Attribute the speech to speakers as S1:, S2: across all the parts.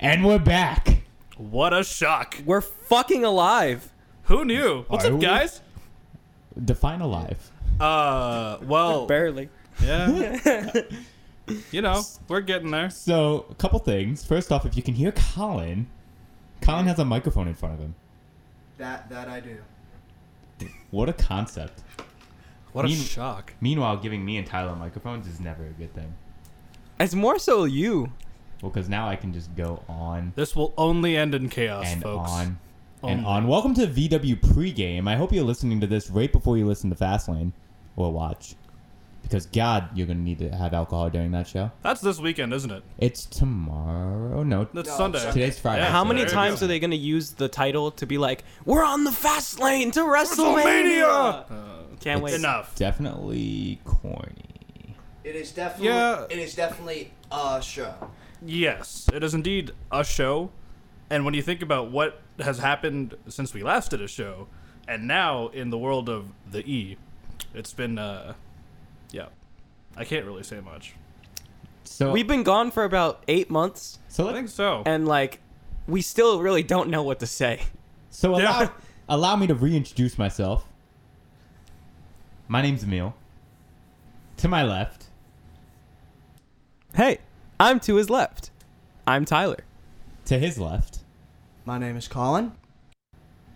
S1: And we're back.
S2: What a shock.
S3: We're fucking alive.
S2: Who knew? What's
S1: Are
S2: up,
S1: we?
S2: guys?
S1: Define alive.
S2: Uh, well,
S3: Barely.
S2: yeah. you know, we're getting there.
S1: So, a couple things. First off, if you can hear Colin, Colin has a microphone in front of him.
S4: That that I do.
S1: What a concept.
S2: What a
S1: You-
S2: shock.
S1: Meanwhile, giving me and Tyler microphones is never a good thing.
S3: It's more so you.
S1: Well, because now I can just go on
S2: This will only end in chaos,
S1: and
S2: folks.
S1: on and
S2: Only.
S1: on. Welcome to VW pregame. I hope you're listening to this right before you listen to Fastlane or watch, because God, you're gonna need to have alcohol during that show.
S2: That's this weekend, isn't it?
S1: It's tomorrow. No,
S2: That's
S4: No,
S2: Sunday.
S4: Sunday.
S1: today's Friday.
S2: Yeah.
S3: How many
S2: There you
S3: times
S2: go.
S3: are they going to use the title to be like, we're on the fast lane to WrestleMania?
S2: WrestleMania! Uh,
S3: Can't
S1: It's
S3: wait.
S2: Enough.
S1: Definitely corny.
S4: It is definitely
S2: Yeah.
S4: it is definitely a show.
S2: Yes, it is indeed a show. And when you think about what has happened since we last did a show, and now in the world of the E, it's been, uh, yeah, I can't really say much.
S1: So
S3: We've been gone for about eight months,
S1: so
S2: I
S1: let,
S2: think so.
S3: and like, we still really don't know what to say.
S1: so allow,
S2: Yeah.
S1: allow me to reintroduce myself. My name's Emil. To my left,
S3: Hey, I'm to his left. I'm Tyler.
S1: to his left,
S4: My name is Colin.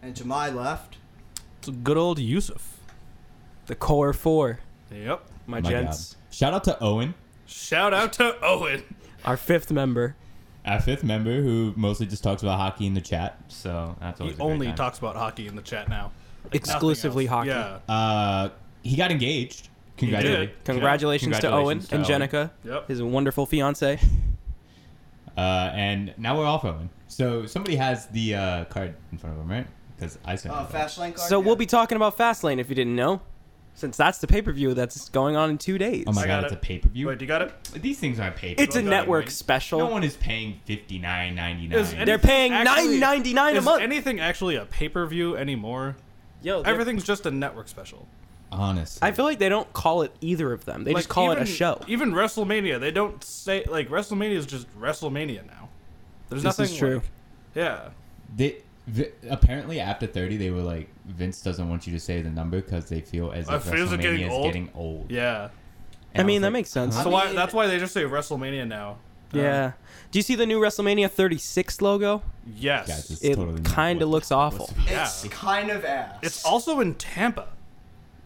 S4: And to my left,
S2: It's good old Yusuf.
S3: The core four,
S2: Yep.
S3: my,
S1: my
S3: gents.
S1: God. Shout out to Owen.
S2: Shout out to Owen.
S3: Our fifth member.
S1: our fifth member who mostly just talks about hockey in the chat. So that's
S2: He
S1: always a great
S2: only
S1: time.
S2: talks about hockey in the chat now. Like, nothing
S3: Exclusively
S2: else.
S3: hockey.
S2: Yeah.
S1: Uh, he got engaged.
S2: did.
S1: Congratulations.
S3: Congratulations,
S1: Congratulations
S3: to Owen
S1: to Owen.
S3: and Jenica,
S2: Yep.
S3: his wonderful fiance.
S1: Uh, and now we're all Owen. So somebody has the uh, card in front of him, right? Because I sent.
S4: uh,
S1: it.
S4: fast lane card.
S3: So
S4: yeah.
S3: we'll be talking about Fastlane if you didn't know, since that's the pay per view that's going on in two days.
S1: Oh my
S2: I
S1: god,
S2: got
S1: it's a
S2: it.
S1: pay per view.
S2: Wait, you got it?
S1: These things aren't pay.
S3: it's a
S2: Well done,
S3: network
S2: Wayne.
S3: special.
S1: No one is paying fifty nine ninety
S2: Is
S1: nine.
S2: any-
S3: They're paying
S2: Actually,
S3: nine ninety nine a
S2: Is
S3: month.
S2: anything actually a pay per view anymore?
S3: Yo, they're-
S2: Everything's just a network special.
S1: Honest.
S3: I feel like they don't call it either of them. They just call it a
S2: even-
S3: show.
S2: Even WrestleMania, they don't say like WrestleMania is just WrestleMania now. There's
S3: This is
S2: nothing.
S3: true.
S2: like- yeah.
S1: They, vi- apparently after thirty, they were like Vince doisn't want you to say the number because they feel as
S2: I
S1: if
S2: feel it's
S1: WrestleMania
S2: getting
S1: is
S2: old.
S1: getting old.
S2: Yeah.
S3: I
S1: And
S3: mean,
S1: was
S3: that
S1: like,
S3: makes sense.
S2: So
S1: huh?
S2: why?
S4: mean-
S2: That's why they just say WrestleMania now. Uh,
S3: yeah. Do you see the new WrestleMania 36 logo?
S2: Yes.
S1: Guys, it's
S3: It
S1: totally not
S3: kind of
S1: what-
S3: looks awful.
S4: It's
S2: Yeah.
S4: kind of ass.
S2: It's also in Tampa.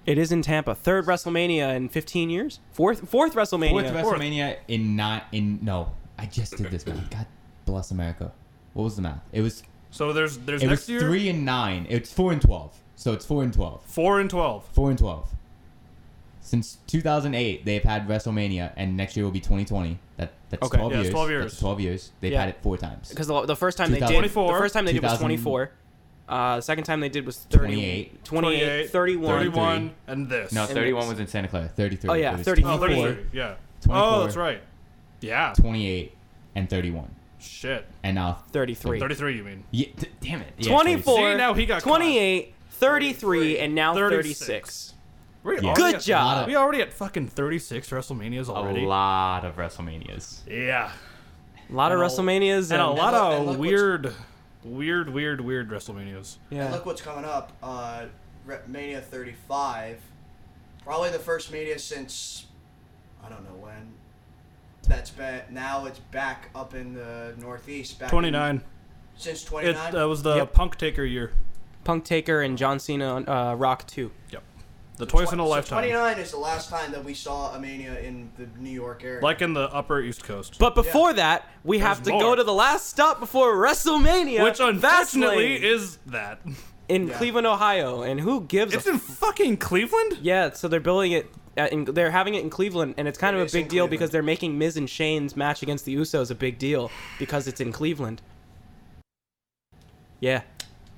S3: It is in Tampa. Third WrestleMania in 15 years. Fourth, fourth WrestleMania.
S1: Fourth WrestleMania in not in no. I just did this math. God bless America. What was the math? It was
S2: So there's there's
S1: it
S2: next
S1: was
S2: year
S1: three and nine. It's four and twelve. So it's four and twelve.
S2: four and twelve.
S1: Four and twelve. Since 2008, they've had WrestleMania, and next year will be 2020. That that's
S3: Okay.
S1: 12
S2: Yeah, it's
S1: years.
S2: 12
S1: That's
S2: years.
S1: 12 years. They've
S3: Yeah.
S1: had it four times.
S3: Because the, the first time they did, the
S2: 2024.
S3: first time they did was
S1: 2000.
S3: 24. Uh, the second time they did was 30,
S1: 28.
S3: 28, 31.
S2: 31, and this.
S1: No,
S3: And
S1: 31 was in Santa Clara. 33.
S3: Oh, yeah,
S1: It was
S3: 33.
S2: Oh,
S3: 24.
S2: 33, Yeah.
S1: 24.
S2: Oh, that's right. Yeah.
S1: 28 and 31,
S2: Shit.
S1: and now
S3: 33.
S2: 33, you mean?
S1: yeah, d- damn it. Yeah,
S3: 24,
S2: See, now he got
S3: 28, 33, and now 36.
S2: 36. We're already
S3: Good
S2: at-
S3: job.
S2: We already at fucking 36 WrestleManias already.
S1: A lot of WrestleManias.
S2: Yeah.
S3: A lot of
S2: And a-
S3: WrestleManias.
S2: And a lot
S4: look- and
S2: of
S4: look what's-
S2: weird, weird, weird, weird WrestleManias.
S4: And
S3: Yeah.
S4: look what's coming up. Uh, Re- Mania 35. Probably the first Mania since I don't know when. That's been now it's back up in the Northeast. Back in-
S2: 29.
S4: since
S2: It
S4: 29.
S2: uh, was the
S3: Yep.
S2: Punk Taker year.
S3: Punk Taker and John Cena on uh, Rock 2.
S2: Yep. The twice in a
S4: So
S2: lifetime.
S4: 29 is the last time that we saw a Mania in the New York area.
S2: Like in the upper East Coast.
S3: But before that, we have to
S2: more.
S3: go to the last stop before WrestleMania,
S2: Which unfortunately
S3: Fastlane,
S2: is that.
S3: in
S4: Yeah.
S3: Cleveland, Ohio. And who gives
S2: It's
S3: a
S2: in fucking Cleveland?
S3: Yeah, so they're building it. At, in, they're having it in Cleveland, and it's kind
S4: It
S3: of a
S4: is
S3: big
S4: in
S3: deal
S4: Cleveland.
S3: because they're making Miz and Shane's match against the Usos a big deal because it's in Cleveland. Yeah,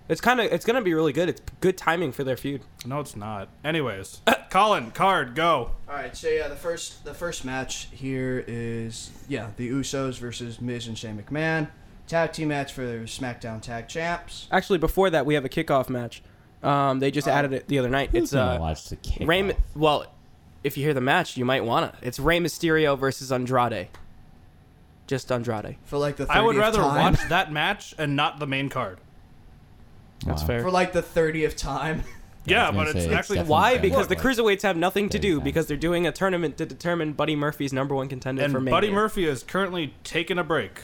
S3: it's kind of it's gonna be really good. It's good timing for their feud.
S2: No, it's not. Anyways, Colin, card, go.
S4: All right, so yeah, the first the first match here is yeah the Usos versus Miz and Shane McMahon tag team match for the SmackDown Tag Champs.
S3: Actually, before that, we have a kickoff match. Um, they
S4: Oh.
S3: just added it the other night.
S1: Who's
S3: It's
S1: gonna
S3: uh,
S1: watch the kick?
S3: Rey. Mi- Well, if you hear the match, you might wanna. It's Rey Mysterio versus Andrade. Just Andrade.
S4: for like the 30th
S2: I would rather
S4: time.
S2: watch that match and not the main card.
S3: That's
S1: Wow.
S3: fair.
S4: for like the 30th time.
S2: Yeah,
S1: was
S2: but
S1: gonna
S2: it's
S1: say, it's
S2: actually
S1: definitely
S2: why
S3: Why?
S1: Okay.
S3: Because the
S1: Look, like-
S3: cruiserweights have nothing to
S1: There you
S3: do
S1: go.
S3: because they're doing a tournament to determine Buddy Murphy's number one contender for
S2: and
S3: Mania.
S2: Buddy Murphy is currently taking a break.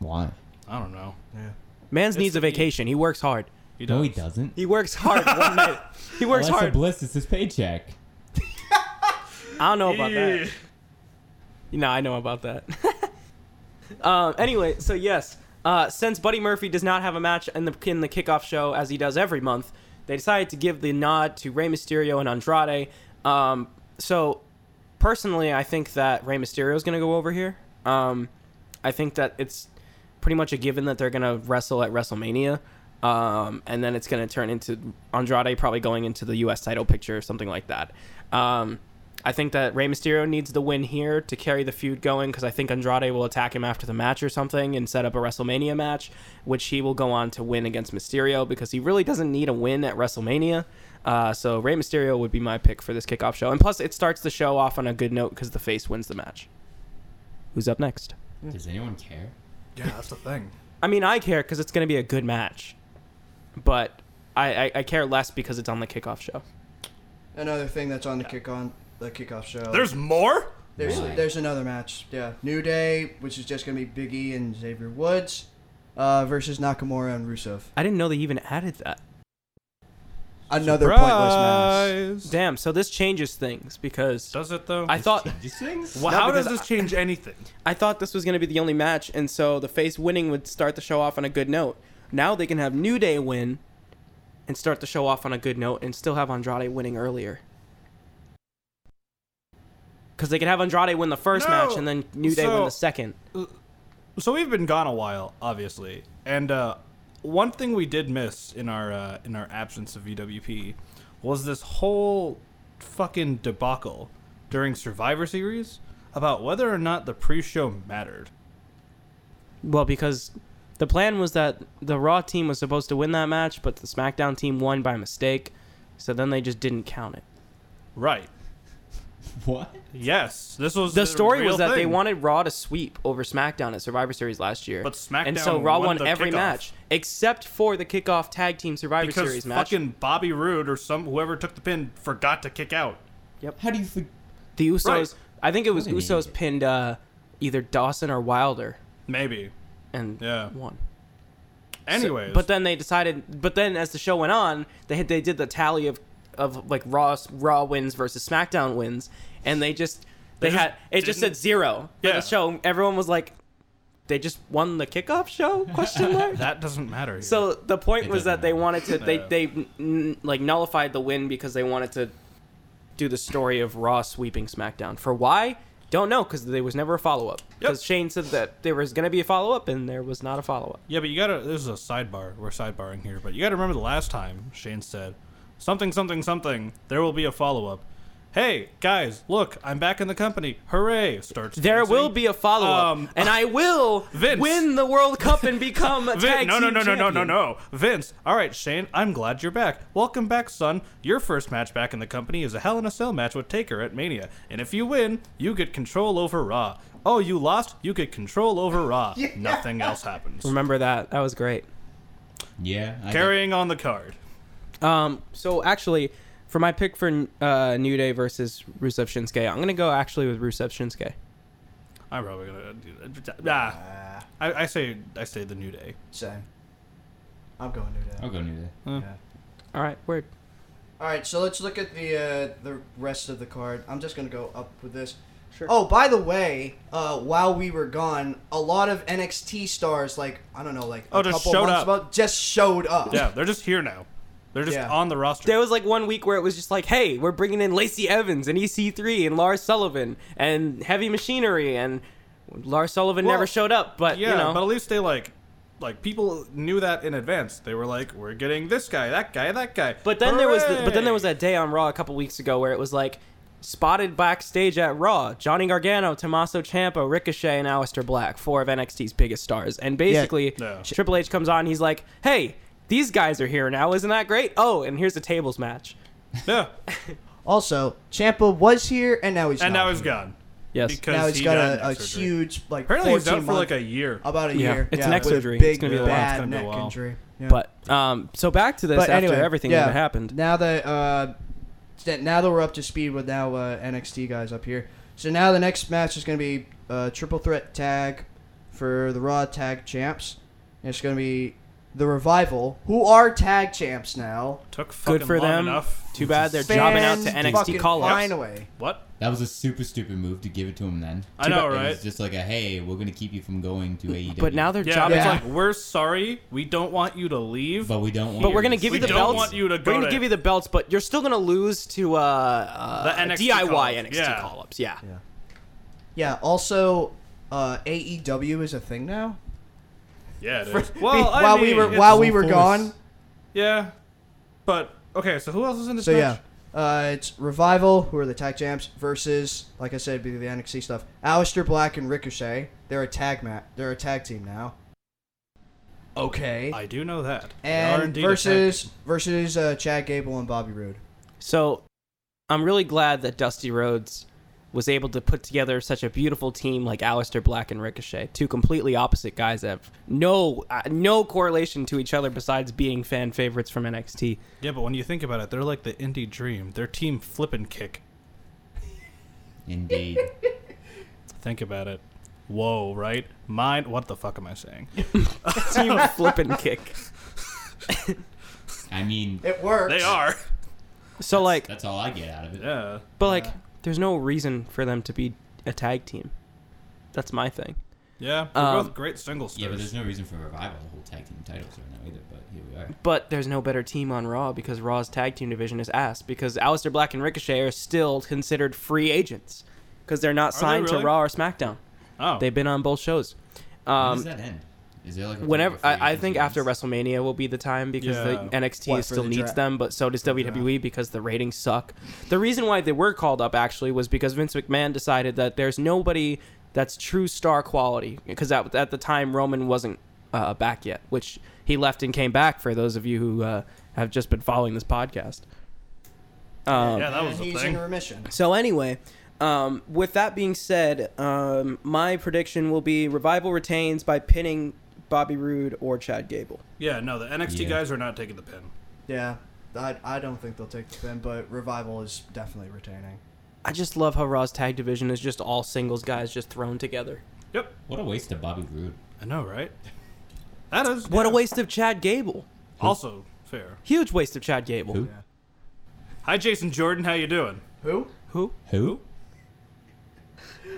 S1: Why?
S2: I don't know.
S4: Yeah.
S3: Man's needs
S2: the
S3: a vacation. He works hard.
S2: He does.
S1: No, he doesn't.
S3: He works hard one night. He works
S1: Alexa
S3: hard.
S1: Bliss is his paycheck.
S3: I don't know about
S2: Yeah.
S3: that. No, I know about that. um, anyway, so yes, uh, since Buddy Murphy does not have a match in the in the kickoff show as he does every month, they decided to give the nod to Rey Mysterio and Andrade. Um, so, personally, I think that Rey Mysterio is going to go over here. Um, I think that it's pretty much a given that they're going to wrestle at WrestleMania. Um, and then it's going to turn into Andrade probably going into the U.S. title picture or something like that. Um, I think that Rey Mysterio needs the win here to carry the feud going because I think Andrade will attack him after the match or something and set up a WrestleMania match, which he will go on to win against Mysterio because he really doesn't need a win at WrestleMania. Uh, so Rey Mysterio would be my pick for this kickoff show. And plus, it starts the show off on a good note because the face wins the match. Who's up next?
S1: Does anyone care?
S2: Yeah, that's the thing.
S3: I mean, I care because it's going to be a good match, but I, I, I care less because it's on the kickoff show.
S4: Another thing that's on the kick on the kickoff show.
S2: There's more.
S4: there's
S1: Really?
S4: there's another match. Yeah, New Day, which is just gonna be Big E and Xavier Woods, uh, versus Nakamura and Rusev.
S3: I didn't know they even added that.
S4: Another pointless match.
S2: Damn.
S3: Damn, so this changes things because
S2: Does it though?
S3: I thought
S1: Just things?
S2: Well,
S3: No,
S2: how does
S3: because
S2: this change anything?
S3: I thought this was going to be the only match, and so the face winning would start the show off on a good note. Now they can have New Day win and start the show off on a good note and still have Andrade winning earlier. Because they could have Andrade win the first
S2: No,
S3: match and then New Day win
S2: so-
S3: the second.
S2: So we've been gone a while, obviously, and uh, one thing we did miss in our uh, in our absence of VWP was this whole fucking debacle during Survivor Series about whether or not the pre-show mattered.
S3: Well, because the plan was that the Raw team was supposed to win that match, but the SmackDown team won by mistake, so then they just didn't count it.
S2: Right.
S1: What?
S2: Yes. This was
S3: The story
S2: real
S3: was that they
S2: thing.
S3: wanted Raw to sweep over SmackDown at Survivor Series last year.
S2: But SmackDown
S3: and so Raw
S2: won
S3: won,
S2: the
S3: every
S2: kickoff.
S3: match except for the kickoff tag team Survivor
S2: because
S3: Series match.
S2: fucking Bobby Roode or some whoever took the pin forgot to kick out.
S1: How do you think?
S3: the Usos,
S2: Right.
S3: I think it was
S1: What do you
S3: Usos
S1: mean?
S3: pinned uh, either Dawson or Wilder
S2: Maybe.
S3: and
S2: Yeah.
S3: won. So-
S2: Anyways,
S3: but then they decided. But then as the show went on, they had, they did the tally of of like Raw Raw wins versus SmackDown wins, and they just they,
S2: just
S3: had it just said
S2: didn't-
S3: zero for
S2: Yeah.
S3: the show. Everyone was like, they just won the kickoff show? Question mark.
S2: that doesn't matter. here.
S3: So the point
S1: It
S3: was that
S1: doesn't
S3: they
S1: matter.
S3: wanted to they
S2: No.
S3: they n- like nullified the win because they wanted to do the story of Raw sweeping SmackDown. For why? Don't know because there was never a follow up. Because Shane said that there was going to be a follow up and there was not a follow up.
S2: Yeah, but you gotta. This is a sidebar. We're sidebarring here, but you gotta remember the last time Shane said something, something, something. There will be a follow up. Hey guys, look, I'm back in the company. Hooray! Starts.
S3: There
S2: dancing.
S3: will be a follow up,
S2: Um,
S3: and I will
S2: Vince.
S3: win the World Cup and become a
S2: Vin-
S3: tag
S2: no, no,
S3: team
S2: no, no, no, no,
S3: champion.
S2: no. Vince. All right, Shane. I'm glad you're back. Welcome back, son. Your first match back in the company is a Hell in a Cell match with Taker at Mania, and if you win, you get control over Raw. Oh, you lost? You get control over Raw. Nothing else happens.
S3: Remember that? That was great.
S1: Yeah. I
S2: Carrying on the card.
S3: Um, so actually, for my pick for uh, New Day versus Rusev Shinsuke, I'm gonna go actually with Rusev Shinsuke.
S2: I'm probably gonna do that. Ah,
S4: Ah,
S2: I, I say I say the new day.
S4: same. I'm going New Day.
S1: I'll go neither.
S4: Yeah.
S3: All right, word.
S4: All right, so let's look at the uh, the rest of the card. I'm just gonna go up with this.
S3: Sure.
S4: Oh, by the way, uh, while we were gone, a lot of NXT stars, like I don't know, like
S2: Oh,
S4: a
S2: just
S4: couple
S2: showed
S4: months
S2: up.
S4: ago, just showed up.
S2: Yeah, they're just here now. They're just
S4: Yeah.
S2: on the roster.
S3: There was like one week where it was just like, hey, we're bringing in Lacey Evans and EC3 and Lars Sullivan and Heavy Machinery and Lars Sullivan
S2: Well,
S3: never showed up, but
S2: yeah,
S3: you know,
S2: but at least they like, like people knew that in advance. They were like, we're getting this guy, that guy, that guy.
S3: But then there was, the, but then there was
S2: Hooray!
S3: that day on Raw a couple weeks ago where it was like spotted backstage at Raw: Johnny Gargano, Tommaso Ciampa, Ricochet, and Aleister Black, four of NXT's biggest stars. And basically,
S2: Yeah.
S3: Triple H comes on, he's like, "Hey, these guys are here now, isn't that great? Oh, and here's a tables match."
S2: yeah,
S4: Also, Champa was here and now he's
S2: and
S4: not
S2: now he's
S4: here.
S2: gone.
S3: Yes.
S2: because
S4: now he's
S2: he
S4: got
S2: got
S4: a, a
S2: neck surgery.
S4: huge like
S2: Apparently,
S4: 14
S2: he's out for
S4: month,
S2: like a year.
S4: about a
S3: Yeah,
S4: year.
S3: it's
S4: yeah,
S3: neck
S4: with a
S3: surgery. It's
S4: Big
S3: gonna be a while. It's
S4: bad
S2: gonna be a
S4: neck
S2: while.
S4: injury. Yeah.
S3: But um, so back to this
S4: But
S3: after
S4: anyway,
S3: everything
S4: yeah,
S3: that happened.
S4: Now that uh, st- now that we're up to speed with now uh, NXT guys up here, so now the next match is going to be uh, triple threat tag for the Raw Tag Champs. And it's going to be the Revival, who are tag champs now.
S2: Took fucking
S3: Good for
S2: long
S3: them.
S2: Enough.
S3: Too bad they're jobbing out to
S4: Fan
S3: NXT
S4: fucking
S3: call-ups.
S4: fine away.
S2: What?
S1: That was a super stupid move to give it to him then.
S2: I know,
S1: It
S2: right?
S1: was just like a hey, we're gonna keep you from going to E AEW.
S3: But now they're
S2: Yeah,
S3: jobbing
S2: it's
S4: Yeah.
S2: like we're sorry, we don't want you to leave.
S1: but we don't. Want
S3: But we're gonna give
S2: We
S3: you the
S2: don't
S3: belts.
S2: want you to
S3: we're
S2: go
S3: gonna
S2: to-
S3: give you the belts, but you're still gonna lose to uh, uh
S2: The NXT
S3: DIY
S2: call-ups,
S3: NXT
S2: yeah.
S3: call-ups. Yeah.
S4: Yeah. Also, uh, AEW is a thing now.
S2: yeah, it is. Well, I
S4: while we
S2: mean,
S4: were
S2: it's-
S4: while we were
S1: full force.
S4: gone,
S2: yeah, but okay. So who else is in this
S4: So yeah,
S2: match?
S4: uh, it's Revival, who are the tag champs, versus like I said, be the NXT stuff. Aleister Black and Ricochet, they're a tag mat. They're a tag team now. Okay.
S2: I do know that. They are
S4: and
S2: indeed
S4: versus versus uh, Chad Gable and Bobby Roode.
S3: So I'm really glad that Dusty Rhodes was able to put together such a beautiful team like Aleister Black and Ricochet, two completely opposite guys that have no uh, no correlation to each other besides being fan favorites from NXT.
S2: Yeah, but when you think about it, they're like the indie dream. Their team flippin' kick.
S1: Indeed.
S2: Think about it. Whoa, right? Mine. What the fuck am I saying?
S3: Team flippin' kick.
S1: I mean,
S4: It works.
S2: They are.
S3: So like,
S1: that's all I get out of it.
S2: Yeah.
S3: but like, there's no reason for them to be a tag team. That's my thing.
S2: Yeah. They're
S3: Um,
S2: both great single
S1: Yeah, but there's
S2: stars.
S1: no reason for revival to hold tag team titles right now either. But here we are.
S3: But there's no better team on Raw because Raw's tag team division is ass because Aleister Black and Ricochet are still considered free agents because they're not
S2: they
S3: signed
S2: really?
S3: to Raw or SmackDown.
S2: oh.
S3: They've been on both shows.
S1: When does
S3: Um,
S1: that end? Is there like a
S3: whenever
S1: time for
S3: I, I think
S1: agents?
S3: after WrestleMania will be the time because
S2: Yeah.
S3: the NXT
S4: What, for
S3: still
S4: the
S3: needs
S4: draft?
S3: them, but so does WWE because the ratings suck. The reason why they were called up actually was because Vince McMahon decided that there's nobody that's true star quality because at, at the time Roman wasn't uh, back yet, which he left and came back. For those of you who uh, have just been following this podcast, um,
S2: yeah, that was
S4: and
S2: the
S4: he's
S2: thing.
S4: in remission.
S3: so anyway, um, with that being said, um, my prediction will be Revival retains by pinning Bobby Roode or Chad Gable.
S2: Yeah, no, the NXT
S1: Yeah.
S2: guys are not taking the pin.
S4: Yeah. I, I don't think they'll take the pin, but Revival is definitely retaining.
S3: I just love how Raw's tag division is just all singles guys just thrown together.
S2: Yep.
S1: What a waste of Bobby Roode.
S2: I know, right? That is.
S3: What a
S2: yeah.
S3: waste of Chad Gable.
S2: Also fair.
S3: Huge waste of Chad Gable.
S1: Who?
S2: Hi, Jason Jordan. How you doing?
S4: Who?
S3: Who?
S1: Who?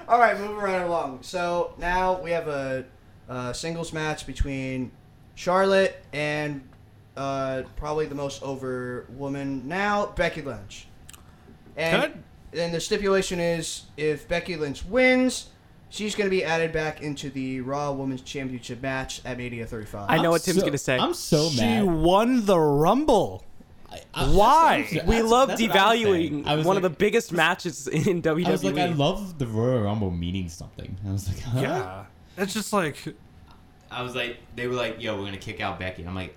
S4: All right, moving right along. So now we have a, uh singles match between Charlotte and uh, probably the most over woman now, Becky Lynch. And and the stipulation is if Becky Lynch wins, she's going to be added back into the Raw Women's Championship match at Mania 35.
S3: I know what Tim's gonna say.
S1: I'm so mad.
S2: won the Rumble.
S1: I- I-
S2: Why?
S1: that's what I'm-
S3: we
S1: that's-
S3: love
S1: that's what I was saying.
S3: devaluing
S1: I was
S3: one of the
S1: like-
S3: biggest matches in E. WWE.
S1: I was like, I love the Royal Rumble meaning something. I was like, huh?
S2: Yeah. It's just like
S1: I was like, they were like, yo, we're gonna kick out Becky. I'm like,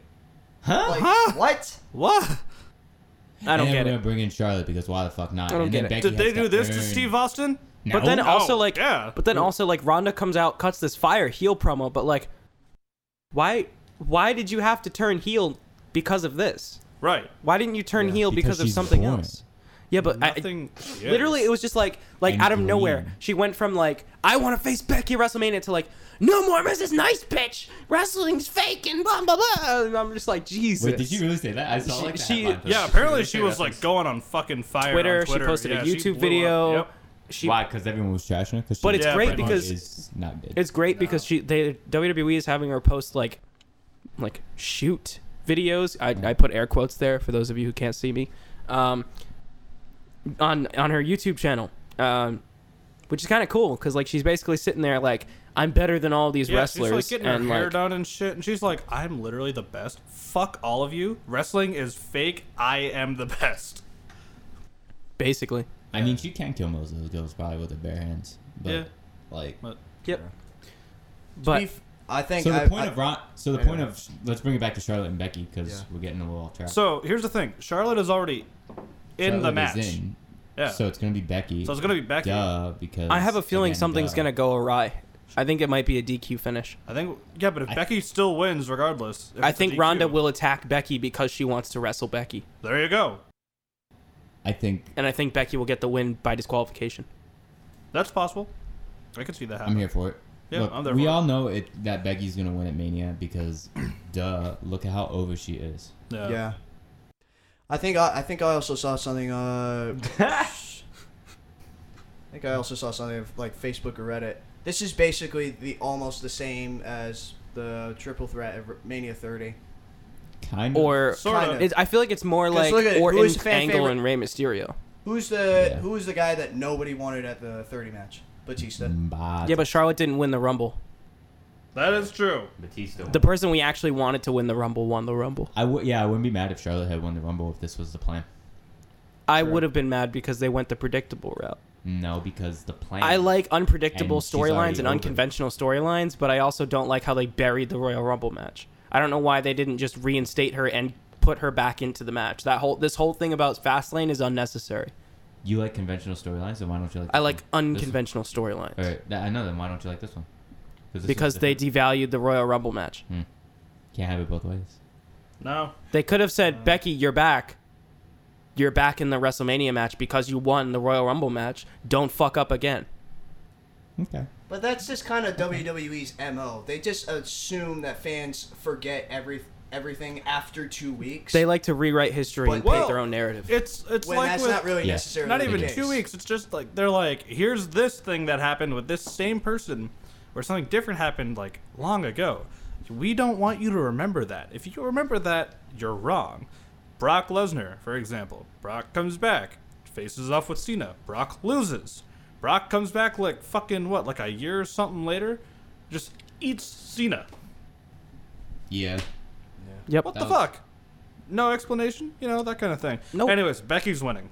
S1: huh?
S4: Like,
S2: Huh?
S4: what?
S2: what?
S3: I don't
S1: and
S3: get
S1: we're
S3: it.
S1: gonna bring in Charlotte because why the fuck not?
S3: I don't
S1: and
S3: get
S1: then
S3: it.
S1: Becky
S2: Did they
S1: has
S2: do this to
S1: earn-
S2: Steve Austin?
S1: No.
S3: But then also
S1: oh,
S2: No.
S3: like,
S2: Yeah.
S3: But then also like, Ronda comes out, cuts this fire heel promo, but like, why? Why did you have to turn heel because of this?
S2: Right.
S3: Why didn't you turn
S2: Yeah.
S3: heel because,
S1: Because
S3: of
S1: she's
S3: something
S1: boring.
S3: else? Yeah, but I,
S2: Nothing. yes.
S3: literally, it was just like like
S1: And
S3: out of
S1: green.
S3: nowhere. She went from like I want to face Becky at WrestleMania to like no more Mrs. Nice Bitch. Wrestling's fake and blah blah blah. And I'm just like Jesus.
S1: Wait, did you really say that? I saw
S3: She-
S1: like the
S3: she-
S1: headline for
S2: Yeah.
S1: it.
S2: Apparently,
S1: really
S2: she
S1: say
S2: was
S1: that.
S2: like going on fucking fire.
S3: Twitter,
S2: on Twitter.
S3: She posted
S2: Yeah,
S3: a
S2: she
S3: YouTube
S2: blew
S3: video.
S2: up. Yep.
S3: She
S1: why? Because everyone was trashing her. Cause she
S3: But it's
S2: Yeah,
S3: great
S2: pretty much.
S3: because
S1: is not good.
S3: It's great because she they WWE is having her post like like shoot videos. I, I put air quotes there for those of you who can't see me. Um, on on her YouTube channel. Um, which is kind of cool because like she's basically sitting there like I'm better than all these
S2: Yeah,
S3: wrestlers
S2: she's like getting
S3: and
S2: her hair
S3: like
S2: done and shit, and she's like, "I'm literally the best. Fuck all of you. Wrestling is fake. I am the best."
S3: basically.
S1: I mean, she can kill most of those girls probably with her bare hands. But,
S2: Yeah.
S1: Like.
S2: But
S3: Yep. But
S4: Beef- I think
S1: So the
S4: I-
S1: point
S4: I-
S1: of Ron, so the
S4: Yeah.
S1: point of let's bring it back to Charlotte and Becky because
S4: Yeah.
S1: we're getting a little off track.
S2: so here's the thing: Charlotte is already in the
S1: Charlotte
S2: match.
S1: is in,
S2: Yeah.
S1: So it's gonna be Becky.
S2: So it's gonna be Becky.
S1: Duh, because
S3: I have a feeling
S1: again,
S3: something's
S1: duh.
S3: gonna go awry. I think it might be a DQ finish.
S2: I think yeah, but if
S1: I-
S2: Becky still wins regardless, if
S3: I
S2: it's a
S3: think
S2: DQ,
S3: Ronda will attack Becky because she wants to wrestle Becky,
S2: There you go.
S1: I think
S3: and I think Becky will get the win by disqualification.
S2: That's possible. I could see that
S1: I'm
S2: happening.
S1: here for it.
S2: Yeah,
S1: Look,
S2: I'm there
S1: we
S2: for it.
S1: all know it that Becky's gonna win at Mania because, duh, look at how over she is.
S2: Yeah.
S4: yeah. I think I, I think I also saw something. Uh, I think I also saw something of like Facebook or Reddit. This is basically the almost the same as the triple threat of Mania 30.
S1: Kind of.
S3: Or
S2: Sort
S4: Kinda.
S2: of.
S3: it's, I feel like it's more like
S4: look at it. Who
S3: Orton,
S4: is the fan
S3: Angle,
S4: favorite?
S3: and Rey Mysterio.
S4: Who's the
S1: Yeah.
S4: Who was the guy that nobody wanted at the 30 match? Batista.
S1: Mbah.
S3: Yeah, but Charlotte didn't win the Rumble.
S2: That is true.
S1: Batista.
S3: The person we actually wanted to win the Rumble won the Rumble.
S1: I would. Yeah, I wouldn't be mad if Charlotte had won the Rumble if this was the plan.
S3: I would have been mad because they went the predictable route.
S1: No, because the plan.
S3: I like unpredictable
S1: And she's already
S3: storylines and
S1: over.
S3: unconventional storylines, but I also don't like how they buried the Royal Rumble match. I don't know why they didn't just reinstate her and put her back into the match. That whole this whole thing about Fastlane is unnecessary.
S1: You like conventional storylines, and why don't you like?
S3: I
S1: this
S3: like
S1: one? This-
S3: unconventional storylines
S1: All right, that- I know. Then why don't you like this one? this one's
S3: because they
S1: different.
S3: devalued the Royal Rumble match.
S1: can't have it both ways.
S2: No.
S3: They could have said, "Becky, you're back. You're back in the WrestleMania match because you won the Royal Rumble match. Don't fuck up again."
S1: Okay.
S4: But that's just kind of WWE's mo. They just assume that fans forget every everything after two weeks.
S3: They like to rewrite history
S4: But-
S3: and
S2: Well,
S3: paint their own narrative.
S2: It's it's
S4: when
S2: like
S4: that's
S2: with,
S4: not really
S1: Yeah.
S4: necessarily
S2: not
S4: the
S2: even
S4: case.
S2: two weeks. It's just like they're like, here's this thing that happened with this same person, or something different happened like long ago. We don't want you to remember that. If you remember that, you're wrong. Brock Lesnar, for example, Brock comes back, faces off with Cena. Brock loses. Brock comes back like fucking what, like a year or something later, just eats Cena.
S1: Yeah.
S3: Yep.
S2: What
S1: That
S2: the
S1: was-
S2: fuck? No explanation, you know that kind of thing.
S3: Nope.
S2: Anyways, Becky's winning.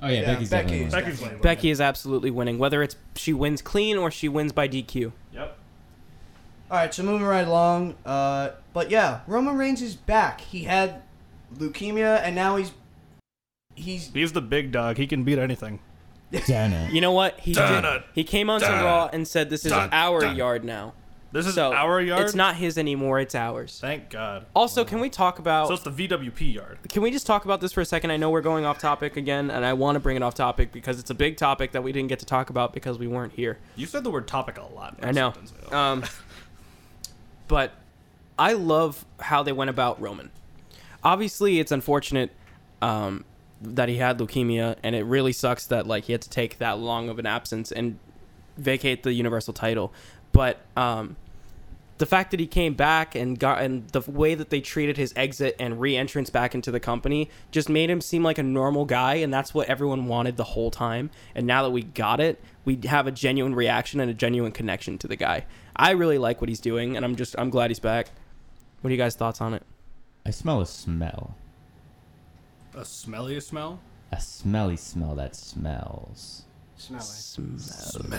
S1: Oh yeah,
S4: Yeah,
S1: Becky's definitely.
S4: Becky's
S1: winning.
S2: Becky's
S4: definitely
S3: Becky is absolutely winning, whether it's she wins clean or she wins by DQ.
S2: Yep.
S4: All right, so moving right along. Uh, but yeah, Roman Reigns is back. He had leukemia, and now he's he's
S2: He's the big dog. He can beat anything.
S1: Damn it.
S3: You know what? He
S2: Dun,
S3: did-
S2: dun,
S3: he came onto
S2: dun,
S3: Raw and said, "This is
S2: dun,
S3: our
S2: dun.
S3: yard now."
S2: This is
S3: So
S2: our yard.
S3: It's not his anymore. It's ours.
S2: Thank God.
S3: Also, can we talk about?
S2: So it's the VWP yard.
S3: can we just talk about this for a second? I know we're going off topic again, and I want to bring it off topic because it's a big topic that we didn't get to talk about because we weren't here.
S2: You said the word topic a lot.
S3: I know. Um, but I love how they went about Roman. Obviously, it's unfortunate um, that he had leukemia, and it really sucks that like he had to take that long of an absence and vacate the Universal title. But um, the fact that he came back and got and the way that they treated his exit and re-entrance back into the company just made him seem like a normal guy and that's what everyone wanted the whole time and now that we got it we have a genuine reaction and a genuine connection to the guy i really like what he's doing and i'm just i'm glad he's back what are you guys thoughts on it
S1: I smell a smell.
S2: a smelly smell.
S1: A smelly smell that smells.
S4: smelling.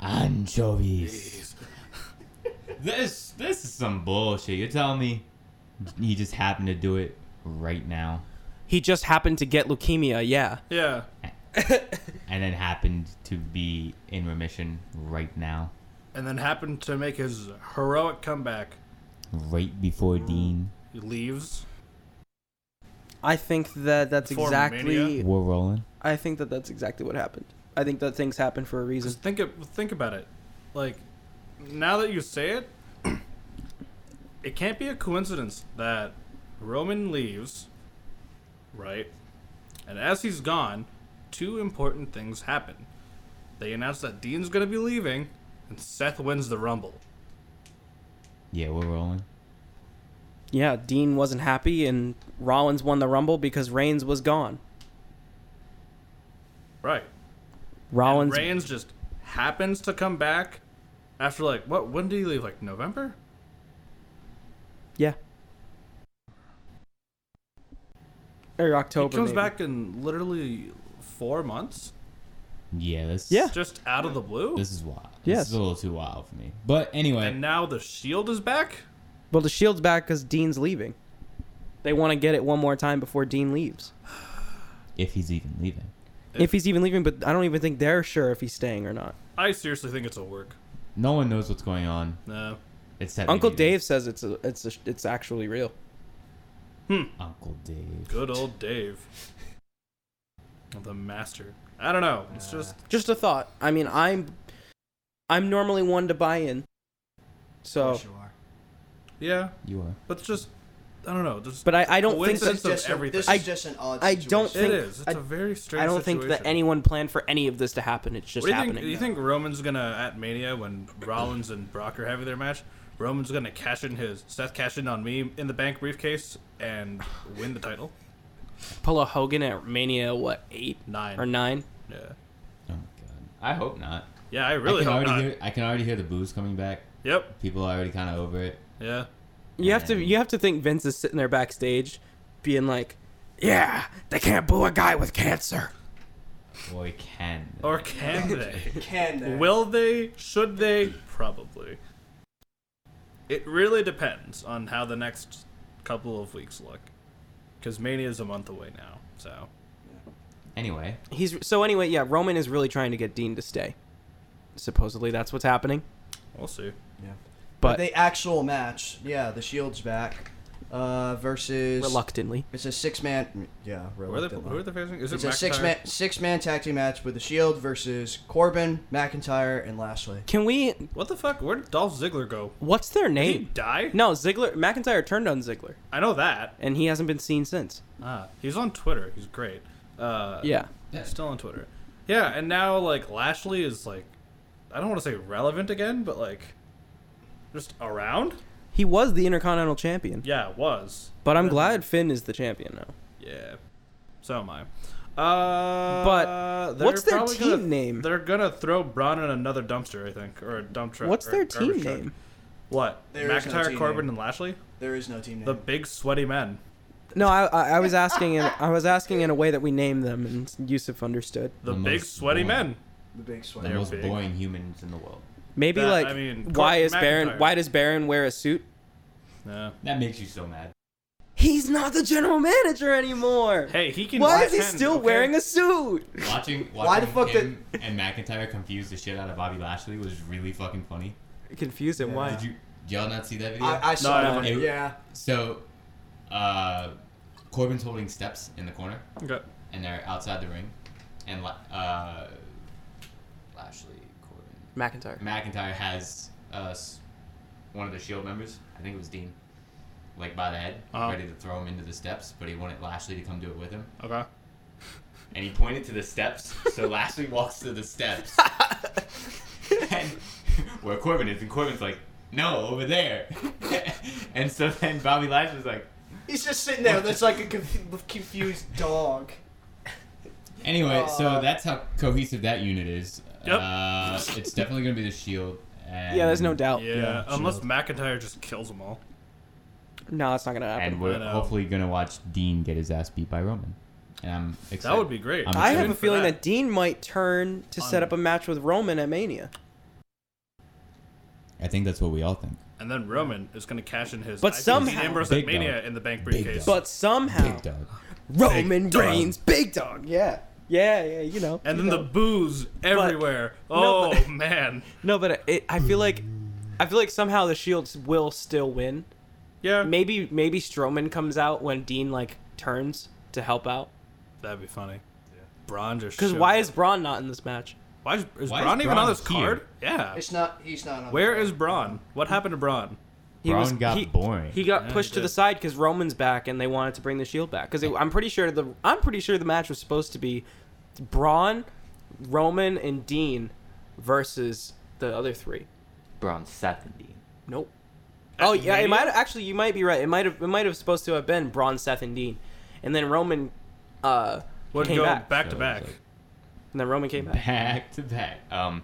S1: Anchovies. this this is some bullshit. You're telling me he just happened to do it right now,
S3: he just happened to get leukemia yeah
S2: Yeah.
S1: and then happened to be in remission right now,
S2: And then happened to make his heroic comeback.
S1: right before Dean.
S2: He leaves.
S3: i think that that's
S2: Before exactly- Mania?
S1: We're rolling.
S3: i think that that's exactly what happened i think that things happen for a reason
S2: Just think it, think about it. Like now that you say it, it can't be a coincidence that Roman leaves, right? And as he's gone, two important things happen. They announce that Dean's going to be leaving and Seth wins the Rumble.
S1: Yeah, we're rolling.
S3: yeah dean wasn't happy and rollins won the rumble because reigns was gone
S2: Right.
S3: Rollins.
S2: Reigns just happens to come back after like what? When did he leave? Like November?
S3: yeah. Or
S2: He
S3: October.
S2: comes
S3: maybe.
S2: back in literally four months,
S1: Yeah, this.
S3: Yeah.
S2: just out of the blue.
S1: This is wild.
S3: Yes.
S1: This is a little too wild for me. But anyway,
S2: and now the Shield is back.
S3: Well, the Shield's back because Dean's leaving. They want to get it one more time before Dean leaves.
S1: if he's even leaving.
S3: if he's even leaving, but I don't even think they're sure if he's staying or not.
S2: I seriously think it's a work.
S1: No one knows what's going on
S2: No.
S1: except
S3: Uncle
S1: maybe
S3: Dave says it's a, it's a, it's actually real.
S1: Uncle Dave.
S2: Hmm. Good old Dave. The master. I don't know. It's just
S3: Just a thought. I mean, I'm I'm normally one to buy in. So,
S4: Yes, you are.
S2: yeah,
S1: You are.
S2: but it's just I don't know. Just
S3: but I, I don't think
S2: Coincidence
S3: that,
S2: Sense of
S4: just a-
S2: everything.
S4: this is
S3: I-
S4: just an odd
S3: I don't
S2: it
S4: situation.
S3: think-
S2: is. It's
S3: I-
S2: a very strange.
S3: I don't think that
S2: situation.
S3: anyone planned for any of this to happen. It's just
S2: What do you
S3: happening.
S2: think? Do you think Roman's gonna at Mania when Rollins and Brock are having their match? Roman's gonna cash in his Seth cash in on me in the bank briefcase and win the title.
S3: Pull a Hogan at Mania what eight
S2: Nine.
S3: or nine?
S2: Yeah.
S1: Oh my god. I hope not.
S2: Yeah, I
S1: I
S2: really
S1: can
S2: hope
S1: already
S2: not.
S1: hear. I can already hear the booze coming back.
S2: Yep.
S1: People are already kind of over it.
S2: Yeah.
S3: You have to you have to think Vince is sitting there backstage, being like, "Yeah, they can't boo a guy with cancer."
S1: Boy, can.
S2: Or can they?
S4: Can there?
S2: Will they? Should they? Probably. It really depends on how the next couple of weeks look, because Mania is a month away now. So
S1: anyway,
S3: He's so anyway. Yeah, Roman is really trying to get Dean to stay. Supposedly that's what's happening,
S2: we'll see.
S4: Yeah.
S3: but
S4: the actual match, yeah, the Shield's back uh, versus.
S3: reluctantly.
S4: It's a six man. mm, Yeah,
S2: Who are they?
S4: reluctantly.
S2: Who are they facing? Is it
S4: It's a six
S2: McIntyre?
S4: man six man tag team match with the Shield versus Corbin, McIntyre, and Lashley.
S3: Can we?
S2: What the fuck? Where did Dolph Ziggler go?
S3: What's their
S2: Did he
S3: name?
S2: die?
S3: No, Ziggler McIntyre turned on Ziggler,
S2: I know that.
S3: and he hasn't been seen since.
S2: Ah, he's on Twitter. He's great. Uh,
S3: Yeah,
S2: he's still on Twitter. Yeah, and now like Lashley is like, I don't want to say relevant again, but like, just around.
S3: he was the Intercontinental Champion,
S2: Yeah, was.
S3: but I'm glad Finn is the champion now.
S2: Yeah. So am I. Uh,
S3: But
S2: they're
S3: what's their
S2: probably
S3: team
S2: gonna-
S3: name?
S2: They're gonna throw Braun in another dumpster, I think, or a dump truck.
S3: What's
S2: or
S3: their
S2: a garbage
S3: team
S2: truck.
S3: name?
S2: What?
S4: There is no
S2: McIntyre,
S4: team
S2: Corbin,
S4: name.
S2: and Lashley,
S4: There is no team name.
S2: the big sweaty men.
S3: No, I, I I was asking in I was asking in a way that we name them, and Yusuf understood.
S2: The,
S1: The
S2: big
S1: most
S2: sweaty
S1: boring.
S2: men.
S4: the big
S1: the
S4: sweat.
S2: They're
S1: most
S2: big.
S1: boring humans in the world.
S3: Maybe
S2: That-
S3: like
S2: I mean,
S3: why
S2: Cor-
S3: is Baron
S2: McIntyre.
S3: why does Baron wear a suit?
S2: Yeah.
S1: That makes you so mad.
S3: He's not the general manager anymore.
S2: Hey, he can.
S3: why is he
S2: pretend,
S3: still
S2: okay?
S3: wearing a suit?
S1: Watching, watching
S4: Why the fuck
S1: him and McIntyre confuse the shit out of Bobby Lashley was really fucking funny.
S3: Confused him. Why?
S4: Yeah.
S1: Did you did y'all not see that video?
S4: I, I saw
S2: No, I
S4: that.
S1: haven't.
S4: Yeah.
S1: so, uh, Corbin's holding steps in the corner,
S2: Okay.
S1: and they're outside the ring, and La- uh, Lashley Corbin
S3: McIntyre.
S1: McIntyre has uh, s- one of the Shield members, I think it was Dean, like by the head,
S3: Oh.
S2: Uh-huh.
S1: ready to throw him into the steps, but he wanted Lashley to come do it with him.
S2: Okay.
S1: and he pointed to the steps. So Lashley walks to the steps, and where Corbin is, and Corbin's like, "No, over there." and so then Bobby Lashley's like,
S4: He's just sitting there. That's like a conf- confused dog.
S1: "Anyway,
S4: Aw.
S1: so that's how cohesive that unit is.
S2: Yep.
S1: Uh, it's definitely gonna be the Shield." E And,
S3: Yeah, there's no
S1: Oh,
S3: doubt.
S2: Yeah,
S4: Yeah,
S2: unless
S4: sure.
S2: McIntyre just kills them all.
S3: No, that's not gonna happen.
S1: And we're
S2: I know.
S1: hopefully gonna watch Dean get his ass beat by Roman, and I'm excited.
S2: That would be great.
S1: I'm
S3: I
S1: excited.
S3: have a
S2: for
S3: feeling that.
S2: that.
S3: Dean might turn to set
S2: Um,
S3: up a match with Roman at Mania.
S1: I think that's what we all think.
S2: And then Roman is going to cash in his.
S3: But
S2: I think
S3: somehow-
S2: Dean Ambrose
S1: Big
S2: at
S1: dog.
S2: Mania in the bank
S1: Big
S2: briefcase.
S1: dog.
S3: But somehow
S1: Big dog.
S3: Roman
S2: dog.
S3: Reigns, big dog. Yeah, yeah, yeah. You know.
S2: and
S3: you
S2: then the
S3: know.
S2: booze everywhere.
S3: No,
S2: oh
S3: but-
S2: man.
S3: no, but it, I feel like I feel like somehow the Shields will still win.
S2: Yeah.
S3: Maybe maybe Strowman comes out when Dean like turns to help out.
S2: That'd be funny. Braun just.
S3: Because
S2: showed
S3: why
S2: up.
S3: is Braun not in this match?
S2: why is, is
S1: Why is
S2: Braun even
S1: Braun
S2: on this
S1: here?
S2: card? Yeah.
S4: It's not. He's not on.
S2: Where is Braun? What happened to Braun?
S3: He
S1: Braun got boring.
S3: He got
S2: Yeah, he
S3: pushed to
S2: did.
S3: the side because Roman's back, and they wanted to bring the Shield back. Because I'm pretty sure the I'm pretty sure the match was supposed to be Braun, Roman, and Dean versus the other three.
S1: Braun Seth and Dean.
S3: Nope. Oh yeah,
S2: Mania?
S3: it might actually. You might be right. It might have. It might have supposed to have been Braun, Seth, and Dean, and then Roman. Uh,
S2: Would
S3: came
S2: go
S3: back.
S2: back,
S1: So
S2: to
S1: it was
S2: back.
S1: like-
S3: and then Roman came back,
S1: Back to back. Um.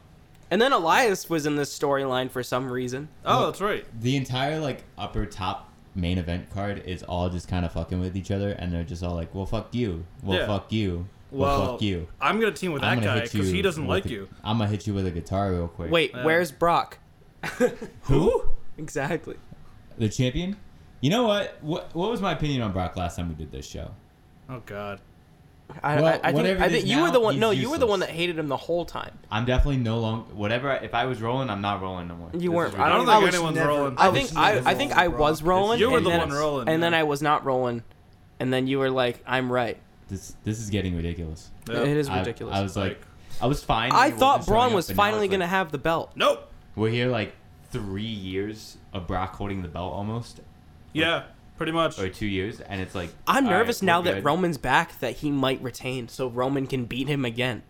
S3: and then Elias was in this storyline for some reason.
S2: Oh, that's right.
S1: the entire like upper top main event card is all just kind of fucking with each other, and they're just all like, "Well, fuck you. Well,
S2: Yeah.
S1: fuck you. Well,
S2: Well,
S1: fuck you."
S2: I'm gonna team with
S1: I'm
S2: that
S1: gonna
S2: guy
S1: hit you
S2: because he doesn't
S1: with
S2: like
S1: a-
S2: you.
S1: I'm gonna hit you with a guitar real quick.
S3: Wait,
S2: Yeah.
S3: where's Brock?
S1: who?
S3: Exactly.
S1: The champion? You know what? What What was my opinion on Brock last time we did this show?
S2: Oh God.
S3: I,
S1: Well,
S3: I, I think,
S1: whatever
S3: I
S1: it
S3: think
S1: is
S3: you were
S1: now,
S3: the one.
S1: he's
S3: No, you were the
S1: useless.
S3: one that hated him the whole time.
S1: I'm definitely no longer whatever. I, if I was rolling, I'm not rolling no more.
S3: You
S1: This is
S3: weren't- I
S2: I
S1: ridiculous.
S2: don't
S4: I
S2: think
S4: was
S2: anyone's
S4: never-
S2: rolling.
S3: I
S4: I was
S3: think I,
S4: never
S3: I think
S4: rolling,
S3: I
S4: bro.
S3: was rolling.
S2: You were
S3: and
S2: the
S3: then-
S2: one rolling,
S3: and then
S2: yeah.
S3: I was not rolling, and then you were like, "I'm right."
S1: This this is getting ridiculous.
S2: Yeah.
S3: It is
S1: I-
S3: ridiculous.
S1: I, was like, I was fine.
S3: I
S1: It wasn't
S3: thought
S1: showing
S3: Braun
S1: up,
S3: was
S1: but now
S3: finally
S1: it's like-
S3: gonna have the belt.
S2: Nope.
S1: We're here like three years of Brock holding the belt almost,
S2: Yeah, pretty much.
S1: or two years, and it's like
S3: I'm
S1: all right,
S3: nervous
S1: we're
S3: now that
S1: good.
S3: Roman's back that he might retain, so Roman can beat him again.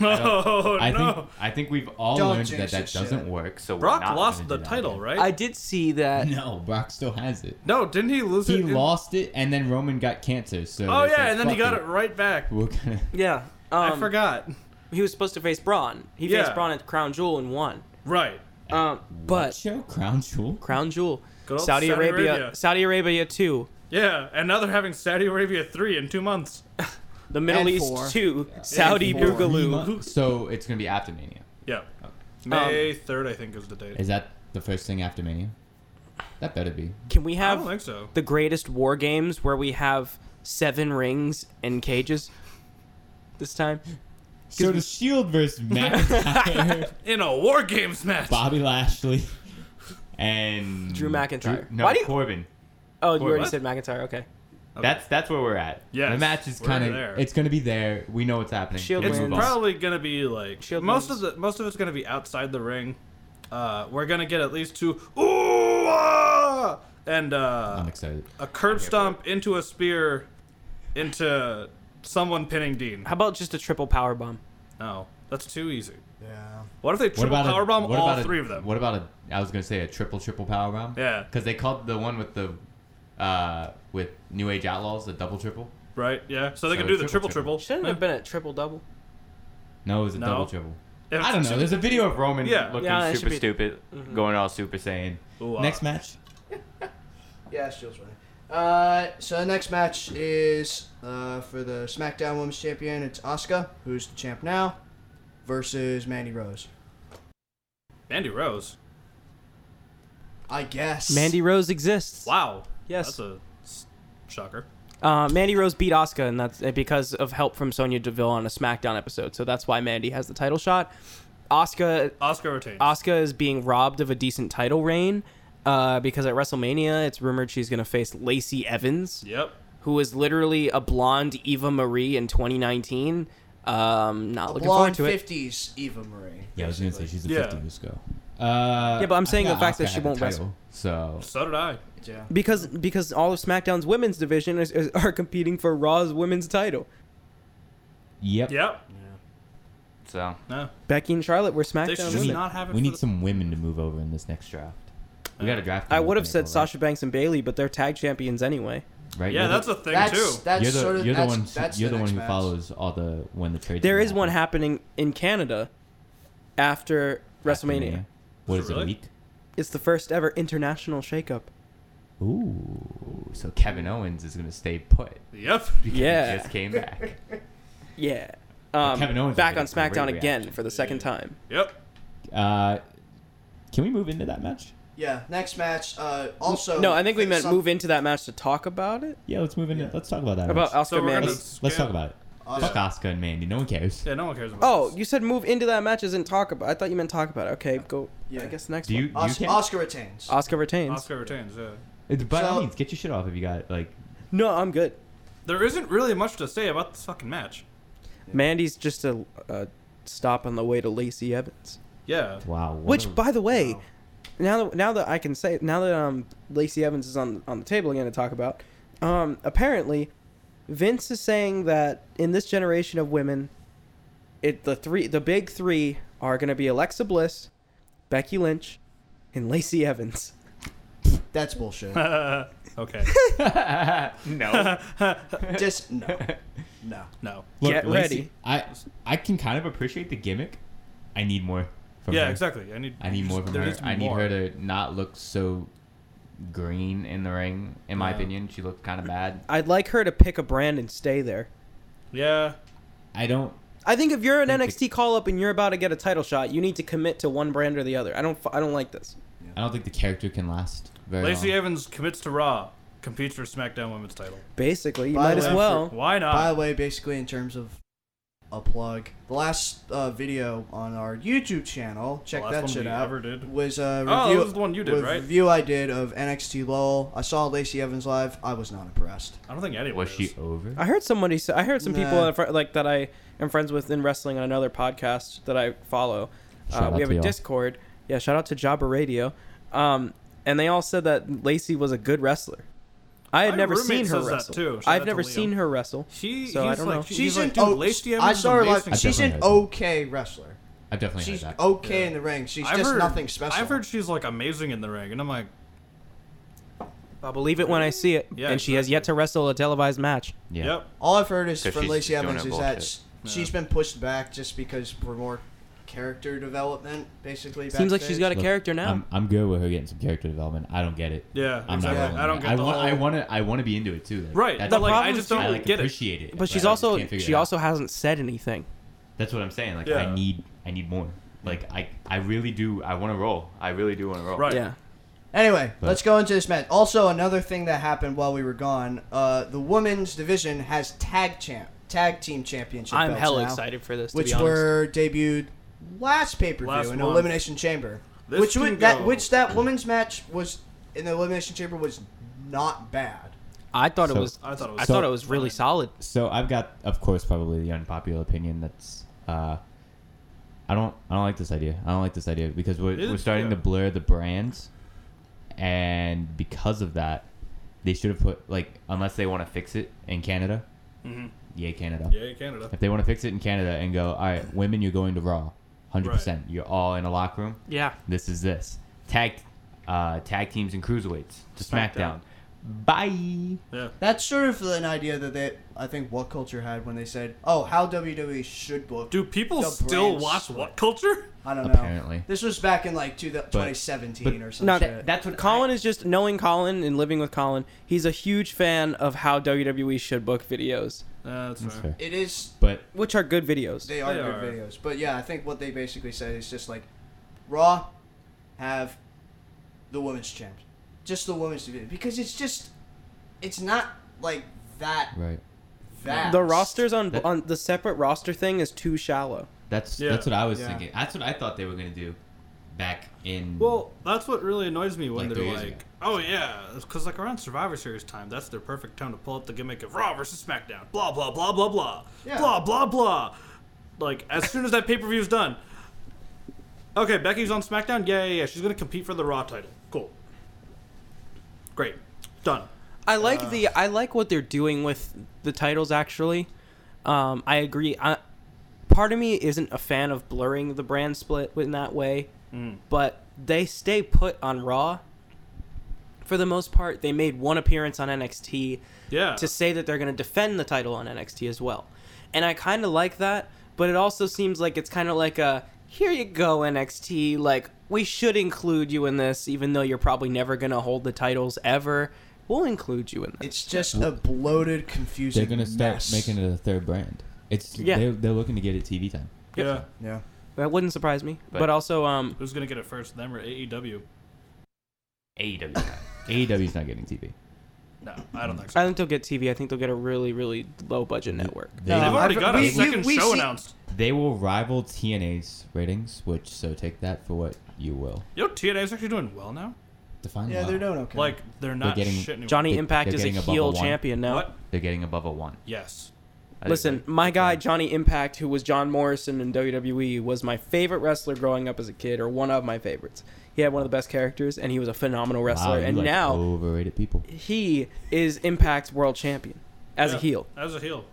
S2: Oh
S1: I
S2: no.
S1: think I think we've all
S4: Don't
S1: learned that
S4: jinx
S1: that
S4: this shit.
S1: doesn't work. So we're
S2: Brock
S1: not
S2: lost
S1: gonna
S2: the
S1: do that
S2: title,
S1: again.
S2: right?
S3: I did see that.
S1: No, Brock still has it.
S2: no, didn't he lose
S1: He
S2: it? in-
S1: lost it, and then Roman got cancer. So
S2: Oh
S1: they
S2: yeah,
S1: said,
S2: and then he
S1: "Fuck
S2: got it right back.
S1: We're gonna.
S3: Yeah, um,
S2: I forgot.
S3: He was supposed to face Braun. He
S2: Yeah.
S3: faced Braun at Crown Jewel and won.
S2: Right.
S3: Um, but
S1: show Crown Jewel.
S3: Crown Jewel,
S2: Good old
S3: Saudi,
S2: Saudi
S3: Arabia,
S2: Arabia.
S3: Saudi Arabia two,
S2: Yeah, and now they're having Saudi Arabia three in two months.
S3: the Middle
S4: And
S3: East
S4: four.
S3: two, Saudi
S2: And four.
S3: Boogaloo.
S1: So it's gonna be after Mania.
S2: Yeah. May third, I think, is the date.
S1: Is that the first thing after Mania? That better be.
S3: Can we
S2: I
S3: have
S2: don't think so.
S3: the greatest war games where we have seven rings and cages this time?
S1: So the Shield versus McIntyre,
S2: In a War Games match.
S1: Bobby Lashley, and
S3: Drew McIntyre.
S1: no,
S3: Why do you-
S1: Corbin.
S3: Oh, you
S2: Wait,
S3: already
S2: what?
S3: said McIntyre. Okay.
S1: That's that's where we're at. Yeah,
S2: Yes,
S1: the match is
S2: we're
S1: kind
S2: there.
S1: of it's gonna be there. We know what's happening.
S3: Shield
S1: We
S2: It's
S1: move
S3: wins.
S1: on.
S2: probably gonna be like
S3: Shield
S2: most
S3: wins.
S2: of the most of it's gonna be outside the ring. Uh, we're gonna get at least two ooh ah! and uh,
S1: I'm excited.
S2: a curb stomp into a spear into someone pinning Dean.
S3: How about just a triple power bomb?
S2: No, that's too easy.
S4: Yeah.
S2: What if they
S1: What
S2: triple
S1: about a,
S2: powerbomb
S1: what
S2: all
S1: about a-
S2: three of them?
S1: What about a? I was gonna say a triple triple power bomb.
S2: Yeah.
S1: Because they called the one with the, uh, with New Age Outlaws the double triple.
S2: Right? Yeah. So they
S1: So
S2: can do the triple
S1: triple,
S2: triple.
S3: Shouldn't it have been a triple double.
S1: No, it was a
S2: No.
S1: double triple.
S2: If
S1: I don't
S2: it's
S1: know.
S2: two-
S1: There's a video of Roman
S2: Yeah.
S1: looking
S3: Yeah, it
S1: super
S3: should be- Mm-hmm.
S1: stupid, going all Super Saiyan.
S2: Ooh, uh,
S1: Next match.
S4: Yeah, Shield's winning. Uh, so the next match is uh, for the SmackDown Women's Champion. It's Asuka, who's the champ now, versus Mandy Rose.
S2: Mandy Rose.
S4: I guess.
S3: Mandy Rose exists.
S2: Wow.
S3: Yes.
S2: That's a s- shocker.
S3: Uh, Mandy Rose beat Asuka, and that's eh, because of help from Sonya Deville on a SmackDown episode. So that's why Mandy has the title shot. Asuka,
S2: Oscar retains.
S3: Asuka is being robbed of a decent title reign uh, because at WrestleMania, it's rumored she's going to face Lacey Evans,
S2: yep.
S3: who is literally a blonde Eva Marie in 2019. Um, not looking
S4: Blonde
S3: forward to it.
S4: 50s Eva Marie.
S1: Yeah, I was gonna say she's a
S2: Yeah.
S1: 50 years ago. Uh,
S3: Yeah, but I'm
S1: I
S3: saying the
S1: forgot
S3: fact that
S1: Asuka
S3: she
S1: had the
S3: won't
S1: title,
S3: wrestle.
S1: So
S2: So did I.
S4: Yeah.
S3: Because because all of SmackDown's women's division is, is, are competing for Raw's women's title.
S1: yep.
S2: Yep.
S1: So
S2: No.
S3: Becky and Charlotte were
S2: should
S3: SmackDown.
S1: we
S2: Does
S1: need,
S3: women.
S2: not have it
S1: we
S2: for
S1: need
S2: the-
S1: some women to move over in this next draft. We got a draft.
S3: I
S1: coming
S3: would
S1: up
S3: have
S1: in
S3: said
S1: April,
S3: Sasha Banks and Bailey, but they're tag champions anyway.
S1: Right. right?
S2: Yeah,
S1: You're
S2: that's
S1: the,
S2: a thing
S4: That's,
S2: too.
S4: that's
S1: you're the,
S4: sort of
S1: you're
S4: that's,
S1: the one.
S4: that's
S1: you're the,
S4: the
S1: one
S4: next
S1: who
S4: match.
S1: follows all the when the trades.
S3: There
S1: are
S3: is one
S1: happening.
S3: happening in Canada after
S1: After
S3: WrestleMania.
S1: Mania. What
S2: Is
S1: is
S2: it
S1: it? A
S2: really?
S1: week.
S3: It's the first ever international shakeup.
S1: Ooh. So Kevin Owens is gonna stay put.
S2: Yep.
S1: because
S3: Yeah.
S1: He just came back.
S3: Yeah. Um,
S1: Kevin Owens had
S3: back
S1: a
S3: on SmackDown
S1: great
S3: again
S1: reaction.
S3: for the second time.
S2: Yep.
S1: Uh, can we move into that match?
S4: Yeah, next match. Uh, also.
S3: no, I think we meant
S4: some-
S3: move into that match to talk about it.
S1: Yeah, let's move into. Let's talk about that.
S3: About
S1: match.
S3: Asuka
S2: So we're
S3: Mandy.
S2: gonna-
S1: let's, let's talk about it.
S4: Asuka.
S1: Fuck Asuka and Mandy. No one cares.
S2: Yeah, no one cares about
S3: Oh,
S2: this.
S3: you said move into that match isn't talk about. I thought you meant talk about it. Okay, go. Yeah.
S4: Yeah.
S3: I guess the next
S1: Do you?
S3: one.
S1: you
S4: Os-
S1: care?
S4: Oscar retains.
S3: Oscar retains.
S2: Oscar retains, yeah.
S1: It- By all
S4: So-
S1: means, get your shit off if you got like.
S3: No, I'm good.
S2: There isn't really much to say about this fucking match.
S3: Mandy's just a, a stop on the way to Lacey Evans.
S2: Yeah.
S1: Wow. what a-
S3: Which, by the way,
S4: Wow.
S3: now that now that I can say, now that um Lacey Evans is on on the table again to talk about, um apparently, Vince is saying that in this generation of women, it the three the big three are going to be Alexa Bliss, Becky Lynch, and Lacey Evans.
S4: That's bullshit.
S2: Okay.
S1: no.
S4: Just no, no.
S2: No.
S3: Get
S1: Lacey,
S3: ready.
S1: I I can kind of appreciate the gimmick. I need more. From
S2: Yeah,
S1: her.
S2: exactly. I need
S1: I need more from
S2: there
S1: her.
S2: needs to be
S1: I need
S2: more.
S1: her to not look so green in the ring. In my
S2: Yeah.
S1: opinion, she looked kind of bad.
S3: I'd like her to pick a brand and stay there.
S2: Yeah.
S1: I don't.
S3: I think if you're an
S1: Thank you.
S3: NXT call up and you're about to get a title shot, you need to commit to one brand or the other. I don't. f- I don't like this.
S1: I don't think the character can last very
S2: Lacey
S1: long.
S2: Evans commits to Raw. competes for SmackDown Women's title.
S3: Basically, you might
S4: By the
S3: as
S4: way,
S3: well.
S2: Why not?
S4: By the way, basically in terms of a plug, the last uh, video on our YouTube channel, check
S2: last
S4: that
S2: one
S4: shit
S2: we
S4: out,
S2: ever did. Oh,
S4: was a review.
S2: that was the one you did,
S4: was a
S2: right?
S4: Review I did of NXT LOL. I saw Lacey Evans live. I was not impressed.
S2: I don't think anyone
S1: Was she
S2: is.
S1: over?
S3: I heard somebody. Say, I heard some people
S4: Nah.
S3: that fr- like that I am friends with in wrestling on another podcast that I follow. Uh,
S1: Shout out
S3: we have
S1: to
S3: a
S1: y'all.
S3: Discord. Yeah, shout out to Jabba Radio. Um, and they all said that Lacey was a good wrestler. I had
S2: My
S3: never
S2: roommate
S3: seen her
S2: says that
S3: wrestle.
S2: too. Shout out
S3: I've
S2: to
S3: never
S2: Liam.
S3: seen her wrestle.
S2: She,
S3: So I
S2: he's
S3: don't
S2: like,
S3: know.
S2: She's,
S4: She's
S2: like,
S4: an
S2: dude,
S1: Oh,
S4: o-
S2: Lacey
S4: I
S2: Evans is
S4: saw her live.
S2: amazing.
S4: She's
S1: definitely
S4: an
S1: heard that.
S4: okay wrestler.
S1: I've definitely
S4: She's
S1: heard that.
S4: okay in the ring. She's
S2: I've
S4: just
S2: heard-
S4: nothing special.
S2: I've heard she's like amazing in the ring, and I'm like,
S3: I'll believe it when I see it.
S2: Yeah,
S3: and she has
S2: exactly.
S3: yet to wrestle a televised match.
S1: Yeah.
S2: yep.
S4: All I've heard is
S1: 'Cause
S4: from
S1: she's
S4: Lacey
S1: doing her
S4: Evans is that
S1: bullshit.
S4: s- she's been pushed back just because for more character development, basically.
S3: Seems like she's
S4: backstage.
S3: got a
S1: Look,
S3: character now.
S1: I'm, I'm good with her getting some character development. I don't get it.
S2: Yeah,
S1: I'm
S2: exactly.
S1: not. rolling
S2: I don't
S1: with
S2: get
S1: it. I
S2: the
S1: want. I
S2: whole-
S1: want to. I want to be into it too. Like,
S2: Right,
S1: That's
S3: The
S2: but like, I
S3: problem
S2: just
S3: is
S2: don't
S1: I like
S2: get it.
S1: appreciate it.
S3: but she's
S1: I
S3: also
S1: can't figure
S3: she
S1: it out.
S3: also hasn't said anything.
S1: That's what I'm saying. Like
S2: Yeah.
S1: I need. I need more. Like I. I really do. I want to roll. I really do want to roll.
S2: Right.
S3: Yeah.
S4: Anyway,
S1: But-
S4: let's go into this match. Also, another thing that happened while we were gone, uh, the women's division has tag champ, tag team championship.
S3: I'm
S4: belts
S3: hella
S4: now,
S3: excited for this. To
S4: Which
S3: be honest.
S4: were debuted last pay per
S2: Last
S4: view in
S2: month.
S4: Elimination Chamber,
S2: This
S4: which
S2: can
S4: would, that
S2: go-
S4: which that women's match was in the Elimination Chamber was not bad.
S3: I thought it
S1: So-
S3: was.
S2: I thought it was
S3: I thought
S1: so-
S3: it was really solid.
S1: So I've got, of course, probably the unpopular opinion that's. Uh, I don't. I don't like this idea. I don't like this idea because we're,
S2: It-
S1: we're starting to
S2: yeah.
S1: blur the brands, and because of that, they should have put like unless they want to fix it in Canada. Mm-hmm. Yay, Canada.
S2: Yay, Canada.
S1: If they want to fix it in Canada and go, all right, women, you're going to Raw, hundred percent. You're all in a locker room.
S3: Yeah.
S1: This is this tag, uh, tag teams and cruiserweights to
S2: Smackdown.
S1: SmackDown. Bye.
S2: Yeah.
S4: That's sort of an idea that they, I think, what culture had when they said, "Oh, how WWE should book."
S2: Do people
S4: The
S2: still
S4: brand
S2: watch
S4: split.
S2: What Culture?
S4: I don't know.
S1: Apparently.
S4: this was back in like two, 2017
S1: but-
S4: or some
S3: No,
S4: shit.
S1: that's what
S3: Colin is just knowing Colin and living with Colin. He's a huge fan of how WWE should book videos,
S2: Uh, that's
S1: That's
S2: fair.
S1: fair.
S4: it is.
S1: But
S3: which are good videos.
S4: They are
S2: They
S4: good
S2: are.
S4: videos, but yeah, I think what they basically say is just like, Raw, have the women's champs, just the women's division, because it's just, it's not like that.
S1: right.
S4: That
S3: The rosters on
S1: That-
S3: on the separate roster thing is too shallow.
S1: That's
S2: Yeah.
S1: that's what I was
S4: Yeah.
S1: thinking. That's what I thought they were gonna do back in.
S2: Well, that's what really annoys me when
S1: Like
S2: they're
S1: three years
S2: like,
S1: ago.
S2: "Oh yeah," because like around Survivor Series time, that's their perfect time to pull up the gimmick of Raw versus SmackDown, blah blah blah blah blah,
S4: Yeah.
S2: blah blah blah. Like as soon as that pay per view is done, okay, Becky's on SmackDown. Yeah, yeah, yeah. She's gonna compete for the Raw title. Cool. Great. Done.
S3: I like the I like what they're doing with the titles actually. Um, I agree. I, part of me isn't a fan of blurring the brand split in that way, but they stay put on Raw. For the most part, they made one appearance on NXT.
S2: Yeah.
S3: to say that they're going to defend the title on NXT as well. And I kind of like that, but it also seems like it's kind of like a here you go NXT, like we should include you in this even though you're probably never going to hold the titles ever. We'll include you in this.
S4: It's just a bloated, confusing.
S1: they're gonna start
S4: mess.
S1: making it a third brand. It's
S3: Yeah.
S1: they're, they're looking to get it TV time.
S2: yeah.
S4: Yeah.
S3: That wouldn't surprise me. But,
S1: But-
S3: also um
S2: Who's gonna get it first, them or E AEW?
S1: AEW. time. AEW's not getting TV.
S2: No, I don't think so.
S3: I think they'll get TV. I think they'll get a really really low budget network.
S1: They,
S2: They've
S4: No,
S2: already
S4: I've-
S2: got a
S4: we- you-
S2: second
S4: we
S2: show
S4: see-
S2: announced.
S1: they will rival TNA's ratings, which so take that for what you will.
S2: Yo, TNA's actually doing well now.
S1: Define.
S4: Yeah,
S1: wow.
S4: they're doing okay.
S2: Like they're not
S1: getting-
S2: shit anymore.
S3: Johnny
S1: They-
S3: Impact
S1: they're
S3: is a
S1: getting above
S3: heel
S1: a one.
S3: champion now.
S2: What?
S1: They're getting above a one.
S2: Yes.
S1: I think,
S3: Listen,
S1: right?
S3: my guy Johnny Impact, who was John Morrison in WWE, was my favorite wrestler growing up as a kid, or one of my favorites. He had one of the best characters, and he was a phenomenal wrestler.
S1: Wow, you
S3: and
S1: like
S3: now
S1: overrated people.
S3: he is Impact World Champion as a
S2: Yeah,
S3: heel.
S2: As a heel.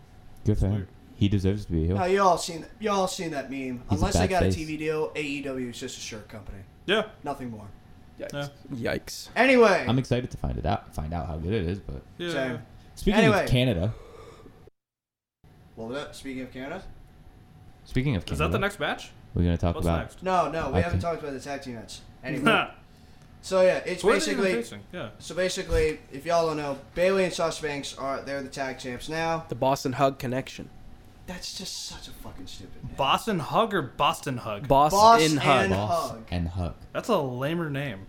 S1: Good for him.
S2: weird.
S1: He deserves to be a heel.
S4: Now you all seen you all seen that meme.
S1: He's a
S4: Unless they
S1: bad
S4: got
S1: face.
S4: a TV deal, AEW is just a shirt company.
S2: Yeah.
S4: Nothing more.
S2: Yeah.
S3: Yikes! Yikes!
S4: Anyway,
S1: I'm excited to find it out. Find out how good it is. But
S2: Yeah.
S4: Same.
S1: speaking
S4: Anyway.
S1: of Canada,
S4: What was that? Speaking of Canada,
S1: speaking of Canada,
S2: Is that the next match?
S1: we're gonna talk
S2: What's
S1: about
S2: next?
S4: no, no, we
S1: Okay.
S4: haven't talked about the tag team match. Anyway,
S2: Huh.
S4: so yeah, it's
S2: Who are they even
S4: basically
S2: facing? Yeah.
S4: so basically if y'all don't know, Bailey and Sasha Banks are they're the tag champs now.
S3: The Boston Hug connection.
S4: That's just such a fucking stupid. Name.
S2: Boston Hug or Boston Hug?
S3: Boss,
S4: Boss
S3: in Hug.
S4: and-
S1: Boss
S4: Hug.
S1: and Hug.
S2: That's a lamer name.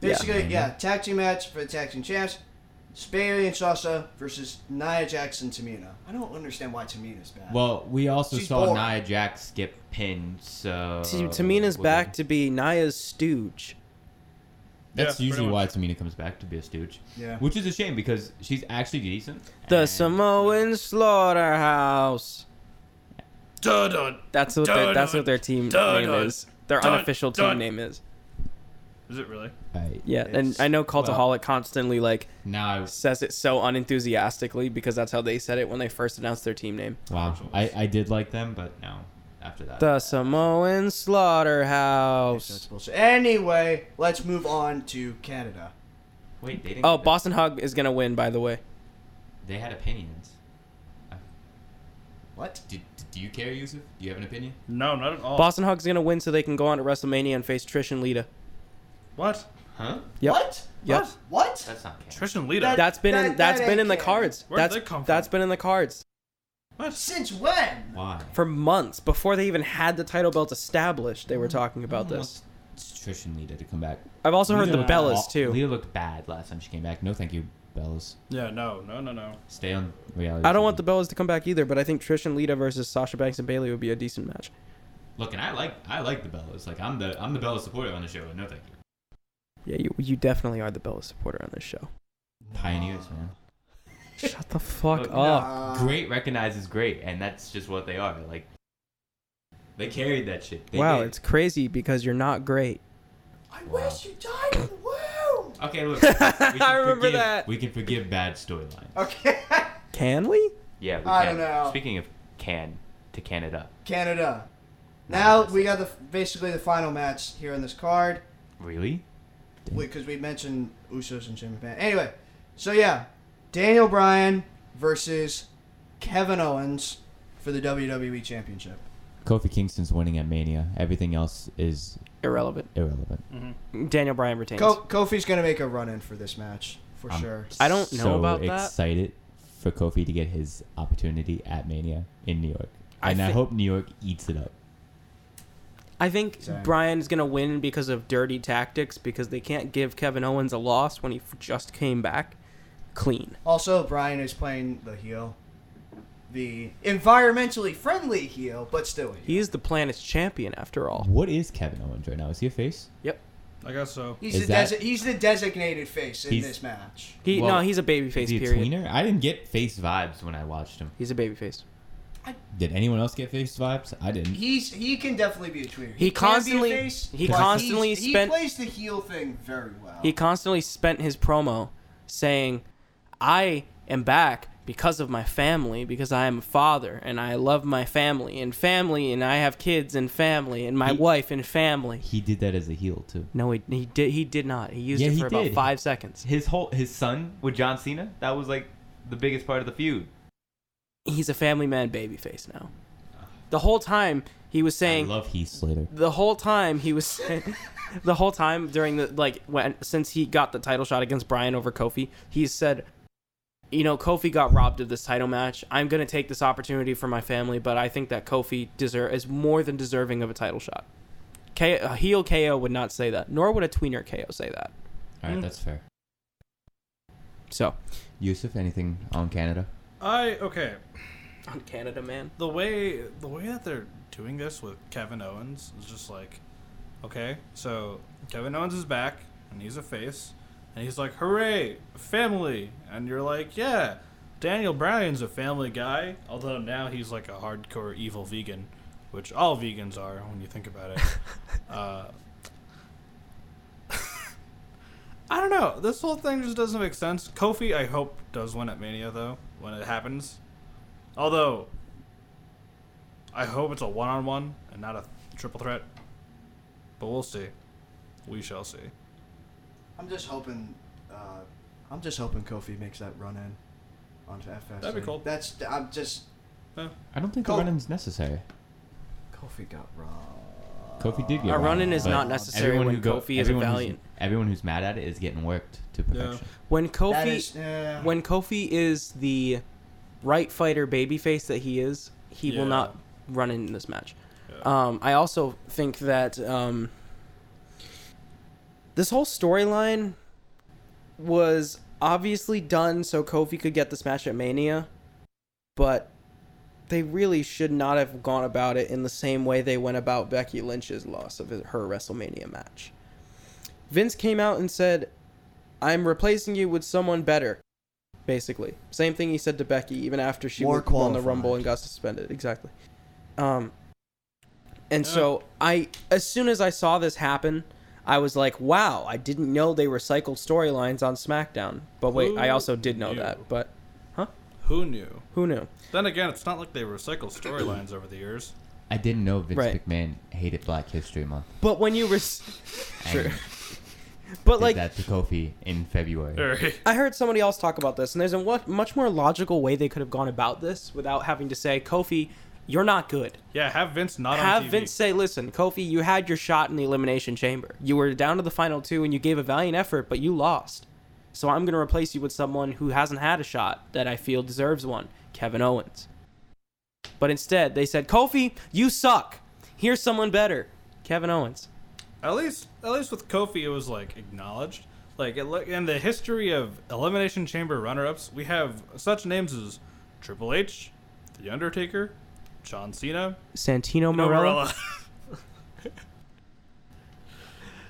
S4: Basically,
S1: Yeah.
S4: yeah. tag team match for the tag team champs. Spay and Sasha versus Nia Jackson Tamina. I don't understand why Tamina's bad.
S1: Well, we also
S4: She's
S1: saw
S4: boring.
S1: Nia Jax get pinned, so
S3: T- Tamina's
S1: we'll-
S3: back to be Naya's stooge.
S1: That's
S2: Yeah,
S1: usually
S2: pretty
S1: why Tamina comes back to be a stooge.
S4: Yeah.
S1: Which is a shame because she's actually decent.
S3: The
S1: and-
S3: Samoan slaughterhouse.
S2: Duh, duh.
S3: That's what their, that's what their team
S2: Dun,
S3: name
S2: dun,
S3: is. Their
S2: dun,
S3: unofficial team
S2: dun.
S3: name is.
S2: Is it really?
S1: Right.
S3: Yeah, and
S4: It's-
S3: I know Cultaholic constantly like
S1: Now,
S3: says it so unenthusiastically because that's how they said it when they first announced their team name.
S1: I, wow, I, I did like them, but no, after that.
S3: The Samoan
S4: That's
S3: slaughterhouse.
S4: bullshit. Anyway, let's move on to Canada.
S1: Wait, they didn't.
S3: Oh,
S1: get-
S3: Boston Hug is gonna win, by the way.
S1: They had opinions.
S4: What?
S1: Do, do you care, Yusuf? Do you have an opinion?
S2: No, not at all.
S3: Boston Hug's gonna win so they can go on to WrestleMania and face Trish and Lita.
S2: What?
S1: Huh?
S3: Yep.
S4: What?
S3: Yep.
S4: What? What?
S1: That's not care.
S2: Trish and Lita.
S4: That-
S3: That's been in
S4: That-
S3: that's
S4: that
S3: been in the
S4: ain't canon.
S3: cards.
S2: Where'd
S3: that's
S2: they come from?
S3: that's been in the cards
S2: what?
S4: Since when?
S1: Why?
S3: for months before they even had the title belt established. They were talking about
S1: Everyone
S3: this.
S1: wants Trish and Lita to come back.
S3: I've also heard the
S1: Lita-
S3: Bellas too.
S1: Lita looked bad last time she came back. No, thank you, Bellas.
S2: Yeah, no, no, no, no.
S1: Stay on reality.
S3: I don't want
S1: TV.
S3: the Bellas to come back either, but I think Trish and Lita versus Sasha Banks and Bailey would be a decent match.
S1: Look, and I like I like the Bellas. Like I'm the I'm the Bella supporter on the show. No, thank you.
S3: Yeah, you you definitely are the Bella supporter on this show.
S1: Pioneers, man.
S3: Shut the fuck
S1: Look, Oh, no.
S3: up.
S4: Nah.
S1: great recognizes great, and that's just what they are. Like they carried that shit. They
S3: Wow,
S1: did.
S3: it's crazy because you're not great.
S4: I wish you died in the womb.
S1: okay. Look, we can
S3: I remember
S1: forgive-
S3: that.
S1: we can forgive bad storylines.
S4: Okay.
S3: Can we?
S1: Yeah, we
S4: I
S1: can.
S4: don't know.
S1: Speaking of can to Canada,
S4: Canada. Now we got the basically the final match here on this card
S1: really?
S4: because we mentioned Usos and Jimmy Pan. Anyway, so yeah, Daniel Bryan versus Kevin Owens for the WWE Championship.
S1: Kofi Kingston's winning at Mania. Everything else is
S3: Irrelevant.
S1: irrelevant.
S3: Daniel Bryan retains.
S4: Ko- Kofi's gonna make a run in for this match for
S1: I'm
S4: sure.
S3: I don't know
S1: so
S3: about that.
S1: excited for Kofi to get his opportunity at Mania in New York,
S3: I
S1: and I,
S3: thi-
S1: hope New York eats it up.
S3: I think
S4: Same.
S3: Bryan's gonna win because of dirty tactics because they can't give Kevin Owens a loss when he f- just came back clean.
S4: Also, Bryan is playing the heel, the environmentally friendly heel, but still a heel.
S3: He is the planet's champion after all.
S1: What is Kevin Owens right now? Is he a face?
S3: Yep.
S2: I guess so.
S4: He's
S1: Is
S4: the
S1: that-
S4: desi- he's the designated face in
S1: He's-
S4: this match.
S3: He
S1: Well,
S3: no, he's a
S1: Is he
S3: babyface.
S1: a
S3: Period.
S1: tweener? I didn't get face vibes when I watched him.
S3: He's a babyface.
S1: Did anyone else get face vibes? I didn't.
S4: He's he can definitely be a tweener.
S3: He
S4: can be a
S3: constantly-
S4: face,
S3: he
S4: but he's-
S3: constantly spent-
S4: he plays the heel thing very well.
S3: He constantly spent his promo saying, "I am back." Because of my family, because I am a father and I love my family and family, and I have kids and family and my
S1: He-
S3: wife and family.
S1: He did that as a heel too.
S3: No, he, he did. He did not. He used
S1: Yeah,
S3: it
S1: he
S3: for about
S1: did.
S3: five seconds.
S1: His whole his son with John Cena. That was like the biggest part of the feud.
S3: He's a family man babyface now. The whole time he was saying.
S1: I love Heath Slater.
S3: the whole time he was saying. the whole time during the like when since he got the title shot against Brian over Kofi, he said. You know, Kofi got robbed of this title match. I'm gonna take this opportunity for my family, but I think that Kofi deserve is more than deserving of a title shot. K- a heel KO would not say that, nor would a tweener KO say that.
S1: All
S3: Mm.
S1: right, that's fair.
S3: So,
S1: Yusuf, anything on Canada?
S2: I okay.
S3: on Canada, man.
S2: The way the way that they're doing this with Kevin Owens is just like, okay, so Kevin Owens is back and he's a face, and he's like, hooray, family, and you're like, yeah, Daniel Bryan's a family guy, although now he's like a hardcore evil vegan, which all vegans are when you think about it. uh, I don't know. This whole thing just doesn't make sense. Kofi, I hope, does win at Mania though when it happens. Although, I hope it's a one-on-one and not a triple threat. But we'll see. We shall see.
S4: I'm just hoping. Uh, I'm just hoping Kofi makes that run in onto FS.
S2: That'd be cool.
S4: That's I'm just
S1: I don't think
S4: Ko-
S1: the run-in's necessary.
S4: Kofi got wrong.
S1: Kofi did get
S3: A
S1: robbed,
S3: run-in is
S1: but
S3: not necessary
S1: everyone
S3: when
S1: who go-
S3: Kofi is a
S1: everyone who's-
S3: valiant.
S1: Everyone who's mad at it is getting worked to perfection.
S3: When Kofi
S4: That is, yeah.
S3: when Kofi is the right fighter babyface that he is, he
S2: Yeah.
S3: will not run in this match.
S2: Yeah.
S3: Um, I also think that um, this whole storyline was obviously done so Kofi could get this match at Mania, but they really should not have gone about it in the same way they went about Becky Lynch's loss of her WrestleMania match. Vince came out and said, I'm replacing you with someone better. Basically, same thing he said to Becky even after she won
S4: More
S3: won the
S4: qualified.
S3: Rumble and got suspended. Exactly. Um, and
S2: Yeah.
S3: so I, as soon as I saw this happen, I was like, "Wow! I didn't know they recycled storylines on SmackDown." But wait, I
S2: Who
S3: also did know
S2: knew?
S3: that. But
S2: Who knew?
S3: who knew?
S2: Then again, it's not like they recycle storylines over the years.
S1: I didn't know Vince
S3: Right.
S1: McMahon hated Black History Month.
S3: But when you were,
S1: And
S3: Sure. but
S1: did
S3: like,
S1: that to Kofi in February.
S2: Alright.
S3: I heard somebody else talk about this, and there's a what, much more logical way they could have gone about this without having to say, "Kofi, you're not good."
S2: Yeah, have Vince not on
S3: have
S2: TV.
S3: Vince say, "Listen, Kofi, you had your shot in the elimination chamber. You were down to the final two, and you gave a valiant effort, but you lost. So I'm going to replace you with someone who hasn't had a shot that I feel deserves one, Kevin Owens." But instead, they said, "Kofi, you suck. Here's someone better, Kevin Owens."
S2: At least, at least with Kofi, it was like acknowledged. Like it, look- in the history of Elimination Chamber runner-ups, we have such names as Triple H, The Undertaker, John Cena,
S3: Santino
S2: No
S3: Morella.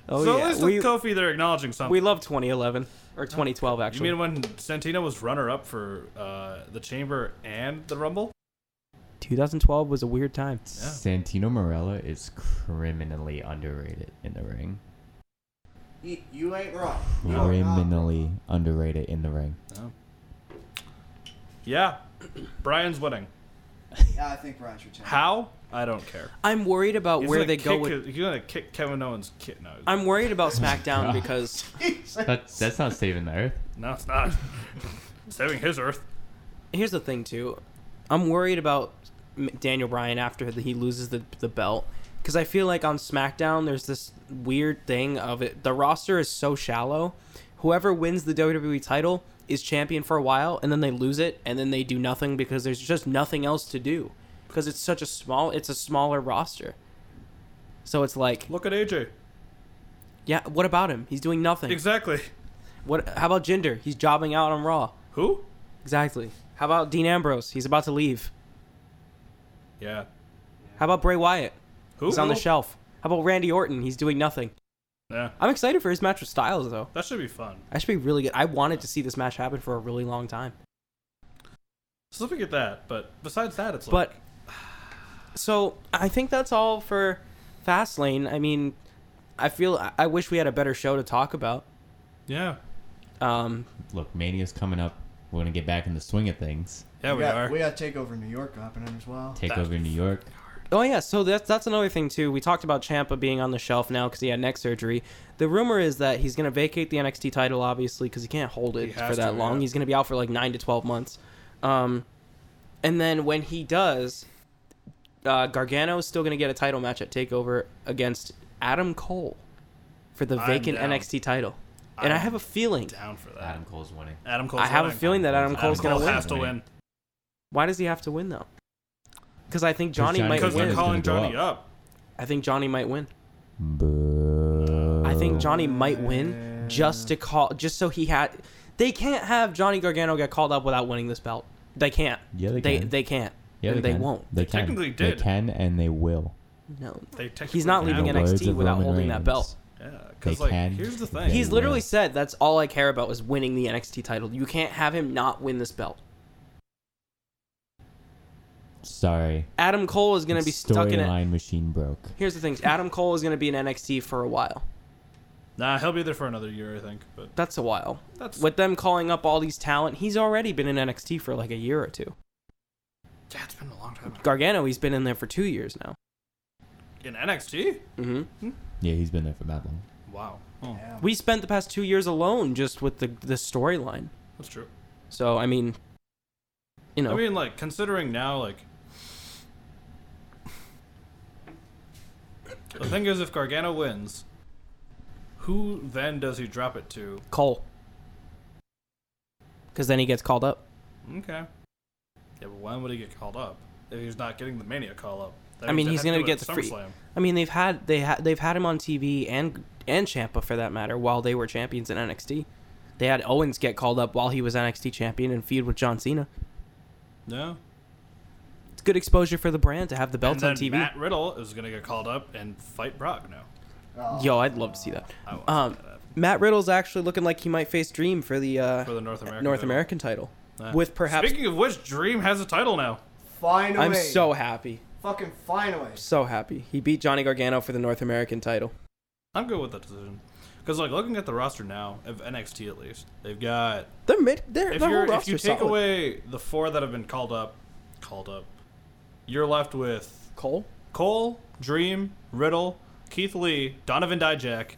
S3: Oh
S2: so at
S3: yeah,
S2: least
S3: we,
S2: with Kofi, they're acknowledging something.
S3: we love 2011 or 2012
S2: you
S3: actually.
S2: mean when Santino was runner-up for uh, the Chamber and the Rumble?
S3: 2012 was a weird time.
S1: Santino Morella is criminally underrated in the ring.
S4: You, you ain't wrong.
S1: Oh,
S4: You are not
S1: Criminally underrated in the ring.
S2: Yeah, Brian's winning.
S4: wrong. Yeah, I think Brian's retired.
S2: How? I don't care.
S3: I'm worried about
S2: He's
S3: Uh, where
S2: gonna
S3: they go
S2: kick
S3: with.
S2: his- he's gonna kick Kevin Owens' kid. No,
S3: I'm worried about SmackDown
S1: God.
S3: because
S1: That, that's not saving the earth.
S2: no, it's not. Saving his Earth.
S3: here's the thing too i'm worried about M- daniel bryan after the- he loses the, the belt because i feel like on smackdown there's this weird thing of it the roster is so shallow whoever wins the wwe title is champion for a while and then they lose it and then they do nothing because there's just nothing else to do because it's such a small it's a smaller roster so it's like
S2: Look at AJ.
S3: yeah what about him he's doing nothing
S2: Exactly.
S3: what how about jinder he's jobbing out on raw
S2: Who?
S3: exactly how about dean ambrose he's about to leave
S2: Yeah.
S3: how about bray wyatt
S2: Who?
S3: He's on the
S2: Who?
S3: shelf. How about Randy Orton? He's doing nothing.
S2: Yeah.
S3: I'm excited for his match with Styles, though.
S2: That should be fun.
S3: That should be really good. I wanted to see this match happen for a really long time.
S2: So look at that. But besides that, it's like.
S3: But so I think that's all for Fastlane. I mean, I feel I- I wish we had a better show to talk about.
S2: Yeah.
S3: Um,
S1: Look, Mania's coming up. We're going to get back in the swing of things.
S2: Yeah, we,
S4: got,
S2: are.
S4: We got Takeover New York happening as well.
S1: Take
S2: That-
S1: over New York.
S3: oh yeah, so that's that's another thing too. We talked about Champa being on the shelf now because he had neck surgery. The rumor is that he's gonna vacate the NXT title, obviously, because he can't hold it
S2: He
S3: for
S2: has to,
S3: that long.
S2: yeah.
S3: He's gonna be out for like nine to twelve months. Um, and then when he does, uh, Gargano is still going to get a title match at Takeover against Adam Cole for the
S2: I'm
S3: vacant
S2: down.
S3: NXT title. And i
S2: I'm
S3: have a feeling.
S2: down for that.
S1: Adam
S2: Adam,
S1: Cole's winning.
S2: Cole's
S3: I have a
S2: winning.
S3: feeling that Adam
S1: Adam
S3: Cole's going
S1: Cole
S3: to
S2: has
S3: win.
S2: to win.
S3: Why does he have to win though? Because I think Johnny
S1: Johnny
S3: might
S2: Because
S1: Because
S2: they're
S1: Johnny's
S3: win.
S1: called-
S2: calling
S1: gonna go
S2: Johnny up.
S3: I think Johnny might win.
S1: Boo.
S3: I think Johnny might win just to call, just so he had. They can't have Johnny Gargano get called up without winning this belt. They can't.
S1: Yeah, they
S3: They,
S1: can.
S3: they can't.
S1: Yeah,
S3: and they
S1: can.
S3: won't.
S1: They can.
S2: technically did.
S1: They can and they will.
S3: No.
S2: They technically
S3: He's
S2: have
S3: not leaving
S2: him.
S1: the
S3: NXT
S1: words of
S3: without
S1: Roman
S3: holding that
S1: Reigns.
S3: belt.
S2: Yeah, because
S1: They
S2: like,
S1: can.
S2: here's the
S1: They
S2: thing.
S3: He's
S1: Yeah.
S3: literally said that's all I care about is winning the NXT title. You can't have him not win this belt.
S1: Sorry.
S3: Adam Cole is going to be stuck in it.
S1: Storyline machine broke.
S3: Here's the thing. Adam Cole is going to be in NXT for a while.
S2: Nah, he'll be there for another year, I think. But
S3: That's a while.
S2: that's
S3: With them calling up all these talent, he's already been in NXT for like a year or two.
S2: yeah, it's been a long time.
S3: Gargano, he's been in there for 2 years now.
S2: In NXT?
S3: Mhm.
S1: Yeah, he's been there for that long.
S2: Wow. Oh,
S4: Yeah.
S3: We spent the past 2 years alone just with the the storyline.
S2: that's true.
S3: So, I mean, you know,
S2: I mean, like considering now, like the thing is, if Gargano wins, who then does he drop it to?
S3: Cole. Cuz then he gets called up.
S2: Okay. Yeah, but when would he get called up if he's not getting the Mania call up? That
S3: I mean,
S2: means
S3: he's
S2: they have
S3: gonna
S2: do it
S3: get the
S2: at
S3: free-
S2: SummerSlam.
S3: I mean, they've had they ha- they've had him on TV and and Champa for that matter while they were champions in NXT. They had Owens get called up while he was NXT champion and feud with John Cena.
S2: No.
S3: It's good exposure for the brand to have the
S2: And
S3: belt on
S2: then
S3: TV.
S2: Matt Riddle is gonna get called up and fight Brock. No.
S4: Oh.
S3: Yo, I'd love to see that.
S2: I won't
S3: Um,
S2: see that happen.
S3: Matt Riddle's actually looking like he might face Dream for the uh,
S2: For the North American
S3: North
S2: title.
S3: American title,
S2: Nah.
S3: with perhaps.
S2: Speaking of which, Dream has a title now.
S4: Finally.
S3: I'm so happy,
S4: Fucking finally.
S3: so happy. He beat Johnny Gargano for the North American title.
S2: I'm good with that decision. Because like looking at the roster now of NXT at least, they've got
S3: They're mid. They're,
S2: if
S3: their
S2: you're
S3: whole
S2: if you
S3: roster's
S2: take
S3: solid.
S2: away the four that have been called up, called up, you're left with
S3: Cole,
S2: Cole, Dream, Riddle, Keith Lee, Donovan Dijak,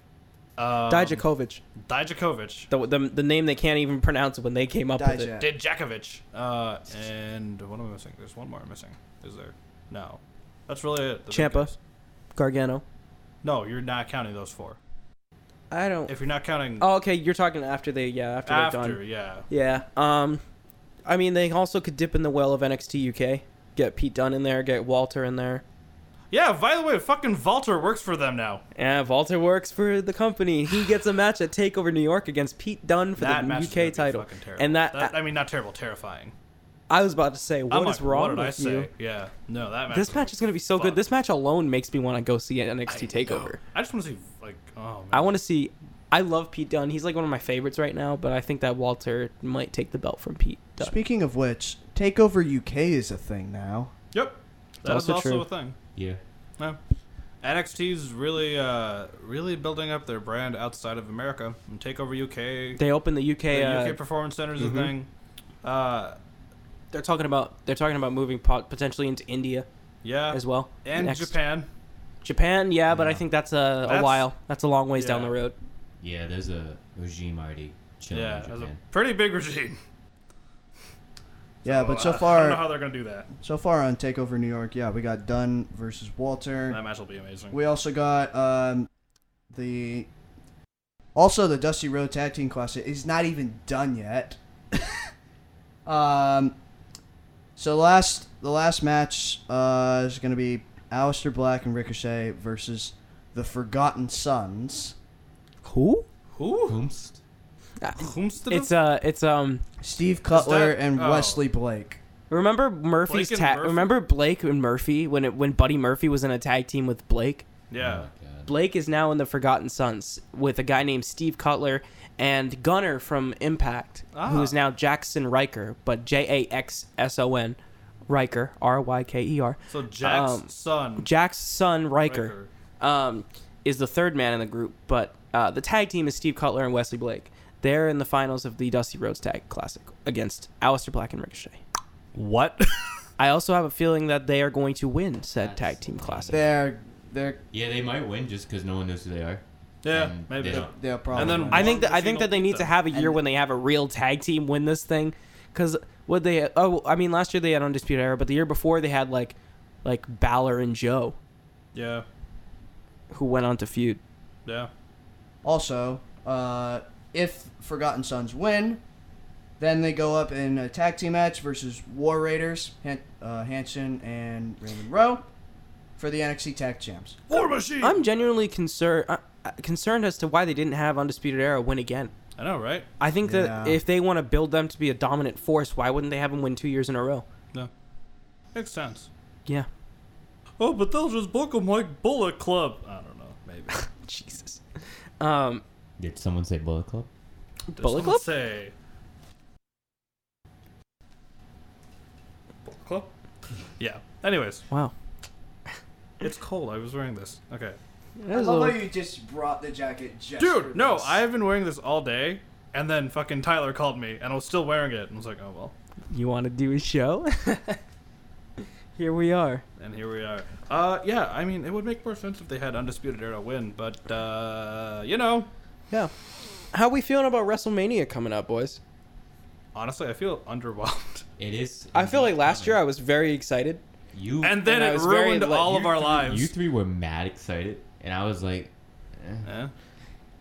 S2: um,
S3: Dijakovic,
S2: Dijakovic,
S3: the, the the name they can't even pronounce when they came up with
S4: Dijak.
S3: it.
S2: Dijakovic, uh, and what am I missing? There's one more I'm missing. Is there? No, that's really it. The big
S3: Ciampa.
S2: guys.
S3: Gargano.
S2: No, you're not counting those four.
S3: I don't.
S2: If you're not counting
S3: Oh, okay. You're talking after they. Yeah, after, they're
S2: after,
S3: done.
S2: yeah,
S3: Yeah. Um, I mean, they also could dip in the well of NXT UK. Get Pete Dunne in there. Get Walter in there.
S2: yeah. By the way, fucking Walter works for them now.
S3: Yeah, Walter works for the company. He gets a match at Takeover New York against Pete Dunne for
S2: that
S3: the
S2: match is gonna
S3: UK
S2: be
S3: title.
S2: fucking terrible.
S3: And that,
S2: I mean, not terrible, terrifying.
S3: I was about to say, what is
S2: I'm like,
S3: wrong
S2: what did
S3: with
S2: I say?
S3: you?
S2: Yeah, no, that match.
S3: This
S2: was
S3: match is gonna be so
S2: fuck.
S3: good. This match alone makes me want to go see an
S2: I
S3: NXT Takeover.
S2: know. I just want to see like oh man.
S3: I want to see. I love Pete Dunne. He's like one of my favorites right now. But I think that Walter might take the belt from Pete Dunne.
S4: Speaking of which, Takeover UK is a thing now.
S2: yep, that's
S3: also
S2: also,
S3: true.
S2: a thing.
S1: Yeah.
S2: Yeah. NXT's really uh really building up their brand outside of America and take over UK.
S3: They opened the UK.
S2: the
S3: uh,
S2: UK Performance Center's a thing. Uh
S3: they're talking about they're talking about moving pot- potentially into India
S2: yeah.
S3: as well.
S2: Uh, And
S3: next.
S2: Japan.
S3: Japan, yeah, but I
S1: Yeah.
S3: think that's a, a
S2: That's-
S3: while. That's a long ways down
S2: yeah.
S3: the road.
S1: Yeah, there's a regime already chilling
S2: Yeah,
S1: in
S2: that's a
S1: Japan.
S2: pretty big regime.
S4: Yeah, but
S2: Uh, I
S4: so
S2: don't know
S4: far,
S2: how they're gonna do that.
S4: so far on Takeover New York, yeah, we got Dunn versus Walter.
S2: That match will be amazing.
S4: We also got um, the also the Dusty Road Tag Team Classic is not even done yet. um, so last the last match uh, is going to be Aleister Black and Ricochet versus the Forgotten Sons.
S3: Who?
S2: Who?
S1: Whomst?
S2: Whom's the
S3: It's uh, it's um.
S4: Steve Cutler
S2: that-
S4: and
S2: oh.
S4: Wesley Blake.
S3: Remember Murphy's
S2: Blake and
S3: tag.
S2: Murphy?
S3: Remember Blake and Murphy when it when Buddy Murphy was in a tag team with Blake.
S2: yeah.
S1: Oh, God.
S3: Blake is now in the Forgotten Sons with a guy named Steve Cutler and Gunner from Impact, who
S2: Ah.
S3: is now Jackson Riker, but J A X S O N, Riker R Y K E R.
S2: So Jack's
S3: Um,
S2: son
S3: Jack's son Riker,
S2: Riker.
S3: um, is the third man in the group, but uh, the tag team is Steve Cutler and Wesley Blake. They're in the finals of the Dusty Rhodes Tag Classic against Aleister Black and Ricochet.
S2: What?
S3: I also have a feeling that they are going to win said
S1: That's-
S3: tag team classic.
S4: They're they're
S1: Yeah, they might win just because no one knows who they are.
S2: Mm, yeah,
S1: And
S2: maybe.
S1: they don't.
S4: they'll probably.
S2: And then-
S3: I think that I
S2: Machine
S3: think that they need to
S2: Gun.
S3: have a year when they have a real tag team win this thing, because what they oh I mean last year they had Undisputed Era, but the year before they had like like Balor and Joe
S2: Yeah.
S3: who went on to feud.
S2: Yeah.
S4: Also, uh, if Forgotten Sons win, then they go up in a tag team match versus War Raiders, Han- uh, Hanson and Raymond Rowe, for the NXT Tag Champs.
S2: War Machine.
S3: I'm genuinely concerned uh, uh, concerned as to why they didn't have Undisputed Era win again.
S2: I know, right?
S3: I think that
S4: Yeah.
S3: if they want to build them to be a dominant force, why wouldn't they have them win two years in a row?
S2: No. Makes sense.
S3: Yeah.
S2: Oh, but they'll just book them like Bullet Club. I don't know. Maybe.
S3: Jesus. Um,
S1: Did someone say Bullet Club?
S2: Did
S3: Bullet
S2: someone
S3: Club?
S2: Say. Bullet Club? Yeah. Anyways,
S3: Wow.
S2: it's cold. I was wearing this. Okay.
S4: I love how you just brought the jacket, just
S2: Dude,
S4: for
S2: no,
S4: this.
S2: I've been wearing this all day, and then fucking Tyler called me, and I was still wearing it. And I was like, oh, well.
S3: You want to do a show? Here we are.
S2: And here we are. Uh, yeah, I mean, it would make more sense if they had Undisputed Era win, but, uh, you know,
S3: Yeah. How we feeling about WrestleMania coming up, boys?
S2: honestly, I feel underwhelmed.
S1: It is.
S3: I feel like last year I was very excited.
S1: You
S2: And then
S3: And I
S2: it
S3: was very
S2: ruined
S3: like,
S2: all of
S1: you
S2: our
S1: three-
S2: lives.
S1: You three were mad excited, and I was like, eh.
S2: Eh?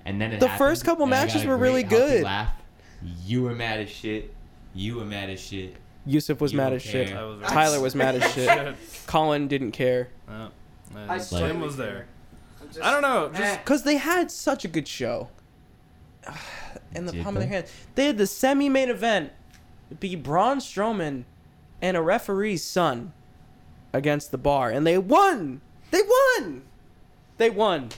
S1: and then it
S3: The
S1: happened,
S3: first couple
S1: and I
S3: matches
S1: got a
S3: were
S1: great
S3: really
S1: healthy
S3: good.
S1: Laugh. You were mad as shit. You were mad as shit.
S3: Yusuf was
S1: You
S3: mad
S1: don't
S3: as shit.
S1: care.
S2: I was very-
S3: Tyler was mad as shit.
S2: Shit.
S3: Colin didn't care.
S2: Uh,
S4: I
S2: uh,
S4: slightly
S2: Slim was there.
S4: care. I'm just-
S2: I don't know,
S4: Eh.
S3: Because they had such a good show. in the
S1: Did
S3: palm of their
S1: they?
S3: hands. They had the semi-main event be Braun Strowman and a referee's son against the bar, and they won. They won. They won.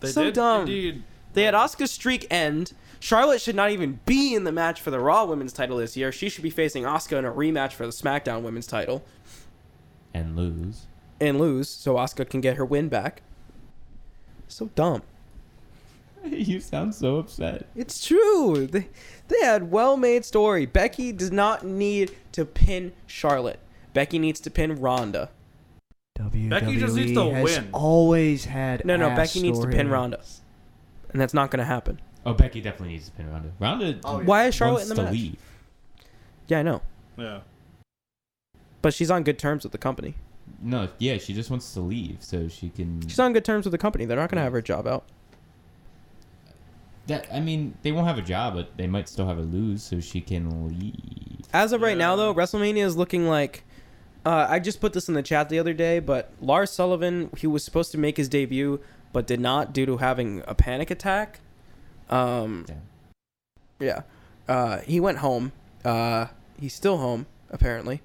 S2: They
S3: So
S2: did
S3: dumb.
S2: Indeed.
S3: They had Oscar's streak end. Charlotte should not even be in the match for the Raw Women's title this year. She should be facing Oscar in a rematch for the SmackDown Women's title
S1: and lose.
S3: and lose, so Oscar can get her win back. So dumb.
S1: you sound so upset.
S3: It's true. They, they had well-made story. Becky does not need to pin Charlotte. Becky needs to pin Ronda.
S4: WWE
S2: Becky just needs to
S4: E has
S2: win.
S4: Always had
S3: No, no,
S4: ass
S3: Becky needs to pin
S4: storylines.
S3: Ronda. And that's not going to happen.
S1: Oh, Becky definitely needs to pin Ronda. Ronda
S4: Oh, yeah.
S3: Why is Charlotte
S1: wants
S3: in
S1: to
S3: the match?
S1: leave.
S3: Yeah, I know.
S2: Yeah.
S3: But she's on good terms with the company.
S1: No, yeah, she just wants to leave so she can.
S3: She's on good terms with the company. They're not going to have her job out.
S1: That I mean, they won't have a job, but they might still have a lose, so she can leave.
S3: As of right now,
S2: Yeah.
S3: though, WrestleMania is looking like. Uh, I just put this in the chat the other day, but Lars Sullivan, he was supposed to make his debut, but did not due to having a panic attack. Um,
S1: Damn.
S3: yeah, uh, he went home. Uh, he's still home apparently,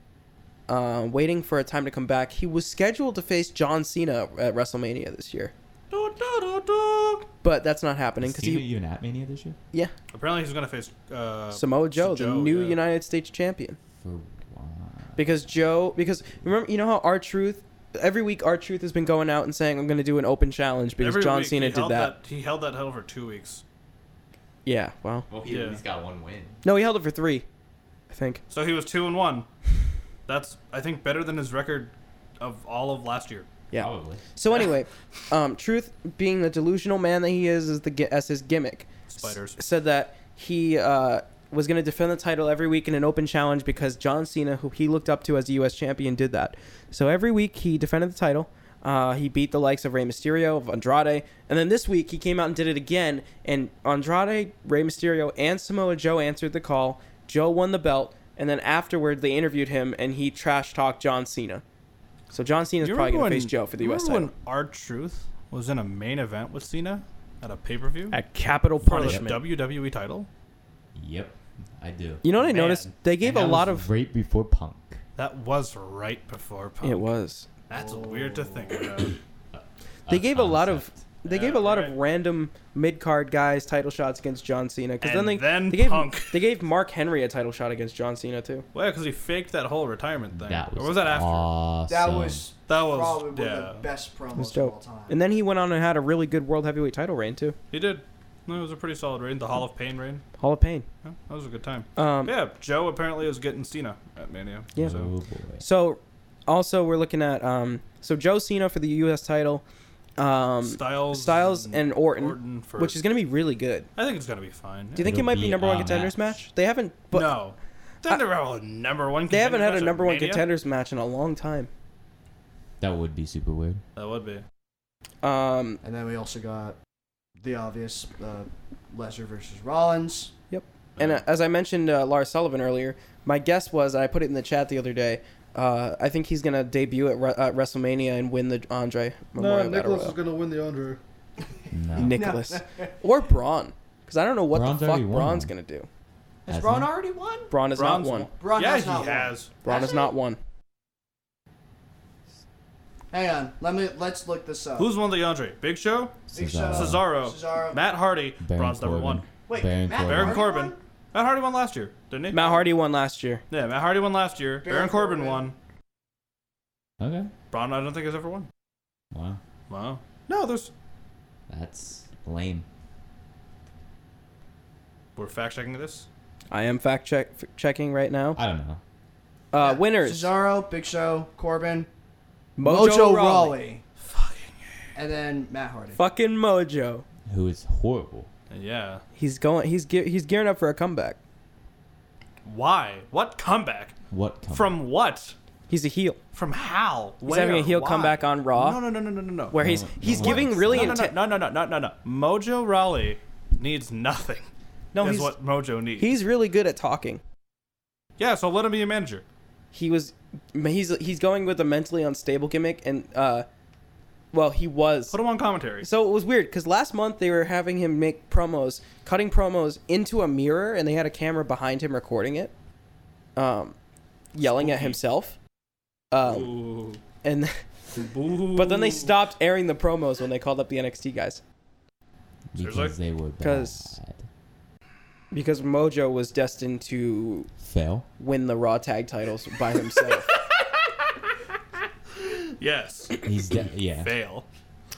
S3: uh, waiting for a time to come back. He was scheduled to face John Cena at WrestleMania this year, but that's not happening
S1: Is
S3: because
S1: Cena
S3: he,
S1: even at Mania this year?
S3: yeah,
S2: Apparently he's gonna face uh,
S3: Samoa Joe, the new
S2: yeah.
S3: United States champion.
S1: For why?
S3: because Joe because remember you know how our truth every week our truth has been going out and saying I'm going to do an open challenge because
S2: Every
S3: John
S2: week
S3: Cena
S2: he
S3: did that.
S2: held He held that hell for two weeks.
S3: Yeah, wow.
S1: Well, he
S2: Yeah.
S1: at least got one win.
S3: No, he held it for 3. I think.
S2: So he was two and one. That's I think better than his record of all of last year.
S3: Yeah.
S1: Probably.
S3: So anyway, um truth being the delusional man that he is is the gi- as his gimmick.
S2: Spiders.
S3: s- said that he uh was going to defend the title every week in an open challenge because John Cena, who he looked up to as the U.S. champion, did that. So every week he defended the title. Uh, he beat the likes of Rey Mysterio, of Andrade, and then this week he came out and did it again. And Andrade, Rey Mysterio, and Samoa Joe answered the call. Joe won the belt, and then afterward they interviewed him and he trash talked John Cena. So John Cena's probably going to face Joe for the U.S. title
S2: Remember when our truth was in a main event with Cena at a pay per view
S3: at Capital
S2: for the
S3: Punishment.
S2: WWE title?
S1: Yep, I do.
S3: you know what I
S2: Man.
S3: noticed? They gave
S1: And
S3: a
S1: that
S3: lot
S1: was
S3: of.
S1: right before Punk.
S2: That was right before Punk.
S3: It was.
S2: That's weird to think about.
S3: They gave a lot of-
S1: uh, concept.
S3: They
S2: Yeah,
S3: gave a lot of
S2: right.
S3: random mid card guys title shots against John Cena because then
S2: And
S3: they
S2: then
S3: they gave
S2: Punk.
S3: they gave Mark Henry a title shot against John Cena too.
S2: Well, because he faked that whole retirement thing.
S1: That was,
S2: or was that after?
S1: Awesome.
S4: That was
S2: That was-
S4: probably one
S2: yeah.
S4: of the best promos
S3: That's
S4: of all
S3: dope.
S4: time.
S3: And then he went on and had a really good world heavyweight title reign too.
S2: He did. No, it was a pretty solid reign. The Hall of Pain reign.
S3: Hall of Pain.
S2: Yeah, that was a good time.
S3: Um,
S2: yeah, Joe apparently is getting Cena at Mania.
S3: Yeah.
S2: So.
S1: Oh boy.
S3: So also we're looking at um, so Joe Cena for the U.S. title, um,
S2: Styles,
S3: Styles and Orton,
S2: for,
S3: which is going to be really good.
S2: I think it's gonna be fine.
S3: Do you think it
S1: It'll
S3: might be
S1: be
S3: number one
S1: a
S3: contenders match?
S1: match.
S3: They haven't, but
S2: no,
S3: I-
S2: they're never had a number one.
S3: they haven't
S2: contender
S3: had
S2: match
S3: a
S2: at
S3: number one
S2: Mania?
S3: contenders match in a long time.
S1: That would be super weird.
S2: That would be. Uh-huh.
S3: Um,
S4: And then we also got the obvious uh, Lesnar versus Rollins.
S3: And uh, as I mentioned uh, Lars Sullivan earlier, my guess was, and I put it in the chat the other day, uh, I think he's going to debut at, Re- uh WrestleMania and win the Andre Memorial Battle Royal.
S5: gonna win the Andre.
S1: No.
S3: Nicholas. or Braun. Because I don't know what
S1: Braun's
S3: the fuck
S1: already won
S3: Braun's
S1: one.
S3: going to do.
S4: Has
S1: Hasn't
S4: Braun
S1: he?
S4: already won?
S3: Braun is
S2: Braun's
S3: not one.
S4: Braun
S2: yeah,
S4: has
S2: he
S4: not won.
S2: has.
S3: Braun
S4: Has
S3: is
S4: he?
S3: not one.
S4: Hang on, let me let's look this up.
S2: Who's won the Andre? Big Show,
S4: Big Show,
S1: Cesaro.
S2: Cesaro,
S4: Cesaro.
S2: Matt Hardy,
S1: Baron
S2: Braun's number
S1: Corbin.
S2: one.
S4: Wait,
S1: Baron
S4: Matt
S1: Corbin.
S2: Baron
S4: Hardy
S2: Corbin.
S4: won?
S2: Matt Hardy won last year, didn't he?
S3: Matt Hardy won last year.
S2: yeah, Matt Hardy won last year.
S4: Baron
S2: Baron Corbin
S4: Corbin.
S2: won.
S1: Okay.
S2: Braun, I don't think has ever won.
S1: Wow.
S2: Wow. No, there's.
S1: That's lame.
S2: We're fact checking this.
S3: I am fact check f- checking right now.
S1: I don't know.
S3: Uh,
S4: Yeah,
S3: winners
S4: Cesaro, Big Show, Corbin,
S3: Mojo, Rawley.
S4: and then Matt Hardy.
S3: Fucking Mojo.
S1: Who is horrible.
S2: Yeah.
S3: He's going. He's ge- he's gearing up for a comeback.
S2: Why? What comeback?
S1: What company?
S2: From what?
S3: He's a heel.
S2: From how?
S3: He's having a heel
S2: Why?
S3: comeback on Raw.
S2: No, no, no, no, no, no, no.
S3: where he's
S1: No,
S3: he's
S1: no,
S3: giving
S1: no,
S3: really
S2: no, no,
S3: intense.
S2: no, no, no, no, no, no. Mojo Raleigh needs nothing.
S3: No,
S2: is
S3: he's
S2: what Mojo needs.
S3: he's really good at talking.
S2: yeah, so let him be a manager.
S3: He was he's he's going with a mentally unstable gimmick, and uh, Well, he was.
S2: Put him on commentary.
S3: So it was weird because last month they were having him make promos, cutting promos into a mirror, and they had a camera behind him recording it, um, yelling at
S2: Spooky.
S3: himself. Um,
S2: Ooh.
S3: and
S2: Boo.
S3: but then they stopped airing the promos when they called up the NXT guys
S2: Seriously?
S1: Because they were
S3: 'Cause-
S1: bad.
S3: because Mojo was destined to
S1: Fail.
S3: win the Raw Tag Titles by himself.
S2: Yes.
S1: He's de- yeah.
S2: Fail.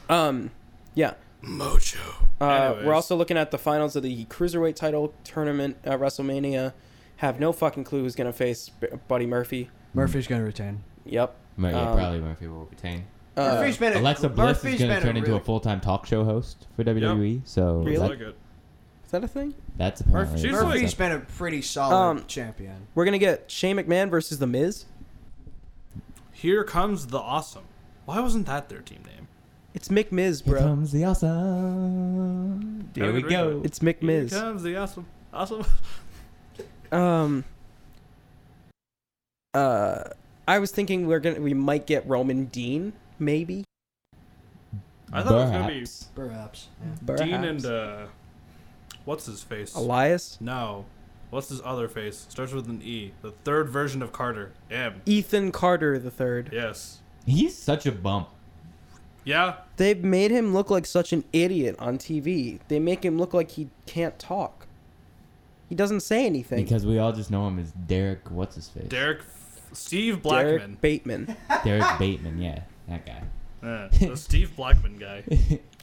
S3: um, yeah.
S2: Mojo.
S3: Uh,
S2: Anyways.
S3: we're also looking at the finals of the cruiserweight title tournament at WrestleMania. Have no fucking clue who's gonna face B- Buddy Murphy.
S4: Murphy's gonna retain.
S3: Yep.
S1: Mur- yeah,
S3: Um,
S1: probably Murphy will retain.
S3: Uh,
S4: Murphy's been a,
S1: Alexa Bliss
S4: Murphy's
S1: is going
S4: been
S1: to turn into a
S4: really-
S1: full time talk show host for WWE. So
S3: Really?
S1: that-
S2: Really good.
S3: is that a thing?
S1: that's apparently
S2: she's
S1: that's
S2: like-
S4: Murphy's
S1: up-
S4: been a pretty solid
S3: Um,
S4: champion.
S3: We're gonna get Shane McMahon versus The Miz.
S2: Here comes the awesome. Why wasn't that their team name?
S3: It's McMiz,
S1: Here
S3: bro.
S1: comes the awesome.
S2: There we go.
S3: It's
S2: Here
S3: McMiz.
S2: comes the awesome. Awesome.
S3: Um. Uh, I was thinking we're gonna we might get Roman Dean maybe.
S2: I thought it was gonna be
S1: Perhaps.
S4: Perhaps.
S3: Perhaps.
S2: Dean and uh, what's his face?
S3: Elias,
S2: No. What's his other face? Starts with an E. The third version of Carter. M.
S3: Ethan Carter the third.
S2: Yes.
S1: He's such a bump.
S2: Yeah.
S3: They've made him look like such an idiot on TV. They make him look like he can't talk. He doesn't say anything.
S1: Because we all just know him as Derek, what's his face?
S2: Derek. F- Steve
S3: Derek
S2: Blackman.
S3: Bateman.
S1: Derek Bateman, yeah, that guy.
S2: Uh, the Steve Blackman guy.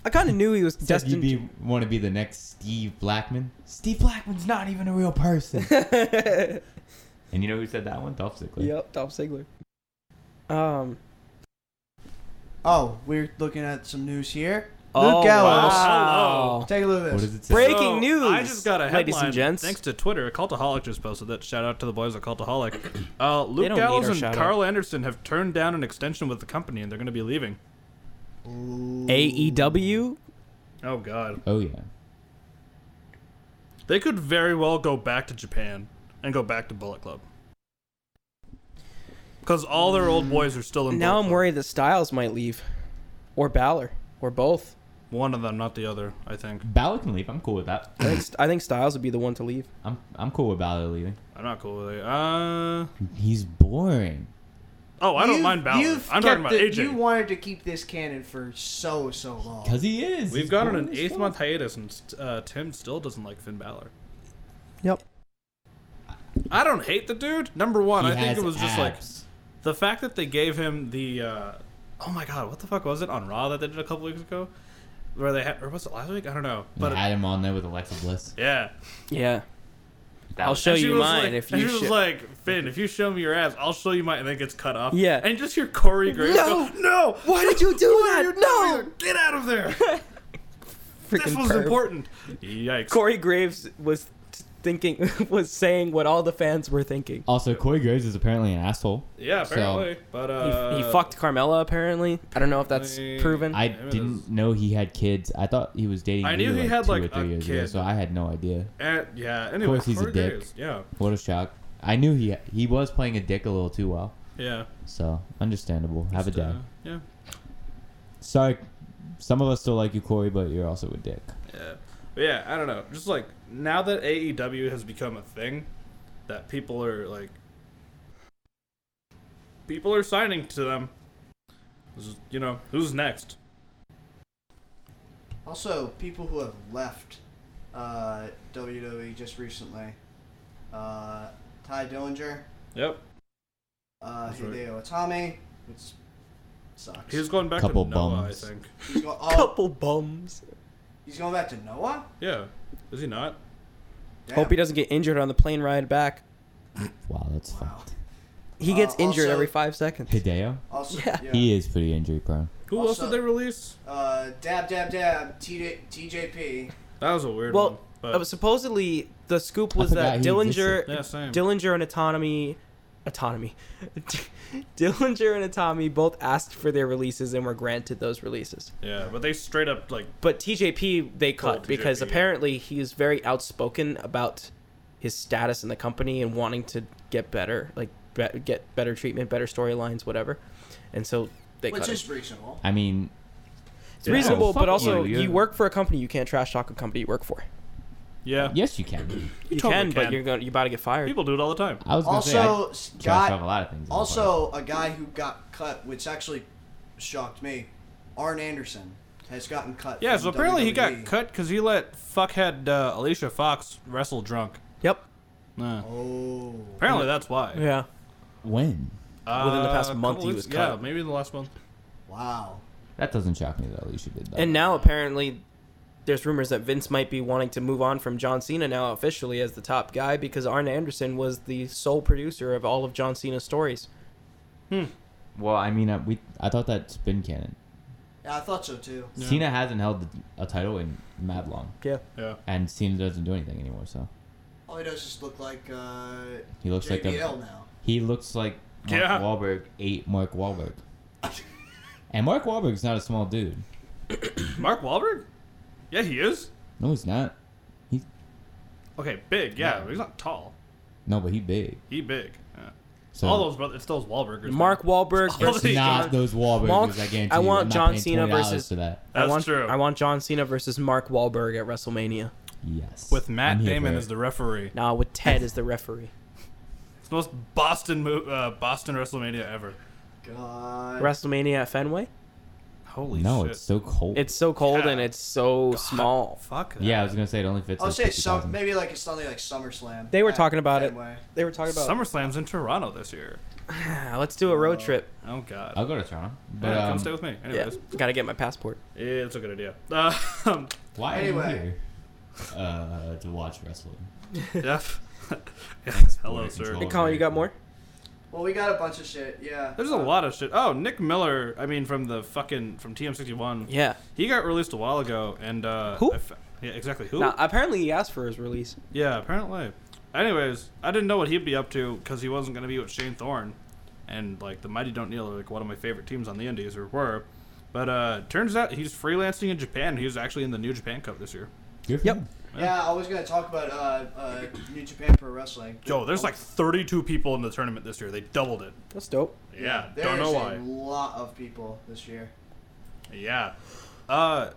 S3: I kind of knew he was
S1: Does you
S3: destined.
S1: be, want to be the next Steve Blackman? Steve Blackman's not even a real person.
S3: to-
S1: and you know who said that one? Dolph Ziggler.
S3: yep, Dolph Ziggler. Um.
S4: Oh, we're looking at some news here.
S3: oh,
S4: Luke Gallows.
S3: wow.
S4: Take a look at
S1: What
S4: this.
S1: does it say?
S3: Breaking news,
S2: I just got a headline.
S3: ladies and gents.
S2: Thanks to Twitter, Cultaholic just posted that. Shout out to the boys at Cultaholic. Uh,
S3: They
S2: Luke
S3: don't need
S2: Gallows
S3: our
S2: and
S3: shout
S2: Carl Anderson have turned down an extension with the company, and they're going to be leaving.
S3: E AEW.
S2: Oh God,
S1: Oh yeah.
S2: they could very well go back to Japan and go back to Bullet Club. Because all their old boys are still in.
S3: Now
S2: Bullet
S3: I'm
S2: Club.
S3: worried that Styles might leave, or Balor, or both.
S2: One of them, not the other. I think
S1: Balor can leave. I'm cool with that.
S3: I think, I think Styles would be the one to leave.
S1: I'm I'm cool with Balor leaving.
S2: I'm not cool with it. Uh
S1: He's boring.
S2: oh, I don't
S4: You've-
S2: mind Balor.
S4: you've
S2: I'm talking
S4: kept
S2: about
S4: it-
S2: AJ.
S4: You wanted to keep this canon for so so long.
S1: Cause he is.
S2: We've
S1: He's
S2: gone on
S1: boring
S2: an
S1: as
S2: eighth
S1: fuck.
S2: month hiatus, and uh, Tim still doesn't like Finn Balor.
S3: Yep.
S2: I don't hate the dude. Number one,
S1: He
S2: I think
S1: has
S2: it was just like
S1: abs.
S2: the fact that they gave him the uh, oh my god, what the fuck was it on Raw that they did a couple weeks ago, where they had or was it last week? I don't know,
S1: But
S2: but
S1: had him on there with Alexa Bliss.
S2: yeah.
S3: Yeah. I'll show
S2: And she
S3: you
S2: was
S3: mine
S2: like-
S3: if
S2: and
S3: you.
S2: she was
S3: sho-
S2: like Finn, if you show me your ass, I'll show you mine, and then gets cut off.
S3: Yeah.
S2: and just hear Corey Graves
S3: No!
S2: go, no,
S3: Why did you do
S2: Why
S3: that?
S2: are you
S3: No!"
S2: doing that? get out of there.
S3: Freaking
S2: this was
S3: perv.
S2: important. Yikes.
S3: Corey Graves was t- thinking, was saying what all the fans were thinking.
S1: Also, Corey Graves is apparently an asshole.
S2: yeah,
S1: So-
S2: apparently, but uh,
S3: he, he fucked Carmella apparently. I don't know if that's
S2: I-
S3: proven.
S1: I
S2: Damn it,
S1: didn't
S2: that's-
S1: know he had kids. I thought he was dating.
S2: I
S1: you,
S2: knew he had,
S1: two
S2: like,
S1: or three
S2: a
S1: years ago,
S2: kid.
S1: so I had no idea.
S2: And, yeah. Anyway,
S1: course he's a
S2: Corey
S1: dick.
S2: Graves, Yeah.
S1: What a shock! I knew he he was playing a dick a little too well,
S2: Yeah.
S1: so understandable. Have a
S2: Just,
S1: day.
S2: uh, yeah.
S1: Sorry, some of us still like you, Corey, but you're also a dick.
S2: Yeah. But yeah, I don't know. Just like now that AEW has become a thing, that people are like, people are signing to them. This is- You know, who's next?
S4: Also, people who have left uh, WWE just recently. Uh, Ty Dillinger,
S2: Yep.
S4: uh,
S2: That's right.
S4: Hideo Itami, which sucks.
S2: He's going back
S1: Couple
S2: to Noah,
S1: bums.
S2: I think.
S4: He's go- oh,
S3: Couple bums.
S4: he's going back to Noah?
S2: Yeah. Is he not?
S4: Damn.
S3: Hope he doesn't get injured on the plane ride back.
S1: Wow, that's
S4: Wow.
S1: fucked.
S3: He
S4: Uh,
S3: gets injured
S4: also-
S3: every five seconds.
S1: Hideo,
S4: Also,
S3: Yeah.
S4: yeah.
S1: he is pretty injury prone.
S2: Who else
S4: Also-
S2: did they release?
S4: Uh, dab, dab, dab, TJ, TJP.
S2: That was a weird one.
S3: Well,
S2: But
S3: uh, supposedly the scoop
S1: I
S3: was that
S1: forgot he
S3: Dillinger,
S1: existed.
S2: yeah, same.
S3: Dillinger and Autonomy, Autonomy, Dillinger and Autonomy both asked for their releases and were granted those releases.
S2: yeah, but they straight up like
S3: But TJP they cut
S2: TJP,
S3: because
S2: yeah.
S3: apparently he is very outspoken about his status in the company and wanting to get better, like be- get better treatment, better storylines, whatever. And so they
S4: Which
S3: cut him.
S4: is reasonable.
S1: I mean,
S3: It's
S2: Oh,
S3: reasonable,
S5: Oh, fuck
S3: but also
S5: you, yeah.
S3: you work for a company. You can't trash talk a company you work for.
S2: Yeah.
S5: Yes, you can.
S3: You,
S2: totally
S3: can, but
S2: can.
S3: you're going to you about to get fired.
S2: People do it all the time.
S5: I was gonna say, I
S4: Also,
S5: trash talk a
S4: Scott.
S5: lot of things.
S4: Also, a guy who got cut, which actually shocked me, Arn Anderson has gotten cut.
S2: Yeah,
S4: from E.
S2: so apparently he got
S4: WWE.
S2: cut because he let fuckhead uh, Alicia Fox wrestle drunk.
S3: Yep.
S2: Nah.
S4: Oh,
S2: Apparently that's why.
S3: Yeah.
S5: when?
S2: Uh,
S3: Within the past
S2: a
S3: month
S2: couple
S3: he
S2: weeks-
S3: was cut.
S2: Yeah, maybe the last month.
S4: wow.
S5: That doesn't shock me that Alicia did that.
S3: And now apparently, there's rumors that Vince might be wanting to move on from John Cena now officially as the top guy because Arn Anderson was the sole producer of all of John Cena's stories.
S5: well, I mean, I, we I thought that spin cannon.
S4: Yeah, I thought so too.
S5: Cena hasn't held the, a title in mad long,
S3: Yeah.
S2: Yeah.
S5: and Cena doesn't do anything anymore. So
S4: All he does is look like uh,
S5: he looks like
S4: JBL
S5: a,
S4: now.
S5: he looks like Mark
S2: Yeah.
S5: Wahlberg ate Mark Wahlberg. and Mark Wahlberg's not a small dude.
S2: Mark Wahlberg? Yeah, he is.
S5: No, he's not.
S2: Okay, big. Yeah, but he's not tall.
S5: No, but he big.
S2: He big. Yeah.
S5: So
S2: All those brothers. It's those Wahlburgers.
S3: Mark Wahlberg
S2: Oh,
S5: it's
S2: they
S3: versus
S5: not
S2: are-
S5: those Wahlburgers.
S3: Mark-
S5: I guarantee.
S3: I
S5: you.
S3: want
S5: I'm not
S3: John
S5: paying
S3: Cena
S5: $20
S3: versus-
S5: to that.
S2: That's
S3: I want,
S2: true.
S3: I want John Cena versus Mark Wahlberg at WrestleMania.
S5: Yes.
S2: With
S5: I'm
S2: Matt
S5: here
S2: Damon
S5: for
S2: as
S5: it.
S2: the referee.
S3: Nah, with Ted as the referee.
S2: It's the most Boston mo- uh, Boston WrestleMania ever.
S4: God.
S3: WrestleMania at Fenway.
S2: Holy
S5: no,
S2: shit.
S5: it's so cold.
S3: It's so cold
S2: Yeah.
S3: and it's so small.
S2: Fuck that.
S5: yeah. I was gonna say it only fits.
S4: I'll
S5: like
S4: say some,
S5: 50,000.
S4: maybe like it's something like SummerSlam.
S3: They were
S4: at
S3: talking about it.
S4: Fenway.
S3: They were talking about.
S2: SummerSlam's in Toronto this year.
S3: Ah, let's do a road trip.
S2: Oh god.
S5: I'll go to Toronto. But
S2: Yeah,
S5: um,
S2: come stay with me.
S3: Yeah,
S2: Anyways,
S3: gotta get my passport.
S2: yeah, that's a good idea. Uh, um,
S5: why are you
S4: Anyway.
S5: here? Uh, to watch wrestling.
S2: yeah. Yeah, Hello,
S5: Border
S2: sir.
S5: control.
S3: Hey, Colin, you got more?
S4: Well, we got a bunch of shit. Yeah.
S2: There's a lot of shit. Oh, Nick Miller. I mean, from the fucking from TM61.
S3: Yeah.
S2: He got released a while ago, and uh,
S3: Who?
S2: I fa- yeah, exactly. Who?
S3: Now, apparently he asked for his release.
S2: Yeah, apparently. Anyways, I didn't know what he'd be up to because he wasn't gonna be with Shane Thorne, and like the Mighty Don't Kneel are like one of my favorite teams on the Indies or were, but uh, turns out he's freelancing in Japan. He was actually in the New Japan Cup this year.
S5: Good for
S3: Yep.
S5: him.
S4: Yeah, I was gonna talk about uh, uh, New Japan Pro Wrestling.
S2: Yo, there's like 32 people in the tournament this year. They doubled it.
S3: That's dope.
S2: Yeah,
S4: There's
S2: don't know why.
S4: a lot of people this year.
S2: Yeah. Uh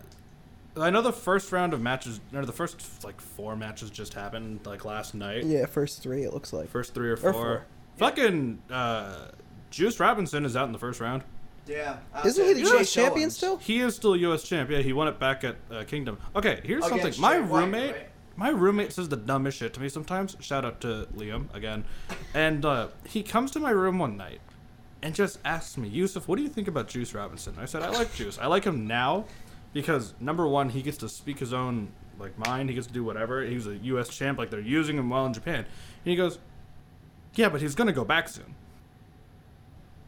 S2: I know the first round of matches or the first like four matches just happened like last night.
S3: Yeah, first three it looks like.
S2: First three or four.
S3: Or four.
S2: Fucking uh Juice Robinson is out in the first round.
S4: Yeah. uh,
S3: Isn't he the
S4: USA
S3: chase champion
S4: ones.
S3: still?
S2: He is still US champ. Yeah, he won it back at uh, Kingdom. Okay, here's
S4: Against
S2: something. My
S4: Jay White,
S2: roommate
S4: right?
S2: my roommate says the dumbest shit to me sometimes. Shout out to Liam again. And uh, he comes to my room one night and just asks me, Yusuf, what do you think about Juice Robinson? I said, I like Juice. I like him now because number one, he gets to speak his own like mind. He gets to do whatever. He's a U.S. champ. Like they're using him well in Japan. And he goes, yeah, but he's gonna go back soon. And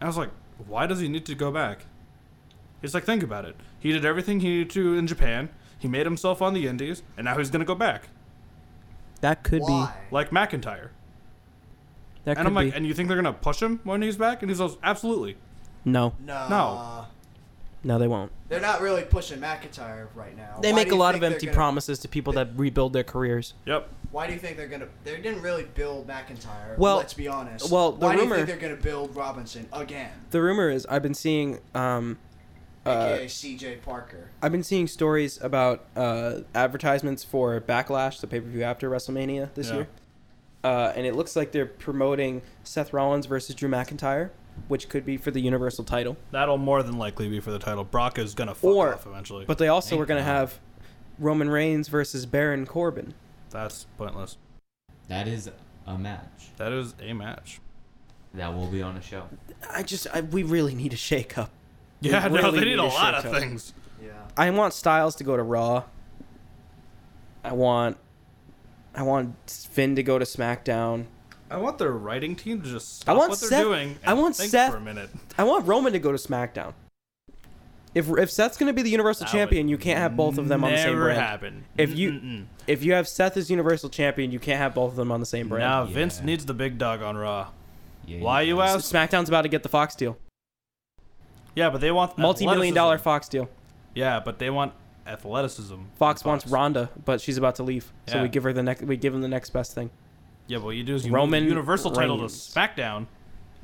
S2: I was like, why does he need to go back? He's like, think about it. He did everything he needed to in Japan. He made himself on the Indies, and now he's gonna go back
S3: That could
S4: Why?
S2: like McIntyre.
S3: be. That
S2: And I'm like, and you think they're gonna push him when he's back? And he goes, absolutely.
S3: no,
S4: No.
S2: No.
S3: no, they won't.
S4: They're not really pushing McIntyre right now.
S3: They
S4: Why
S3: make
S4: do
S3: a
S4: you
S3: lot
S4: think
S3: of
S4: they're
S3: empty
S4: gonna-
S3: promises to people that rebuild their careers.
S2: Yep.
S4: Why do you think they're gonna? They didn't really build McIntyre.
S3: Well-
S4: let's be honest.
S3: well, the
S4: why do you
S3: rumor-
S4: think they're gonna build Robinson again?
S3: The rumor is I've been seeing, um,
S4: AKA CJ Parker.
S3: I've been seeing stories about uh, advertisements for Backlash, the pay per view after WrestleMania this
S2: Yeah.
S3: year, uh, and it looks like they're promoting Seth Rollins versus Drew McIntyre, which could be for the Universal title.
S2: That'll more than likely be for the title. Brock is gonna fuck
S3: Or-
S2: off eventually.
S3: But they also were going to have Roman Reigns versus Baron Corbin.
S2: that's pointless.
S5: That is a match.
S2: That is a match.
S5: That will be on a show.
S3: I just I, we really need a shake up.
S2: Yeah, no, they
S3: really need
S2: need
S3: to
S2: a lot
S3: shake
S2: of
S3: up.
S2: things.
S4: Yeah.
S3: I want Styles to go to Raw. I want I want Finn to go to SmackDown.
S2: I want their writing team to just
S3: I
S2: stop
S3: want
S2: what they're
S3: Seth-
S2: doing.
S3: I
S2: and
S3: want
S2: think
S3: Seth-
S2: for a minute.
S3: I want Roman to go to SmackDown. If if Seth's going to be the Universal
S2: That
S3: Champion,
S2: would
S3: you can't have both of them on the same
S2: Never
S3: brand.
S2: happen.
S3: If you-
S2: Mm-mm-mm.
S3: If you have Seth as Universal Champion, you can't have both of them on the same brand.
S2: now
S5: Yeah.
S2: Vince needs the big dog on Raw.
S5: Yeah,
S2: Why you
S3: So
S2: ask?
S3: SmackDown's about to get the Fox deal.
S2: Yeah, but they want
S3: Multi-million
S2: athleticism.
S3: dollar Fox deal.
S2: Yeah, but they want athleticism.
S3: Fox, wants Ronda, but she's about to leave. So
S2: Yeah.
S3: we give her the next we give him the next best thing.
S2: Yeah, but what you do is you
S3: Roman
S2: Roman Universal title to
S3: Reigns.
S2: SmackDown.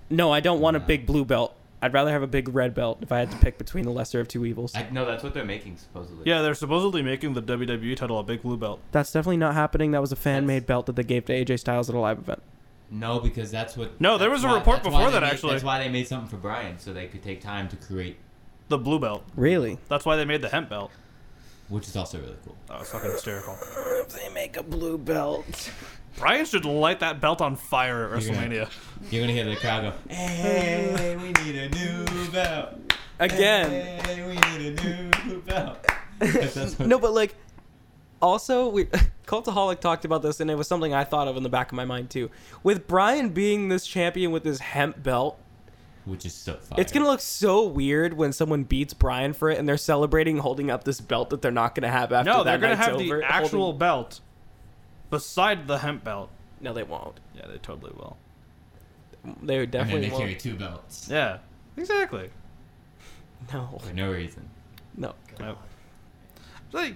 S3: No, I don't want a big blue belt. I'd rather have a big red belt if I had to pick between the lesser of two evils.
S1: I, no, that's what they're making supposedly.
S2: Yeah, they're supposedly making the WWE title a big blue belt.
S3: That's definitely not happening. That was a fan made belt that they gave to AJ Styles at a live event.
S1: No, because that's what.
S2: No, there
S1: that's
S2: was a report
S1: that's
S2: before
S1: they
S2: that,
S1: made-
S2: actually.
S1: That's why they made something for Brian, so they could take time to create,
S2: The blue belt.
S3: Really?
S2: That's why they made the hemp belt.
S1: which is also really cool.
S2: That was fucking hysterical.
S3: They make a blue belt.
S2: Brian should light that belt on fire at WrestleMania.
S1: You're gonna hear the crowd go, "Hey, we need a new belt."
S3: Again.
S1: Hey, we need a new belt. 'Cause that's what-
S3: no, but like, also we Cultaholic talked about this, and it was something I thought of in the back of my mind too. With Brian being this champion with his hemp belt,
S1: which is so fun.
S3: it's gonna look so weird when someone beats Brian for it, and they're celebrating holding up this belt that they're not gonna have after
S2: No,
S3: that
S2: they're gonna
S3: night's
S2: have
S3: over,
S2: the actual
S3: holding-
S2: belt beside the hemp belt.
S3: No, they won't.
S2: Yeah, they totally will.
S3: They
S1: And then
S3: definitely
S1: they carry
S3: won't.
S1: two belts
S2: Yeah, exactly.
S3: No,
S1: for no reason.
S3: no.
S2: Yep. Like,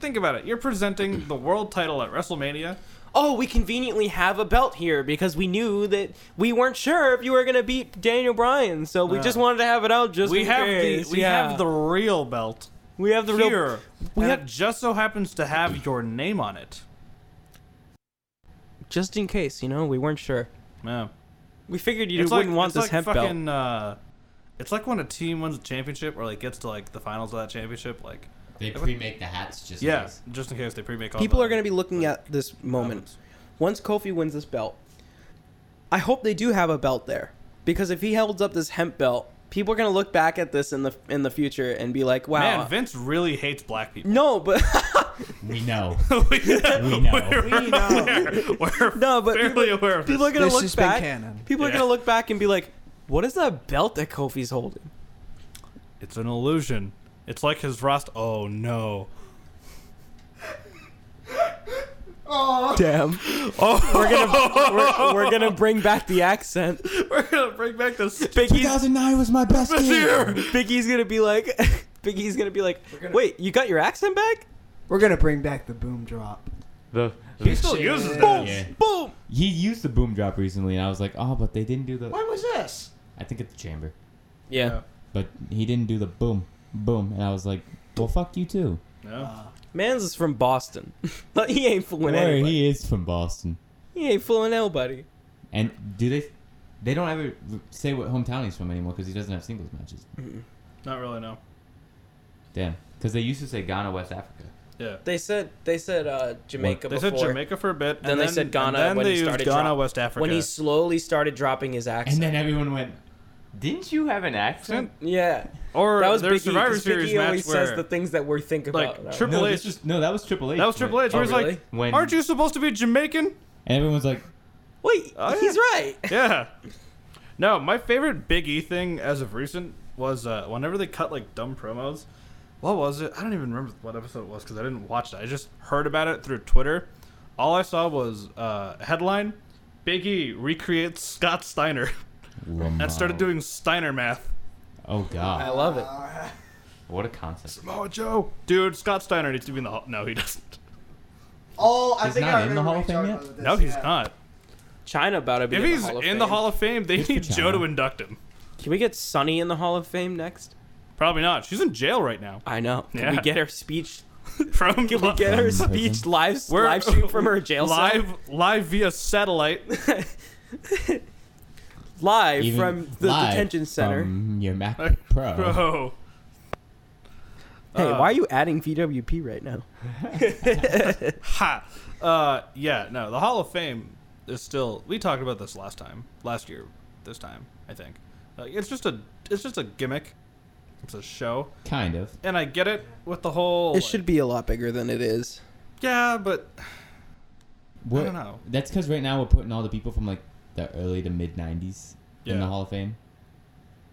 S2: think about it. You're presenting the world title at WrestleMania.
S3: Oh, we conveniently have a belt here because we knew that we weren't sure if you were gonna beat Daniel Bryan, so we
S2: Yeah.
S3: just wanted to have it out just
S2: Uh. We
S3: in
S2: have the
S3: case.
S2: we
S3: Yeah.
S2: have the real belt
S3: we have the real-
S2: here,
S3: we
S2: and
S3: have-
S2: it just so happens to have your name on it.
S3: just in case, you know, we weren't sure.
S2: Yeah.
S3: We figured you wouldn't want this hemp belt.
S2: Uh, it's like when a team wins a championship or like gets to like the finals of that championship. Like,
S1: They pre-make the hats just. in
S2: yeah,
S1: case.
S2: just in case they pre-make. All
S3: People
S2: the-
S3: are going to be looking at this moment. Once Kofi wins this belt, I hope they do have a belt there because if he holds up this hemp belt, people are going to look back at this in the in the future and be like, "Wow."
S2: Man, Vince really hates black people.
S3: no, but
S1: We know.
S2: we,
S1: We know.
S2: We're,
S4: We know.
S2: aware- we're
S3: No, but
S2: fairly
S3: people-
S2: aware of
S3: people are
S2: this.
S3: going to
S4: This
S3: look
S4: has been
S3: back.
S4: canon.
S3: People are
S2: Yeah.
S3: going to look back and be like, "What is that belt that Kofi's holding?"
S2: It's an illusion. It's like his roster. Oh no.
S3: Damn. Oh, we're gonna we're, we're gonna bring back the accent.
S2: We're gonna bring back this.
S3: Biggie's
S5: 2009 was my best year.
S3: Biggie's gonna be like, Biggie's gonna be like,
S4: gonna-
S3: wait, you got your accent back?
S4: We're gonna bring back the boom drop.
S1: The,
S2: He still uses
S4: Boom.
S2: that.
S1: Yeah.
S3: Boom!
S1: He used the boom drop recently, and I was like, oh, but they didn't do the.
S4: When was this?
S1: I think at the chamber,
S3: Yeah.
S1: but he didn't do the boom, boom, and I was like, well, fuck you too.
S2: No.
S3: Man's is from Boston. But he ain't fooling
S1: Where
S3: anybody.
S1: he is from Boston,
S3: He... ain't fooling nobody.
S1: and do they? They don't ever say what hometown he's from anymore because he doesn't have singles matches.
S2: Not really. No.
S1: Damn, because they used to say Ghana, West Africa.
S2: Yeah.
S3: They said they said uh, Jamaica
S2: They
S3: before.
S2: said Jamaica for a bit.
S3: Then
S2: and
S3: they said Ghana
S2: and then
S3: when
S2: they
S3: he
S2: used
S3: started
S2: Ghana,
S3: drop-
S2: West Africa.
S3: When he slowly started dropping his accent.
S1: And then everyone went, "Didn't you have an accent?"
S3: yeah.
S2: or
S3: That was
S2: their
S3: Biggie.
S2: Survivor
S3: 'cause
S2: Series
S3: Biggie
S2: match
S3: always
S2: where
S3: says the things that we think
S2: like
S3: about.
S2: Triple
S1: No,
S2: H.
S1: this was, no, that was Triple H.
S2: that was Triple H.
S1: When-
S2: Where he's
S3: Oh, really?
S2: like,
S1: When-
S2: "Aren't you supposed to be Jamaican?"
S1: And everyone's like,
S3: Wait,
S2: Oh,
S3: he's
S2: yeah.
S3: right.
S2: Yeah. No, my favorite Big E thing as of recent was uh, whenever they cut like dumb promos. What was it? I don't even remember what episode it was because I didn't watch it. I just heard about it through Twitter. All I saw was uh, headline: Big E recreates Scott Steiner and started doing Steiner math.
S1: Oh
S3: I
S1: god,
S3: love it.
S4: Uh,
S1: what a concept!
S2: Oh, Joe, dude, Scott Steiner needs to be in the hall. No, he doesn't.
S4: Oh, I
S1: He's
S4: think
S1: not
S4: I
S1: in the
S4: remember
S1: Hall
S4: we
S1: of Fame
S4: talked
S1: yet?
S4: about this,
S2: No, he's
S4: yeah.
S2: not.
S3: China about to be
S2: If
S3: in
S2: he's
S3: the Hall of
S2: in the
S3: Fame.
S2: Hall of Fame, they
S1: Good for
S2: need Joe
S1: China.
S2: to induct him.
S3: Can we get Sunny in the Hall of Fame next?
S2: Probably not. She's in jail right now.
S3: I know. Can we
S2: Yeah.
S3: get her speech?
S2: From
S3: Can we get her
S1: From prison.
S3: speech live
S2: We're-
S3: live stream from her jail cell?
S2: live live via satellite.
S3: live
S1: Even
S3: from the
S1: live
S3: detention center.
S1: from your MacBook Pro.
S2: Bro.
S3: hey,
S2: uh,
S3: why are you adding VWP right now?
S2: Ha. Uh, yeah, no, the Hall of Fame is still. We talked about this last time, last year, this time, I think. Uh, it's just a, it's just a gimmick. It's a show,
S1: Kind of.
S2: and I get it with the whole.
S3: It should be a lot bigger than it is.
S2: Yeah, but
S1: We're,
S2: don't know.
S1: That's because right now we're putting all the people from like the early to mid '90s in
S2: Yeah.
S1: the Hall of Fame,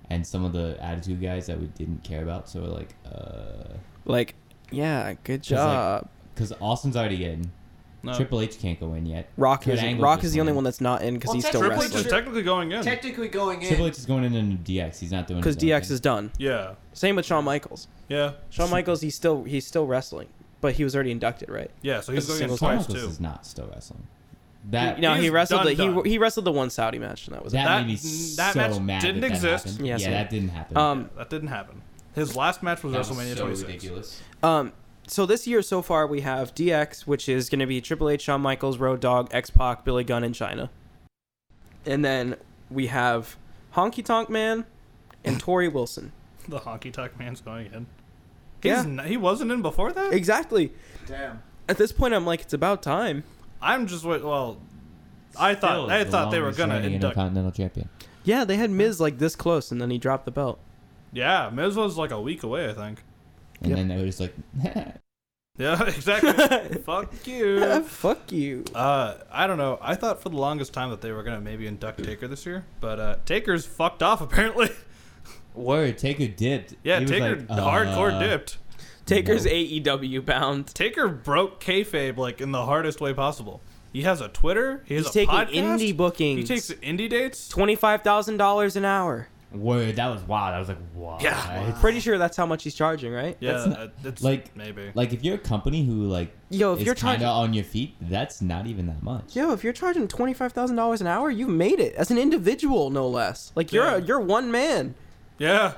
S1: and some of the Attitude guys that we didn't care about. So we're like, uh,
S3: Like, yeah, good
S1: like-
S3: job.
S1: because Austin's already in.
S2: no.
S1: Triple H can't go in yet.
S3: Rock
S1: Kurt
S3: is
S1: Angle
S3: Rock
S1: just
S3: is the only
S1: won.
S3: one that's not in because
S4: Well,
S3: he's still
S4: technically
S2: Triple H
S3: wrestling.
S2: is technically going in.
S4: Technically going in.
S1: Triple H is going in under DX. He's not doing
S3: Because
S1: his own
S3: DX
S1: thing.
S3: is done.
S2: Yeah,
S3: Same with Shawn Michaels.
S2: yeah,
S3: Shawn Michaels, he's still he's still wrestling, but he was already inducted, right?
S2: yeah. So he's
S3: It's a
S2: going in
S3: single
S2: twice
S1: Michaels
S2: too.
S1: is not still wrestling.
S5: That
S3: No, he
S2: He's
S3: wrestled.
S2: done,
S3: The,
S2: done.
S3: he he wrestled the one Saudi match, and that was it.
S5: that,
S2: that-
S5: made me
S2: that
S5: so
S2: match
S5: mad
S2: didn't
S5: that that
S2: exist.
S5: happened.
S3: Yeah,
S5: Yeah,
S3: same.
S5: that didn't happen.
S3: Um,
S2: That didn't happen. His last match was
S1: That was
S2: WrestleMania
S1: so
S2: 26.
S1: ridiculous.
S3: Um, so this year so far we have DX, which is going to be Triple H, Shawn Michaels, Road Dog, X Pac, Billy Gunn, and China. And then we have Honky Tonk Man and Tori Wilson.
S2: The honky tonk man's going in. He's
S3: Yeah.
S2: n- he wasn't in before that.
S3: Exactly.
S4: Damn.
S3: At this point, I'm like, it's about time.
S2: I'm just wait. Well, I thought I thought they were gonna induct.
S5: Continental champion.
S3: Yeah, they had Miz like this close, and then he dropped the belt.
S2: Yeah, Miz was like a week away, I think.
S5: And
S3: Yep.
S5: then they were just like,
S2: Yeah, exactly. Fuck you.
S3: Fuck you.
S2: Uh, I don't know. I thought for the longest time that they were gonna maybe induct Taker this year, but uh, Taker's fucked off apparently.
S5: "Word, Taker dipped."
S2: yeah,
S5: He was
S2: Taker
S5: like,
S2: hardcore
S5: uh,
S2: dipped.
S3: Taker's
S5: No.
S3: AEW bound.
S2: Taker broke kayfabe like in the hardest way possible. He has a Twitter. He has
S3: He's
S2: a
S3: taking
S2: podcast.
S3: indie
S2: He
S3: bookings.
S2: takes indie dates.
S3: twenty-five thousand dollars an hour.
S5: Word, that was wild. I was like, wow.
S2: Yeah.
S3: Pretty sure that's how much he's charging, right?
S2: Yeah,
S5: That's not-
S2: uh, it's
S5: like-
S2: maybe.
S5: Like if you're a company who like
S3: Yo, if
S5: is
S3: you're
S5: kinda
S3: charging-
S5: on your feet, that's not even that much.
S3: Yo, if you're charging twenty five thousand dollars an hour, you've made it as an individual, no less. Like you're
S2: Yeah.
S3: a, you're one man.
S2: yeah,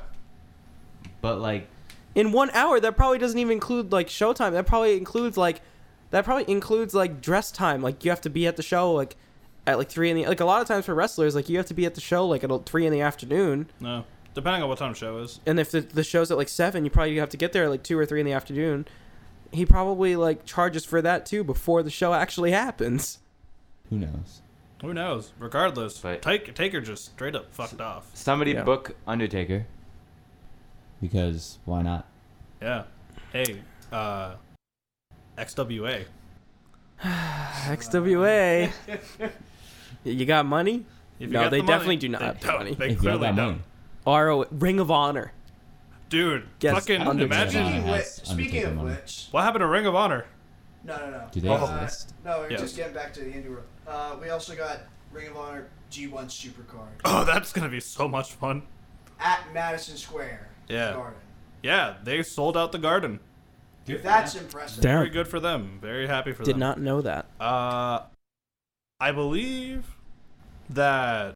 S5: But like,
S3: In one hour, that probably doesn't even include like showtime. That probably includes like that probably includes like dress time. Like you have to be at the show like at like three in the like a lot of times for wrestlers like you have to be at the show like at three in the afternoon.
S2: no. Depending on what time the show is.
S3: And if the, the show's at like seven, you probably have to get there at like two or three in the afternoon. He probably like charges for that too before the show actually happens.
S5: who knows?
S2: Who knows? Regardless,
S1: But-
S2: Taker, Taker just straight up fucked off.
S1: Somebody
S3: Yeah.
S1: book Undertaker.
S5: Because why not?
S2: Yeah. Hey, uh, XWA.
S3: XWA. you got money?
S2: If you
S3: No,
S2: got
S3: they
S2: the money-
S3: definitely do not have the
S2: don't.
S3: money.
S2: They
S5: If you have
S2: clearly
S5: that
S2: don't.
S5: money,
S3: RO Ring of Honor.
S2: Dude,
S3: Yes,
S2: fucking
S3: Undertaker.
S2: imagine
S5: Undertaker.
S4: Speaking,
S5: has
S4: which, speaking
S5: Undertaker
S4: of
S5: money.
S4: which,
S2: what happened to Ring of Honor.
S4: no, no, no.
S5: Do they
S4: uh,
S5: exist?
S4: No, we're
S2: Yes.
S4: just getting back to the indie world. Uh, we also got Ring of Honor G1 Supercard
S2: Oh, that's gonna be so much fun.
S4: at Madison Square
S2: Yeah.
S4: Garden.
S2: Yeah, they sold out the garden.
S4: That's impressive.
S2: Very good for them. Very happy for
S3: Did
S2: them.
S3: not know that.
S2: Uh, I believe that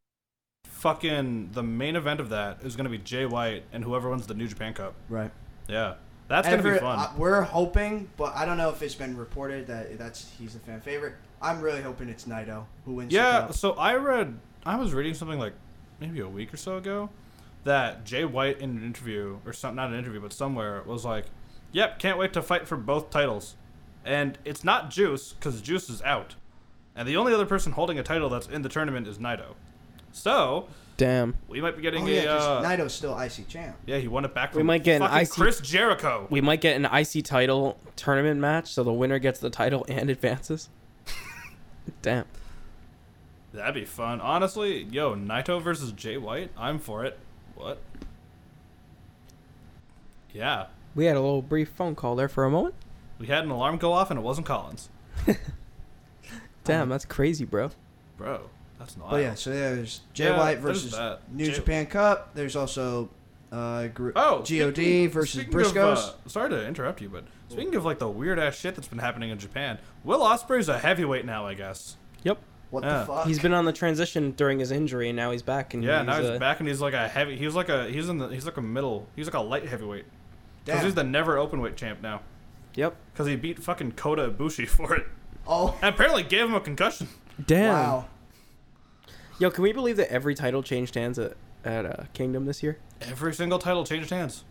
S2: fucking the main event of that is gonna be Jay White and whoever wins the New Japan Cup.
S4: Right.
S2: Yeah, that's gonna be
S4: Everett,
S2: fun.
S4: uh, we're hoping, but I don't know if it's been reported that that's he's a fan favorite. I'm really hoping it's Naito who wins.
S2: Yeah,
S4: the cup.
S2: so I read, I was reading something like maybe a week or so ago that Jay White in an interview or some not an interview but somewhere was like, "Yep, can't wait to fight for both titles," and it's not Juice because Juice is out, and the only other person holding a title that's in the tournament is Naito. So
S3: Damn.
S2: we might be
S4: Oh,
S2: getting
S4: yeah,
S2: a
S4: 'cause
S2: uh,
S4: Naito's still icy champ.
S2: yeah he won it back. From
S3: We might get an
S2: fucking
S3: IC
S2: Chris Jericho.
S3: We might get an IC title tournament match, so the winner gets the title and advances. Damn.
S2: That'd be fun, honestly. Yo, Naito versus Jay White, I'm for it. What? Yeah.
S3: We had a little brief phone call there for a moment.
S2: We had an alarm go off and it wasn't Collins.
S3: Damn, that's crazy, bro.
S2: Bro, that's not.
S4: But Oh, yeah, so there's Jay
S2: Yeah,
S4: White
S2: there's
S4: versus
S2: that.
S4: New
S2: Jay-
S4: Japan Cup. There's also uh, Gr-
S2: Oh,
S4: God
S2: speaking-
S4: versus
S2: speaking of,
S4: Briscoes.
S2: uh, sorry to interrupt you, but speaking of like the weird ass shit that's been happening in Japan, Will Osprey's a heavyweight now, I guess.
S3: Yep.
S4: what
S2: yeah.
S4: the fuck?
S3: He's been on the transition during his injury, and now he's back. And
S2: Yeah, now he's
S3: uh,
S2: back and he's like a heavy. He was like a he's in the he's like a middle. He's like a light heavyweight because
S4: Damn.
S2: he's the never open weight champ now
S3: Yep.
S2: because he beat fucking Kota Ibushi for it
S4: oh
S2: and apparently gave him a concussion.
S3: Damn.
S4: wow.
S3: Yo, can we believe that every title changed hands at, at uh, Kingdom this year?
S2: Every single title changed hands.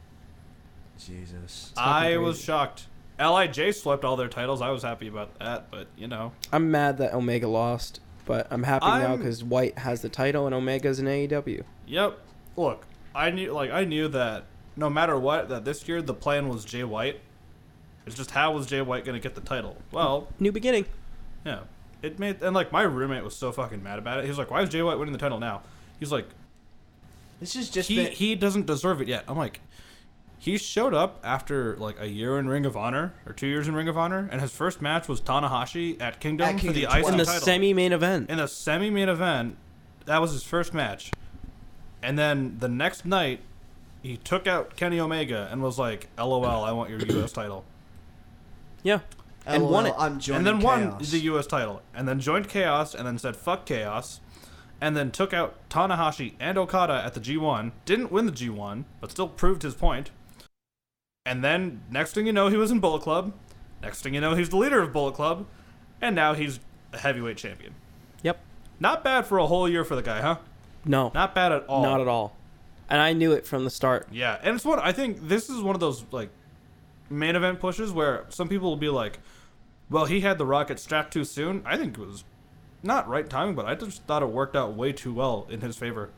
S4: Jesus.
S2: I was
S3: crazy.
S2: shocked. Lij swept all their titles. I was happy about that, but you know.
S3: I'm mad that Omega lost, but I'm happy now
S2: I'm-
S3: because White has the title and Omega's in E AEW.
S2: Yep. Look, I knew like I knew that no matter what that this year the plan was Jay White. It's just how was Jay White gonna get the title? Well,
S3: New beginning.
S2: yeah. It made and like my roommate was so fucking mad about it. He was like, "Why is Jay White winning the title now?" He's like,
S4: This is just
S2: "He
S4: been,
S2: he doesn't deserve it yet." I'm like, he showed up after like a year in Ring of Honor or two years in Ring of Honor, and his first match was Tanahashi at Kingdom,
S4: At
S2: for the
S4: Kingdom
S2: IC
S4: 12.
S3: In the
S2: title
S3: semi main event.
S2: in the semi main event, that was his first match. And then the next night, he took out Kenny Omega and was like, LOL, I want your US title.
S3: Yeah.
S4: and
S3: and won it.
S4: Oh, I'm joining
S2: and then won
S4: chaos.
S2: the U.S. title, and then joined Chaos, and then said "fuck Chaos," and then took out Tanahashi and Okada at the G1. Didn't win the G1, but still proved his point. And then next thing you know, he was in Bullet Club. Next thing you know, he's the leader of Bullet Club, and now he's a heavyweight champion.
S3: Yep.
S2: Not bad for a whole year for the guy, huh?
S3: No.
S2: Not bad at all.
S3: Not at all. And I knew it from the start.
S2: Yeah, and it's one. I think this is one of those like main event pushes where some people will be like, "Well, he had the rocket strapped too soon." I think it was not right timing, but I just thought it worked out way too well in his favor.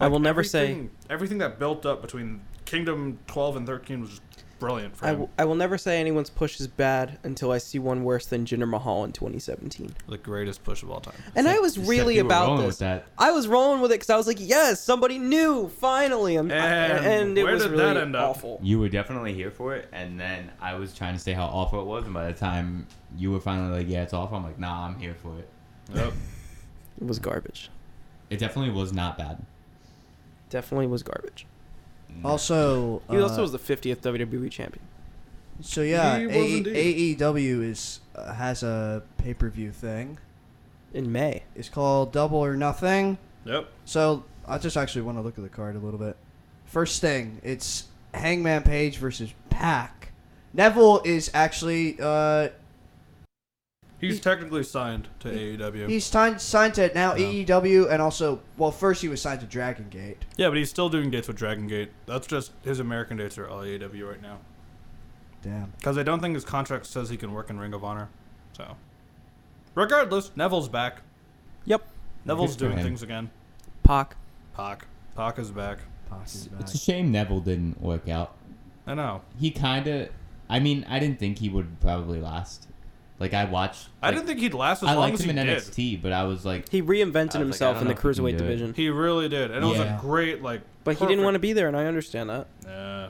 S3: I
S2: Like,
S3: will never say
S2: everything- everything that built up between Kingdom twelve and thirteen was just brilliant for
S3: I,
S2: him.
S3: w- I will never say anyone's push is bad until I see one worse than Jinder Mahal in 2017.
S2: the greatest push of all time.
S3: And I was
S1: Except
S3: really
S1: you were
S3: about
S1: rolling
S3: this.
S1: with that.
S3: I was rolling with it because I was like, "Yes, somebody new, finally!" I'm,
S2: And
S3: and, it
S2: where
S3: was
S2: did that
S3: really
S2: end up?
S3: awful.
S1: You were definitely here for it, and then I was trying to say how awful it was, and by the time you were finally like, "Yeah, it's awful," I'm like, "Nah, I'm here for it."
S2: Yep.
S3: It was garbage.
S1: It definitely was not bad.
S3: Definitely was garbage.
S4: Mm. Also,
S3: He also
S4: uh,
S3: was the 50th WWE champion.
S4: so yeah,
S2: He was
S4: A-
S2: indeed.
S4: AEW is uh, has a pay per view thing.
S3: in May.
S4: It's called Double or Nothing.
S2: yep.
S4: So I just actually want to look at the card a little bit. First thing, it's Hangman Page versus Pac. Neville is actually uh,
S2: He's technically signed to E AEW.
S4: he's signed signed to now
S2: Yeah.
S4: AEW and also well first he was signed to Dragon Gate.
S2: yeah, but he's still doing dates with Dragon Gate. That's just his American dates are all AEW right now.
S4: Damn.
S2: Because I don't think his contract says he can work in Ring of Honor. So, regardless, Neville's back.
S3: Yep.
S2: Neville's
S1: Good for
S2: doing
S1: him.
S2: things again.
S3: Pac.
S2: Pac. Pac is back.
S4: Pac is
S1: It's,
S4: back.
S1: it's a shame Neville didn't work out.
S2: I know.
S1: He kind of, I mean, I didn't think he would probably last. Like I watched.
S2: I
S1: like,
S2: didn't think he'd last as
S1: I
S2: long
S1: liked
S2: as
S1: him
S2: he
S1: in
S2: did.
S1: NXT, but I was like,
S3: He
S1: I
S3: reinvented
S1: was like,
S3: himself
S1: I
S3: in
S1: don't
S3: the
S1: know if he can
S3: cruiserweight
S1: do it.
S3: division,
S2: He really did, and it was a
S1: Yeah.
S2: great like. uh,
S3: but he didn't want to
S2: perfect-
S3: be there, and I understand that.
S2: Yeah.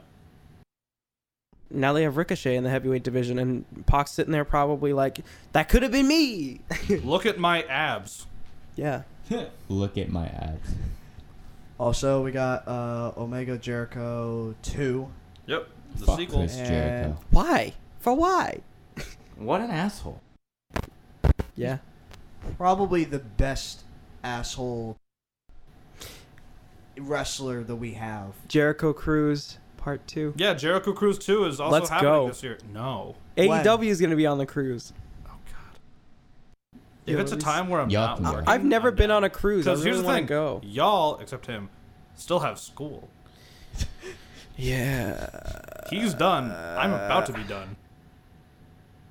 S3: Now they have Ricochet in the heavyweight division, and Pac's sitting there probably like, "That could have been me."
S2: Look at my abs.
S3: yeah.
S1: look at my abs.
S4: Also, we got uh, Omega Jericho two.
S2: Yep. The
S1: Fuck
S2: sequel.
S1: Chris
S4: And-
S1: Jericho.
S3: Why? For why?
S1: What an asshole.
S3: Yeah.
S4: Probably the best asshole wrestler that we have.
S3: Jericho Cruise Part Two.
S2: Yeah, Jericho Cruise Two is also
S3: Let's
S2: happening
S3: go.
S2: this year. No.
S4: When?
S3: AEW E is going to be on the cruise.
S2: Oh God.
S3: Yo,
S2: If it's a
S3: at least-
S2: time where I'm
S1: Y'all
S2: not
S1: can go.
S2: working,
S3: I've never
S2: I'm
S3: been
S2: down.
S3: on a cruise. I
S2: Because
S3: really
S2: here's the
S3: want
S2: thing,
S3: to go.
S2: y'all except him still have school.
S3: Yeah.
S2: He's done. I'm about to be done.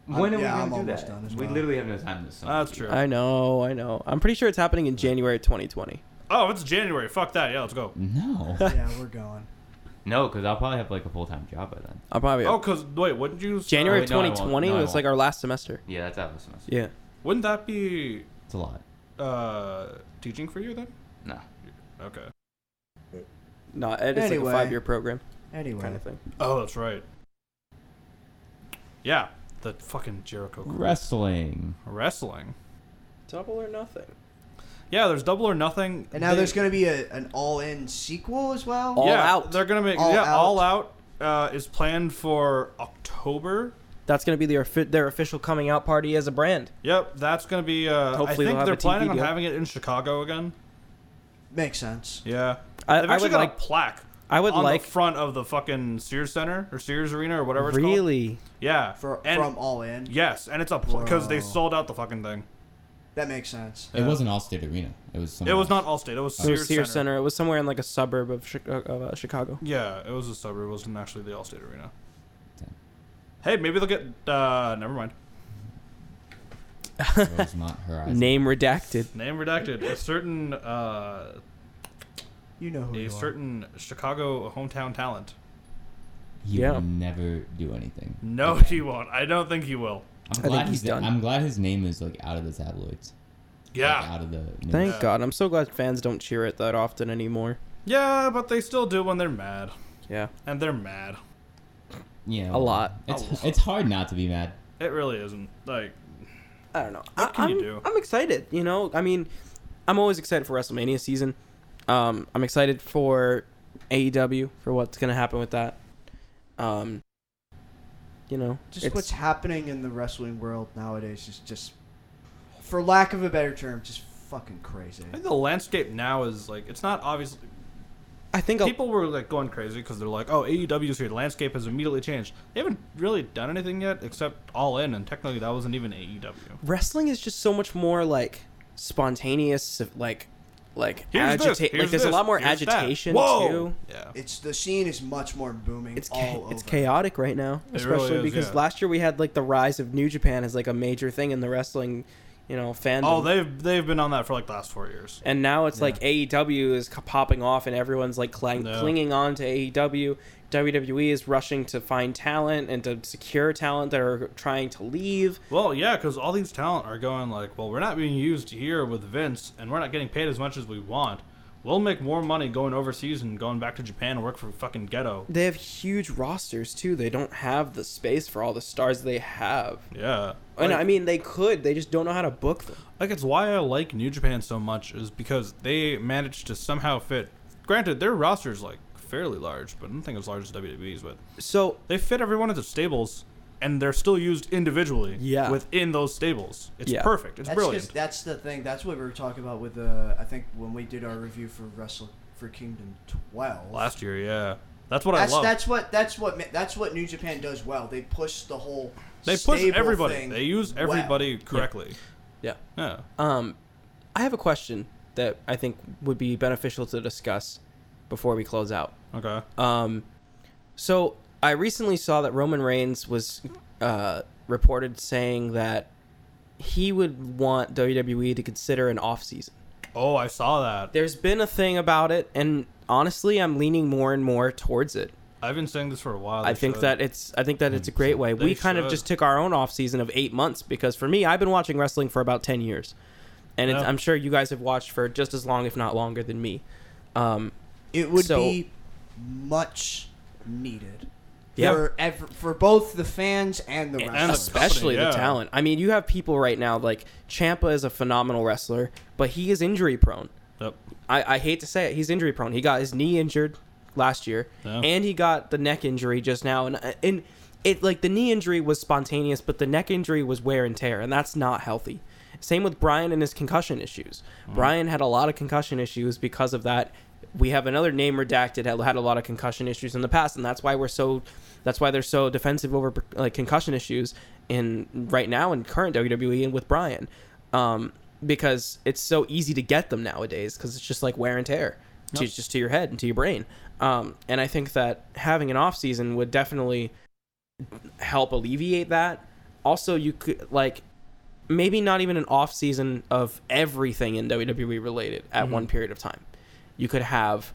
S1: When are
S4: yeah,
S1: we gonna
S4: I'm
S1: do
S4: almost
S1: that?
S4: done as
S1: we
S4: well.
S1: literally have no time this summer.
S2: Uh, That's true.
S3: I know. I know. I'm pretty sure it's happening in January 2020.
S2: Oh, it's January. Fuck that. Yeah, let's go.
S1: No,
S4: yeah, we're going.
S1: no, because I'll probably have like a full time job by then.
S3: I'll probably
S2: Oh, cause wait, wouldn't you?
S3: January
S1: Oh,
S3: of
S1: wait, no, I won't.
S3: 2020
S1: No, I
S3: was like
S1: won't.
S3: our last semester.
S1: Yeah, that's out of semester.
S3: Yeah.
S2: Wouldn't that be
S1: It's a lot.
S2: uh teaching for you then?
S1: No.
S2: Okay.
S3: No, it's
S4: Anyway.
S3: like a five-year program
S4: Anyway,
S3: kind of thing.
S2: Oh, that's right. Yeah, the fucking Jericho Cruise.
S1: Wrestling.
S2: wrestling.
S3: Double or nothing.
S2: Yeah, there's Double or Nothing.
S4: and now
S2: They-
S4: there's gonna be a, an all-in sequel as well.
S3: All
S2: yeah,
S3: Out.
S2: They're gonna make
S4: All
S2: yeah
S4: Out.
S2: All Out uh, is planned for October.
S3: That's going to be their offi- their official coming out party as a brand.
S2: Yep, that's gonna be. Uh,
S3: Hopefully
S2: I
S3: they'll
S2: think
S3: have
S2: they're
S3: a TV
S2: planning on
S3: deal.
S2: having it in Chicago again.
S4: Makes sense.
S2: Yeah,
S3: I,
S2: they've
S3: I
S2: actually
S3: would
S2: got
S3: like.
S2: a plaque
S3: I would
S2: on
S3: like.
S2: the front of the fucking Sears Center or Sears Arena or whatever it's called.
S3: Really?
S2: Yeah.
S4: For,
S2: and,
S4: from All In.
S2: Yes, and it's a because they
S4: Wow.
S2: sold out the fucking thing.
S4: That makes sense.
S1: It wasn't Allstate Arena. It was.
S2: It
S1: somewhere
S2: was
S1: else.
S2: not Allstate. It was
S3: It
S2: Sears,
S3: was Sears Center. It was somewhere in like a suburb of, Chi- uh, of uh, Chicago.
S2: Yeah, it was a suburb. It wasn't actually the Allstate Arena.
S1: Damn.
S2: Hey, maybe they'll get. Uh, never mind.
S1: Rosemont Horizon.
S3: Name redacted.
S2: Name redacted. A certain uh,
S4: You know who
S2: a
S4: you
S2: certain Chicago hometown talent.
S1: He
S3: Yeah.
S1: will never do anything.
S2: No,
S1: Okay.
S2: he won't. I don't think he will.
S1: I'm
S3: think
S1: glad
S3: he's
S1: his-
S3: done.
S1: I'm glad his name is like out of the tabloids. Like,
S2: Yeah.
S1: out of the. News.
S3: Thank
S2: Yeah.
S3: God. I'm so glad fans don't cheer it that often anymore.
S2: Yeah, but they still do when they're mad,
S3: Yeah.
S2: and they're mad.
S1: Yeah.
S3: A lot.
S1: It's
S2: A lot.
S1: it's hard not to be mad.
S2: It really isn't like.
S3: I don't know.
S2: What
S3: I,
S2: can you
S3: am
S2: do?
S3: I'm excited. You know, I mean, I'm always excited for WrestleMania season. Um, I'm excited E for AEW for what's gonna happen with that. Um, you know,
S4: Just
S3: it's-
S4: what's happening in the wrestling world nowadays is just, for lack of a better term, just fucking crazy.
S2: I think the landscape now is like it's not obviously
S3: I think a-
S2: people were like going crazy because they're like, "Oh, AEW's here. The landscape has immediately changed." They haven't really done anything yet except All In, and technically that wasn't even E AEW.
S3: wrestling is just so much more like spontaneous, like like
S2: Here's this,
S3: agitate. Like
S2: here's
S3: there's a
S2: this,
S3: lot more
S2: here's that.
S3: agitation
S2: Whoa!
S3: too.
S2: Yeah.
S4: It's the scene is much more booming.
S3: It's
S4: all
S3: cha- it's
S4: over.
S3: chaotic right now,
S2: It really
S3: especially
S2: is,
S3: because
S2: yeah.
S3: last year we had like the rise of New Japan as like a major thing in the wrestling, you know, fandom.
S2: Oh, they've they've been on that for like the last four years.
S3: and now it's like AEW is c- popping off, and everyone's like clang-
S2: Yeah.
S3: clinging on to E AEW. WWE E is rushing to find talent and to secure talent that are trying to leave.
S2: Well, yeah, because all these talent are going like, well, we're not being used here with Vince, and we're not getting paid as much as we want. We'll make more money going overseas and going back to Japan and work for fucking Ghetto.
S3: They have huge rosters too. They don't have the space for all the stars they have.
S2: Yeah.
S3: And
S2: Like-
S3: I mean, they could. They just don't know how to book them.
S2: like it's why I like New Japan so much is because they managed to somehow fit. Granted, their roster's like fairly large, but I don't think as large as WWE's. But
S3: So
S2: they fit everyone into stables, and they're still used individually.
S3: Yeah.
S2: Within those stables, it's
S3: Yeah.
S2: perfect. It's
S4: That's
S2: brilliant.
S4: just- that's the thing. That's what we were talking about with uh, I think when we did our review for Wrestle for Kingdom Twelve.
S2: Last year, yeah, that's what
S4: that's,
S2: I love.
S4: that's what that's what ma- that's what New Japan does well. They push the whole.
S2: they push
S4: stable
S2: everybody.
S4: thing
S2: They use
S4: well.
S2: everybody correctly.
S3: yeah,
S2: Yeah.
S3: um, I have a question that I think would be beneficial to discuss before we close out.
S2: Okay.
S3: Um, so I recently saw that Roman Reigns was uh, reported saying that he would want WWE to consider an off season.
S2: oh, I saw that.
S3: There's been a thing about it, and honestly, I'm leaning more and more towards it.
S2: I've been saying this for a while.
S3: I
S2: Oh, They
S3: think
S2: should.
S3: that it's I think that it's a great way. we
S2: They
S3: kind of
S2: should.
S3: just took our own off season of eight months because for me, I've been watching wrestling for about ten years, and it's,
S2: Yeah.
S3: I'm sure you guys have watched for just as long, if not longer, than me. Um,
S4: It would
S3: So-
S4: be much needed.
S3: Yeah.
S4: For ev- for both the fans and the
S2: And
S4: wrestlers.
S2: the- company,
S3: especially the
S2: yeah.
S3: talent. I mean, you have people right now like Champa is a phenomenal wrestler, but he is injury prone.
S2: Yep.
S3: I, I hate to say it, he's injury prone. He got his knee injured last year,
S2: Yeah.
S3: and he got the neck injury just now, and uh, and it like the knee injury was spontaneous, but the neck injury was wear and tear, and that's not healthy. Same with Brian and his concussion issues. Brian had a lot of concussion issues because of that. We have another name redacted that had a lot of concussion issues in the past, and that's why we're so, that's why they're so defensive over like concussion issues in right now in current WWE and with Brian um, because it's so easy to get them nowadays because it's just like wear and tear. It's just to your head and to your brain. Um, and I think that having an off season would definitely help alleviate that. Also, you could like maybe not even an off season of everything in WWE related at one period of time. You could have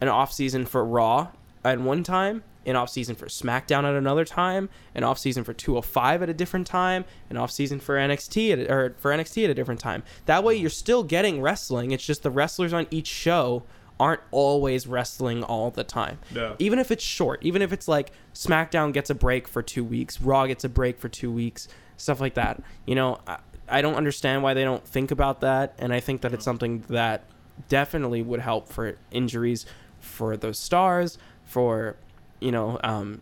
S3: an off season for Raw at one time, an off season for SmackDown at another time, an off season for 205 at a different time, an off season for NXT at, or for NXT at a different time. That way, you're still getting wrestling. It's just the wrestlers on each show aren't always wrestling all the time.
S2: Yeah.
S3: Even if it's short, even if it's like SmackDown gets a break for two weeks, Raw gets a break for two weeks, stuff like that. You know, I, I don't understand why they don't think about that, and I think that it's something that definitely would help for injuries for those stars. For you know, um,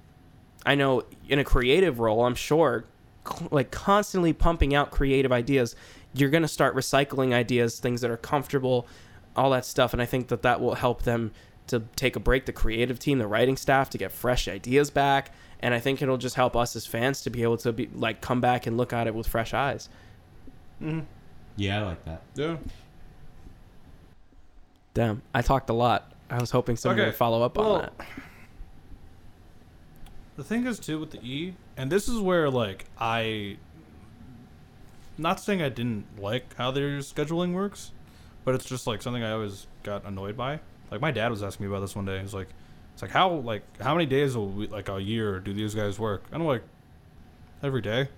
S3: I know in a creative role, I'm sure, c- like constantly pumping out creative ideas, you're going to start recycling ideas, things that are comfortable, all that stuff. And I think that that will help them to take a break, the creative team, the writing staff, to get fresh ideas back. And I think it'll just help us as fans to be able to be like come back and look at it with fresh eyes. Mm-hmm.
S5: Yeah, I like that.
S2: Yeah.
S3: Damn, I talked a lot. I was hoping someone
S2: Okay,
S3: would follow up
S2: well-
S3: on that.
S2: The thing is too with the E, and this is where like I not saying I didn't like how their scheduling works, but it's just like something I always got annoyed by. Like my dad was asking me about this one day. He's like, "It's like how like how many days a week, like a year do these guys work?" And I'm like, "Every day."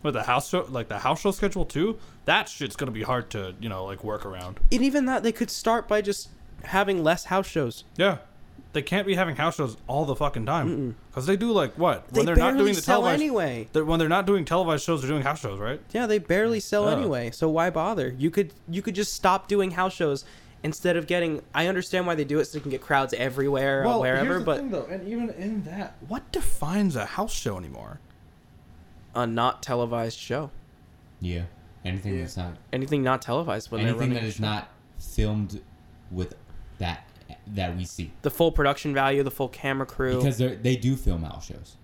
S2: But the house show, like the house show schedule too, that shit's gonna be hard to you know like work around.
S3: And even that, they could start by just having less house shows.
S2: Yeah, they can't be having house shows all the fucking time because they do like what
S3: They
S2: when they're not
S3: barely
S2: doing the
S3: sell
S2: televised
S3: anyway.
S2: They're, when they're not doing televised shows, they're doing house shows, right?
S3: Yeah, they barely sell
S2: Yeah.
S3: anyway, so why bother? You could you could just stop doing house shows instead of getting. I understand why they do it so they can get crowds everywhere or wherever, but
S6: thing, though, and even in that,
S2: What defines a house show anymore?
S3: a not televised show.
S5: Yeah. Anything
S4: Yeah.
S5: that's not
S3: Anything not televised when they're
S5: anything
S3: running
S5: that
S3: a
S5: is
S3: show.
S5: not filmed with that that we see
S3: the full production value, the full camera crew.
S5: because they they do film house shows.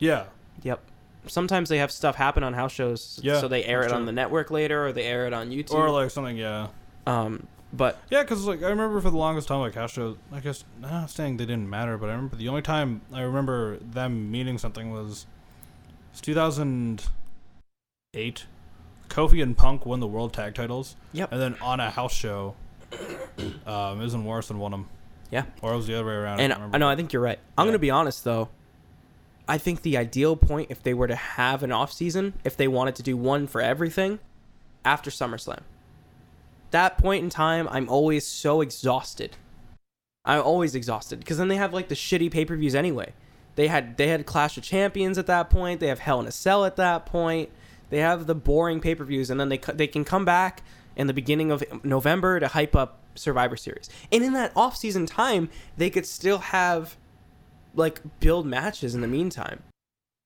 S2: Yeah.
S3: Yep. Sometimes they have stuff happen on house shows,
S2: Yeah,
S3: so they air it
S2: that's
S3: on
S2: true.
S3: the network later, or they air it on YouTube.
S2: Or like something, yeah.
S3: um, but
S2: Yeah, because like I remember for the longest time, like house shows. I guess I'm not saying they didn't matter, but I remember the only time I remember them meaning something was it's 2008. Kofi and Punk won the world tag titles.
S3: Yep.
S2: And then on a house show, um, it was in Morrison won them.
S3: Yeah.
S2: Or it was the other way around. I don't
S3: and I
S2: remember.
S3: know I think you're right. I'm
S2: Yeah.
S3: gonna be honest though. I think the ideal point, if they were to have an off season, if they wanted to do one for everything, after SummerSlam. That point in time, I'm always so exhausted. I'm always exhausted because then they have like the shitty pay per views anyway. They had they had Clash of Champions at that point. They have Hell in a Cell at that point. They have the boring pay per views, and then they co- they can come back in the beginning of November to hype up Survivor Series. And in that off season time, they could still have like build matches in the meantime.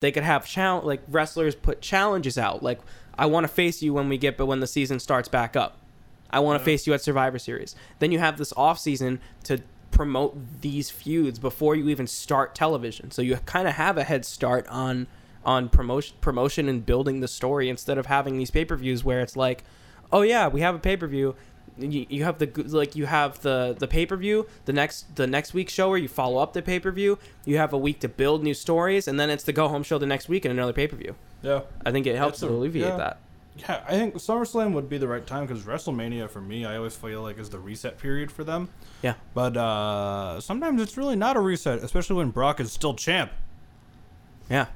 S3: They could have chal- like wrestlers put challenges out. Like I want to face you when we get, but when the season starts back up, I want to face you at Survivor Series. Then you have this off season to promote these feuds before you even start television. So you kind of have a head start on on promotion promotion and building the story instead of having these pay per views where it's like, oh yeah, we have a pay per view. You, you have the g- like you have the the pay per view the next the next week show where you follow up the pay per view. You have a week to build new stories, and then it's the go home show the next week and another pay per view.
S2: Yeah.
S3: I think it helps
S2: That's
S3: to
S2: a-
S3: alleviate
S2: yeah.
S3: that.
S2: Yeah, I think SummerSlam would be the right time because WrestleMania for me, I always feel like is the reset period for them.
S3: Yeah.
S2: But uh, sometimes it's really not a reset, especially when Brock is still champ.
S3: Yeah.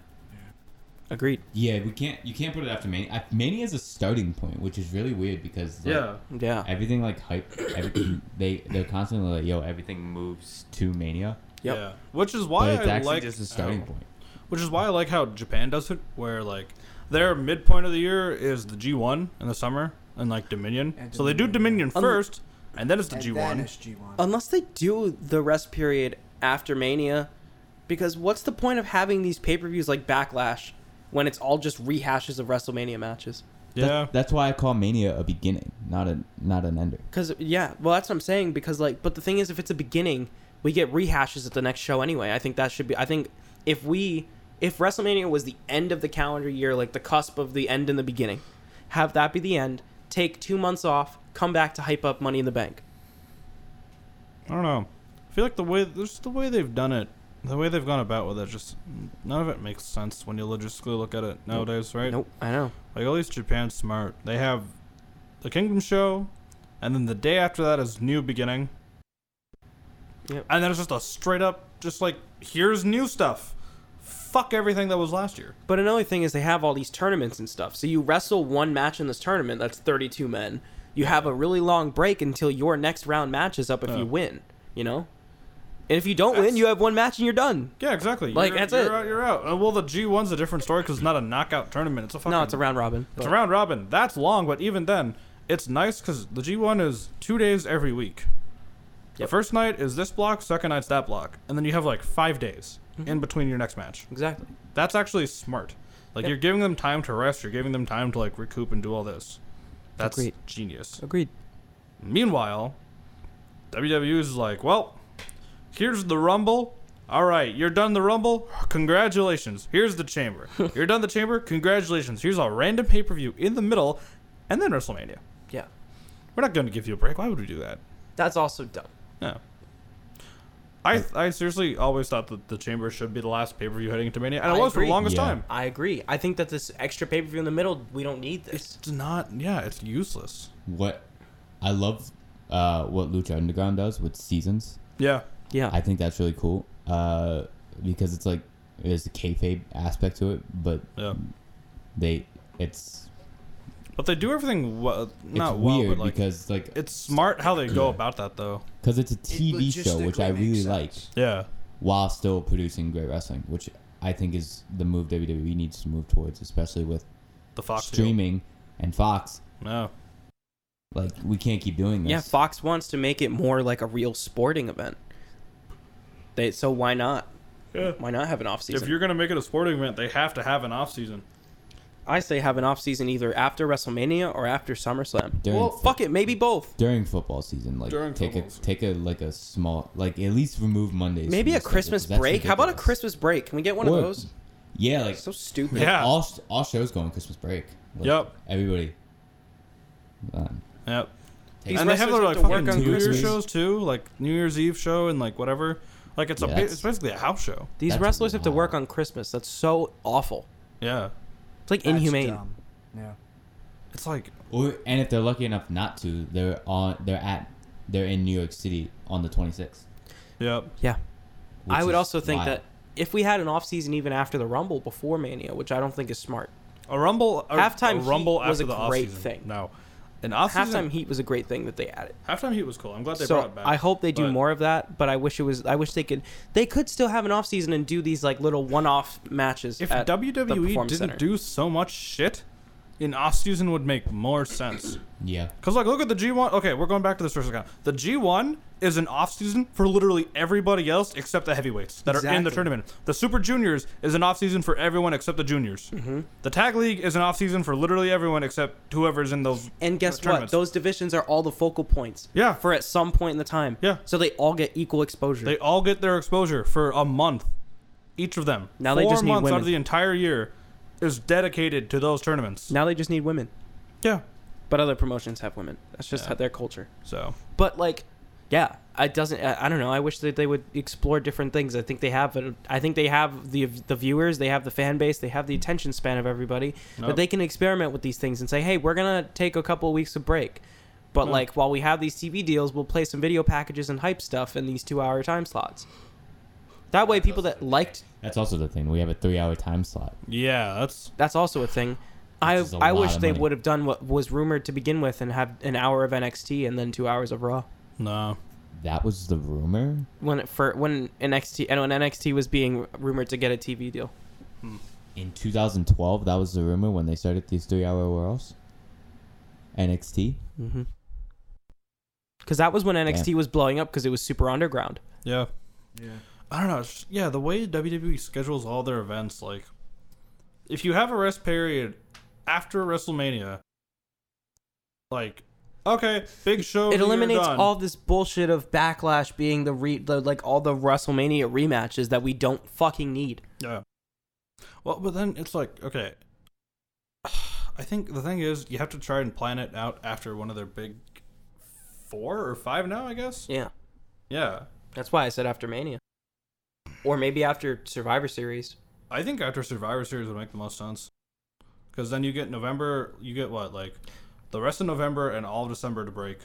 S3: Agreed.
S5: Yeah, we can't you can't put it after Mania. I- Mania is a starting point, which is really weird because like,
S3: Yeah.
S5: everything like hype everything they they're constantly like yo everything moves to Mania,
S3: Yep.
S2: Yeah. Which is
S5: but
S2: why
S5: it's
S2: I
S5: actually
S2: like Oh.
S5: just a starting
S2: how-
S5: point.
S2: Which is why I like how Japan does it, where like their midpoint of the year is the G1 in the summer and like Dominion.
S4: And
S2: so they do Dominion
S4: Dominion.
S5: Um,
S3: Un-
S2: first, and then it's the
S4: And then
S2: G1.
S4: it's G1.
S3: Unless they do the rest period after Mania, because what's the point of having these pay per views like Backlash when it's all just rehashes of WrestleMania matches?
S2: Yeah.
S5: That's why I call Mania a beginning, not a not an ender.
S3: Because yeah, well that's what I'm saying. Because like, but the thing is, if it's a beginning, we get rehashes at the next show anyway. I think that should be. I think if we if WrestleMania was the end of the calendar year, like the cusp of the end and the beginning, have that be the end. Take two months off. Come back to hype up Money in the Bank.
S2: I don't know. I feel like the way just the way they've done it, the way they've gone about with it, just none of it makes sense when you logistically look at it nowadays, right?
S3: Nope, I know.
S2: Like at least Japan's smart. They have the Kingdom Show, and then the day after that is New Beginning.
S3: Yep.
S2: And then it's just a straight up, just like here's new stuff. Fuck everything that was last year.
S3: But another thing is they have all these tournaments and stuff. So you wrestle one match in this tournament that's 32 men. You have a really long break until your next round matches up if
S2: Yeah.
S3: you win, you know? And if you don't win, you have one match and you're done.
S2: Yeah, exactly.
S3: Like,
S2: you're,
S3: that's
S2: you're
S3: it.
S2: Out, you're out. Uh, well, the G1's a different story because it's not a knockout tournament. It's a fucking
S3: No, it's a round robin.
S2: It's a
S3: but-
S2: round robin. That's long, but even then, it's nice because the G1 is two days every week. The
S3: Yep.
S2: first night is this block, second night's that block, and then you have like five days
S3: Mm-hmm.
S2: in between your next match.
S3: Exactly.
S2: That's actually smart. Like
S3: Yep.
S2: you're giving them time to rest, you're giving them time to like recoup and do all this. That's
S3: Agreed.
S2: genius.
S3: Agreed.
S2: Meanwhile, WWE is like, well, here's the Rumble. All right, you're done the Rumble. Congratulations. Here's the Chamber. You're done the Chamber. Congratulations. Here's a random pay per view in the middle, and then WrestleMania.
S3: Yeah.
S2: We're not going to give you a break. Why would we do that?
S3: That's also dumb.
S2: No. I, I seriously always thought that the Chamber should be the last pay per view heading into Mania, and it
S3: I
S2: was for the
S3: agree.
S2: longest
S5: Yeah.
S2: time.
S3: I agree. I think that this extra pay per view in the middle, we don't need this.
S2: It's not. Yeah, it's useless.
S5: What I love uh, what Lucha Underground does with seasons.
S2: Yeah.
S3: Yeah.
S5: I think that's really cool uh, because it's like there's a kayfabe aspect to it, but
S2: Yeah.
S5: they it's
S2: But they do everything well.
S5: it's
S2: Not well,
S5: weird
S2: but like
S5: because like
S2: it's smart how they go about that though.
S5: because it's a TV show, which I
S4: logistically makes
S5: really like,
S4: sense.
S2: Yeah.
S5: while still producing great wrestling, which I think is the move WWE needs to move towards, especially with
S2: The Fox deal.
S5: streaming and Fox.
S2: No.
S5: Like we can't keep doing this.
S3: Yeah, Fox wants to make it more like a real sporting event. They so why not?
S2: Yeah.
S3: Why not have an off
S2: If
S3: season?
S2: you're gonna make it a sporting event, they have to have an off season.
S3: I say have an off season either after WrestleMania or after SummerSlam.
S5: During
S3: well,
S5: fo-
S3: fuck it, maybe both.
S5: during football season. Like
S2: During
S5: take a
S2: football season.
S5: take a like a small like at least remove Mondays.
S3: Maybe
S5: from
S3: a
S5: the schedule,
S3: Christmas
S5: 'cause that's
S3: break. How about a
S5: ridiculous.
S3: Christmas break? Can we get one
S5: Or-
S3: of those?
S5: Yeah, like
S3: So stupid.
S2: Yeah.
S5: all sh- all shows go on Christmas break. Like,
S2: Yep.
S5: Everybody. Um,
S2: Yep.
S5: take
S2: and they have
S3: wrestlers
S2: their like
S3: have to
S2: fucking
S3: work on
S2: New Year's
S5: Christmas.
S2: shows too, like New Year's Eve show and like whatever. Like it's
S5: Yeah,
S2: a
S5: that's-
S2: it's basically a house show.
S3: These
S5: That's
S3: wrestlers have to
S5: wild.
S3: work on Christmas. That's so awful.
S2: Yeah.
S3: It's like
S4: That's
S3: inhumane.
S4: dumb. Yeah.
S2: It's like
S5: or and if they're lucky enough not to, they're on they're at they're in New York City on the 26th.
S2: yep.
S3: Yeah.
S5: which
S3: I would
S5: is
S3: also think
S5: wild.
S3: that if we had an off season even after the Rumble before Mania, which I don't think is smart.
S2: A rumble a,
S3: Halftime
S2: a rumble
S3: heat
S2: after
S3: was a
S2: the off
S3: great
S2: season.
S3: thing.
S2: No. An off
S3: Halftime
S2: season
S3: heat was a great thing that they added.
S2: halftime heat was cool. I'm glad they brought
S3: so
S2: it back.
S3: I hope they do
S2: But-
S3: more of that, but I wish it was I wish they could they could still have an off season and do these like little one off matches.
S2: If
S3: at the
S2: WWE
S3: Performance
S2: didn't
S3: Center.
S2: do so much shit, an off season would make more sense.
S5: Yeah.
S2: Cause like look at the G one. Okay, we're going back to this first account. The G one is an off season for literally everybody else except the heavyweights that are in the
S4: Exactly.
S2: tournament. The Super Juniors is an off season for everyone except the juniors.
S3: Mm-hmm.
S2: The Tag League is an off season for literally everyone except whoever's in those.
S3: and guess what?
S2: tournaments.
S3: Those divisions are all the focal points.
S2: Yeah.
S3: For at some point in the time.
S2: Yeah.
S3: So they all get equal exposure.
S2: They all get their exposure for a month, each of them.
S3: Now
S2: Four
S3: they just need
S2: months out
S3: women.
S2: of the entire year is dedicated to those tournaments.
S3: now they just need women.
S2: Yeah.
S3: But other promotions have women. That's just
S2: Yeah.
S3: how their culture.
S2: So
S3: But like, yeah, it doesn't. I, I don't know. I wish that they would explore different things. I think they have. but I think they have the the viewers. They have the fan base. They have the attention span of everybody.
S2: Nope.
S3: But they can experiment with these things and say, hey, we're gonna take a couple of weeks of break. But
S5: Hmm.
S2: Yeah.
S3: like, while we have these TV deals, we'll play some video packages and hype stuff in these two-hour time slots. That way, people that liked
S5: That's also the thing. We have a three-hour time slot.
S2: yeah, that's
S3: that's also a thing. I
S5: is a
S3: I
S5: lot
S3: wish
S5: of
S3: they
S5: money.
S3: would have done what was rumored to begin with and have an hour of NXT and then two hours of Raw.
S2: no.
S5: That was the rumor.
S3: when it for when NXT and when NXT was being rumored to get a TV deal.
S5: In 2012, that was the rumor when they started these three-hour worlds. NXT.
S3: Mm-hmm. Because that was when NXT was blowing up because it was super underground.
S2: Yeah.
S4: Yeah.
S2: I don't know. It's just- yeah, the way WWE schedules all their events, like, if you have a rest period after WrestleMania, like, okay, big show.
S3: it
S2: Oh, you're
S3: eliminates
S2: done.
S3: all this bullshit of backlash being the re the, like all the WrestleMania rematches that we don't fucking need.
S2: Yeah. Well, but then it's like, okay. I think the thing is, you have to try and plan it out after one of their big four or five now, I guess?
S3: Yeah,
S2: Yeah.
S3: that's why I said after Mania, or maybe after Survivor Series.
S2: I think after Survivor Series would make the most sense. Because then you get November, you get what, like the rest of November and all of December to break.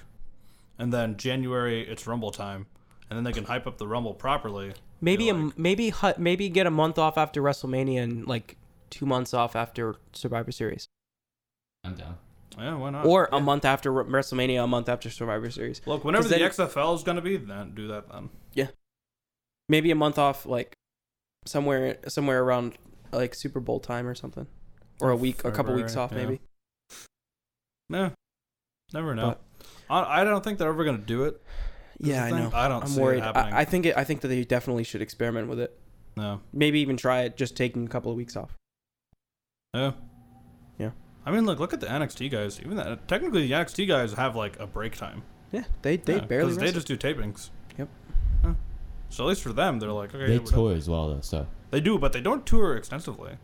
S2: And then January, it's Rumble time. And then they can hype up the Rumble properly.
S3: Maybe
S2: You're
S3: a
S2: like-
S3: maybe hu- maybe get a month off after WrestleMania and like two months off after Survivor Series,
S5: I'm down.
S2: Yeah, why not?
S3: or a month after WrestleMania, a month after Survivor Series.
S2: Look, whenever
S3: 'cause
S2: the
S3: then-
S2: XFL is going to be, then do that then.
S3: maybe a month off like somewhere somewhere around like super bowl time or something or a week a couple weeks off
S2: February,
S3: maybe
S2: Nah. Never know. I, I don't think they're ever going to do it. That's
S3: yeah
S2: the
S3: i
S2: thing.
S3: know
S2: I don't
S3: i'm
S2: see it
S3: worried
S2: happening.
S3: I, I think it, i think that they definitely should experiment with it
S2: No.
S3: maybe even try it just taking a couple of weeks off
S2: Yeah.
S3: Yeah.
S2: I mean, look, look at the NXT guys. Even that, technically, the NXT guys have like a break time.
S3: yeah they they
S2: Yeah,
S3: barely
S2: they
S3: wrestle.
S2: just do tapings.
S3: Yep.
S2: Huh. So at least for them, they're like okay.
S5: They
S2: we're done.
S5: tour as well though, so
S2: They do, but they don't tour extensively.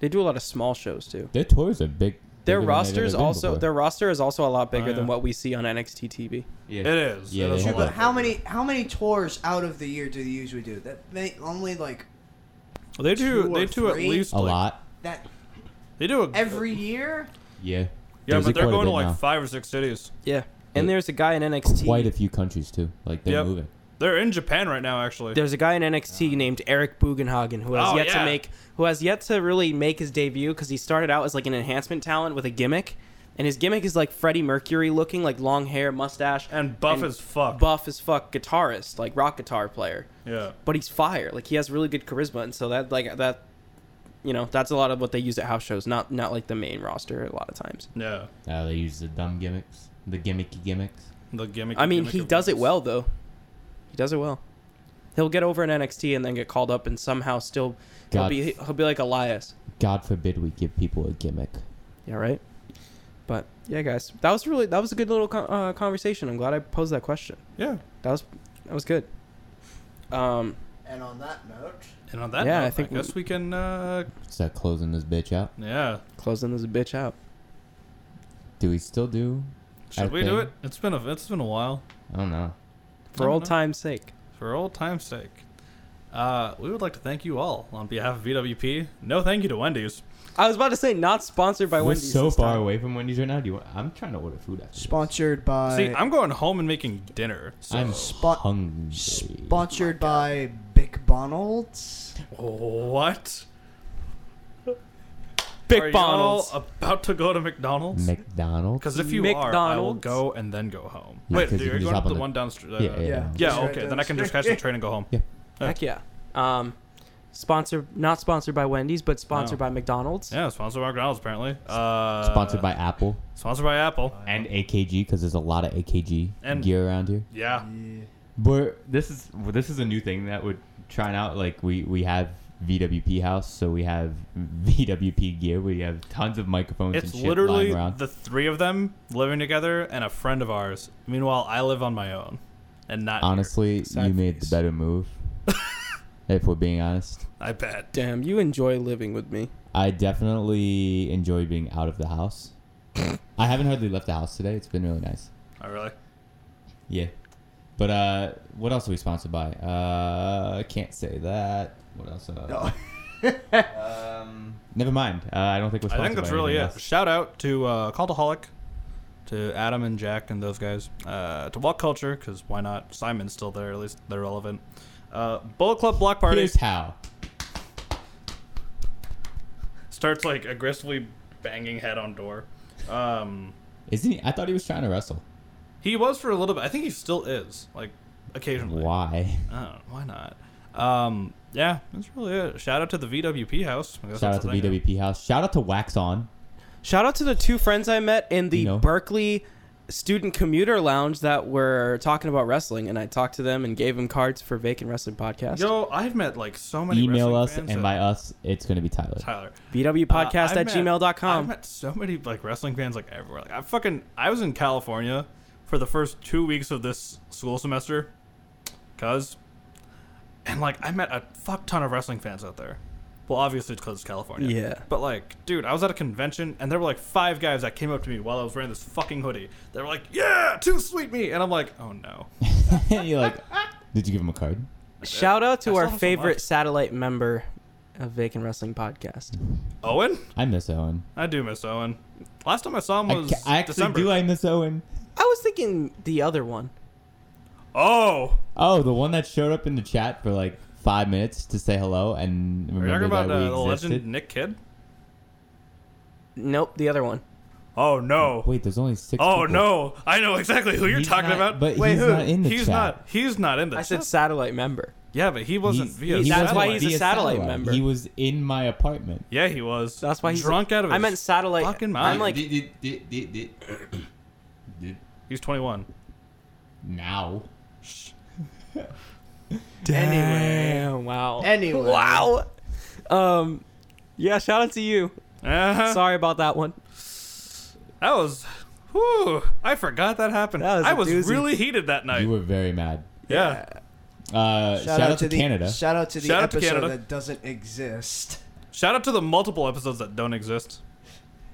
S3: they do a lot of small shows too
S5: their tours are big.
S3: their
S5: bigger than they've
S3: rosters
S5: ever been
S3: also
S5: before.
S3: their roster is also a lot bigger
S2: yeah.
S3: than what we see on NXT TV.
S2: It is.
S5: Yeah,
S2: It
S5: they
S2: is
S5: have that.
S2: a
S4: But
S2: lot
S4: how
S2: bigger.
S4: many how many tours out of the year do they usually do? That they only like
S2: They do.
S4: two or
S2: they do at
S4: three?
S2: least
S5: a
S2: like-
S5: lot.
S4: that
S2: They do a,
S4: every year.
S5: Yeah.
S2: Yeah,
S5: There's
S2: but they're
S5: quite a
S2: going to
S5: bit
S2: like
S5: now.
S2: five or six cities.
S3: Yeah. And
S5: Yeah.
S3: there's a guy in NXT.
S5: quite a few countries too. Like they're
S2: Yep.
S5: moving.
S2: They're in Japan right now, actually.
S3: There's a guy in NXT named Eric Bugenhagen who has
S2: Uh. Oh,
S3: yet
S2: yeah.
S3: to make who has yet to really make his debut because he started out as like an enhancement talent with a gimmick, and his gimmick is like Freddie Mercury looking, like long hair, mustache,
S2: and buff
S3: and
S2: as fuck.
S3: buff as fuck guitarist, like rock guitar player.
S2: yeah.
S3: But he's fire, like he has really good charisma, and so that like that you know, that's a lot of what they use at house shows, not not like the main roster a lot of times.
S2: Yeah,
S1: Now they use the dumb gimmicks, the gimmicky gimmicks.
S2: the gimmick.
S3: I mean,
S2: gimmick
S3: he
S2: of
S3: does it
S2: this.
S3: well though. He does it well. He'll get over in NXT and then get called up and somehow still he'll
S1: God.
S3: be he'll be like Elias.
S1: God forbid we give people a gimmick.
S3: Yeah, right. But yeah, guys, that was really that was a good little con- uh, conversation. I'm glad I posed that question.
S2: Yeah,
S3: That was that was good. Um,
S4: And on that note,
S2: and on that,
S3: Yeah,
S2: note,
S3: I
S2: I
S3: think
S2: think
S3: we-
S2: guess we can. Uh,
S1: Start closing this bitch out.
S2: yeah,
S3: closing this bitch out.
S1: Do we still do?
S2: should
S1: I
S2: we do
S1: think-
S2: it? It's been a it's been a while
S1: I don't know.
S2: I
S3: for
S2: don't
S3: old
S2: know.
S3: time's sake.
S2: for old time's sake. Uh, we would like to thank you all on behalf of VWP. No, thank you to Wendy's.
S3: I was about to say not sponsored by
S1: We're
S3: Wendy's.
S1: so
S3: this
S1: far
S3: time.
S1: away from Wendy's right now. Do you want, I'm trying to order food after this.
S4: sponsored by
S2: See, I'm going home and making dinner. So.
S1: I'm
S4: Spon-
S1: hungry.
S4: sponsored by Bick Bonalds.
S2: what? Are
S3: Big
S2: y'all
S3: Bonalds.
S2: about to go to McDonald's?
S1: McDonald's.
S2: Because if you are, I will
S3: McDonald's.
S2: go and then go home.
S1: Yeah,
S2: Wait,
S1: 'cause
S2: dude,
S1: you
S2: you're
S1: can just
S2: going
S1: hop
S2: to
S1: on
S2: the
S1: the-
S2: one downstairs.
S1: yeah, yeah, yeah.
S2: Yeah,
S4: It's right
S2: okay. Then I can just catch the train and go home.
S1: Yeah.
S3: Heck yeah. Um, sponsored not sponsored by Wendy's, but sponsored
S2: No.
S3: by McDonald's.
S2: Yeah, sponsored by McDonald's apparently. Uh,
S1: Sponsored by Apple
S2: sponsored by Apple.
S1: and AKG because there's a lot of AKG
S2: And-
S1: gear around here.
S2: Yeah,
S1: But this is well, this is a new thing that we're trying out. Like we we have VWP house, so we have VWP gear. We have tons of microphones.
S2: it's
S1: and shit
S2: literally
S1: lying around.
S2: the three of them living together and a friend of ours. Meanwhile, I live on my own and not. here.
S1: honestly
S2: Sad
S1: you made the
S2: face.
S1: better move. if we're being honest,
S2: I bet.
S3: Damn, you enjoy living with me.
S1: I definitely enjoy being out of the house. I haven't hardly left the house today. It's been really nice.
S2: I Oh, really.
S1: Yeah. But uh, what else are we sponsored by? Uh, I can't say that. What else? Uh,
S4: No.
S1: um, never mind. Uh, I don't think we're.
S2: I
S1: Sponsored
S2: think that's
S1: by
S2: really
S1: anything
S2: it.
S1: else.
S2: Shout out to uh, Cultaholic, to Adam and Jack and those guys, uh, to Walk Culture because why not? Simon's still there. At least they're relevant. Uh, Bullet Club Block Party
S1: Here's how.
S2: starts like aggressively banging head on door. Um,
S1: Isn't he? I thought he was trying to wrestle.
S2: he was for a little bit. I think he still is. Like occasionally.
S1: Why?
S2: I don't know, why not? Um, yeah, that's really it. Shout out to the VWP house. I guess
S1: Shout
S2: that's
S1: out to
S2: the thing.
S1: BWP House. Shout out to Wax On.
S3: Shout out to the two friends I met in the
S1: You know.
S3: Berkeley student commuter lounge that were talking about wrestling, and I talked to them and gave them cards for Vacant Wrestling Podcast.
S2: Yo, I've met like so many.
S1: Email
S2: wrestling
S1: us,
S2: fans
S1: and
S2: that-
S1: by us, it's gonna be Tyler.
S2: Tyler.
S3: BWpodcast
S2: Uh, I've
S3: at
S2: met- I've
S3: gmail.com.
S2: met so many like wrestling fans like everywhere. Like I fucking I was in California for the first two weeks of this school semester, cause, and like I met a fuck ton of wrestling fans out there. Well, obviously it's cause it's California.
S3: Yeah.
S2: But like, dude, I was at a convention and there were like five guys that came up to me while I was wearing this fucking hoodie. They were like, "Yeah, too sweet me," and I'm like, "Oh no."
S1: And You're like, did you give him a card?
S3: Shout out
S2: I
S3: to
S2: saw
S3: our
S2: them so
S3: favorite
S2: much.
S3: satellite member of Vacant Wrestling Podcast.
S2: Owen,
S1: I miss Owen.
S2: I do miss Owen. Last time I saw him
S1: I,
S2: was
S1: ca- I actually
S2: December.
S1: do. I miss Owen.
S3: I was thinking the other one.
S2: oh,
S1: Oh, the one that showed up in the chat for like five minutes to say hello and
S2: are you talking
S1: remember
S2: about
S1: that
S2: uh, the
S1: we existed.
S2: legend Nick Kidd?
S3: Nope, the other one.
S2: Oh no.
S1: Wait, there's only six.
S2: Oh
S1: people.
S2: no! I know exactly who you're
S1: He's
S2: talking
S1: not-
S2: about.
S1: But
S3: Wait,
S1: he's
S3: who?
S1: not in the
S2: he's
S1: chat.
S2: not. He's not in the.
S3: I said
S2: chat.
S3: satellite member.
S2: yeah, but he wasn't
S1: He's-
S2: via.
S1: he's
S3: That's
S1: not
S3: why
S1: in-
S2: satellite.
S3: he's a
S1: via
S3: satellite member.
S1: He was in my apartment.
S2: Yeah, he was.
S3: That's why he's
S2: drunk out of.
S3: I
S2: his
S3: meant satellite.
S2: fucking
S3: I'm
S2: mind.
S3: like
S1: Did- did- did- did- did-
S2: He's 21.
S1: now.
S3: Damn. Wow.
S4: Anyway.
S3: Wow. Um, yeah. Shout out to you.
S2: Uh-huh.
S3: Sorry about that one.
S2: That was. Whew, I forgot that happened.
S3: That was a
S2: I was
S3: doozy.
S2: really heated that night.
S1: You were very mad.
S2: yeah.
S1: Uh, shout, out, to,
S4: the,
S1: Canada.
S4: Shout out to the
S2: Shout out to
S4: episode
S2: Canada.
S4: that doesn't exist.
S2: Shout out to the multiple episodes that don't exist.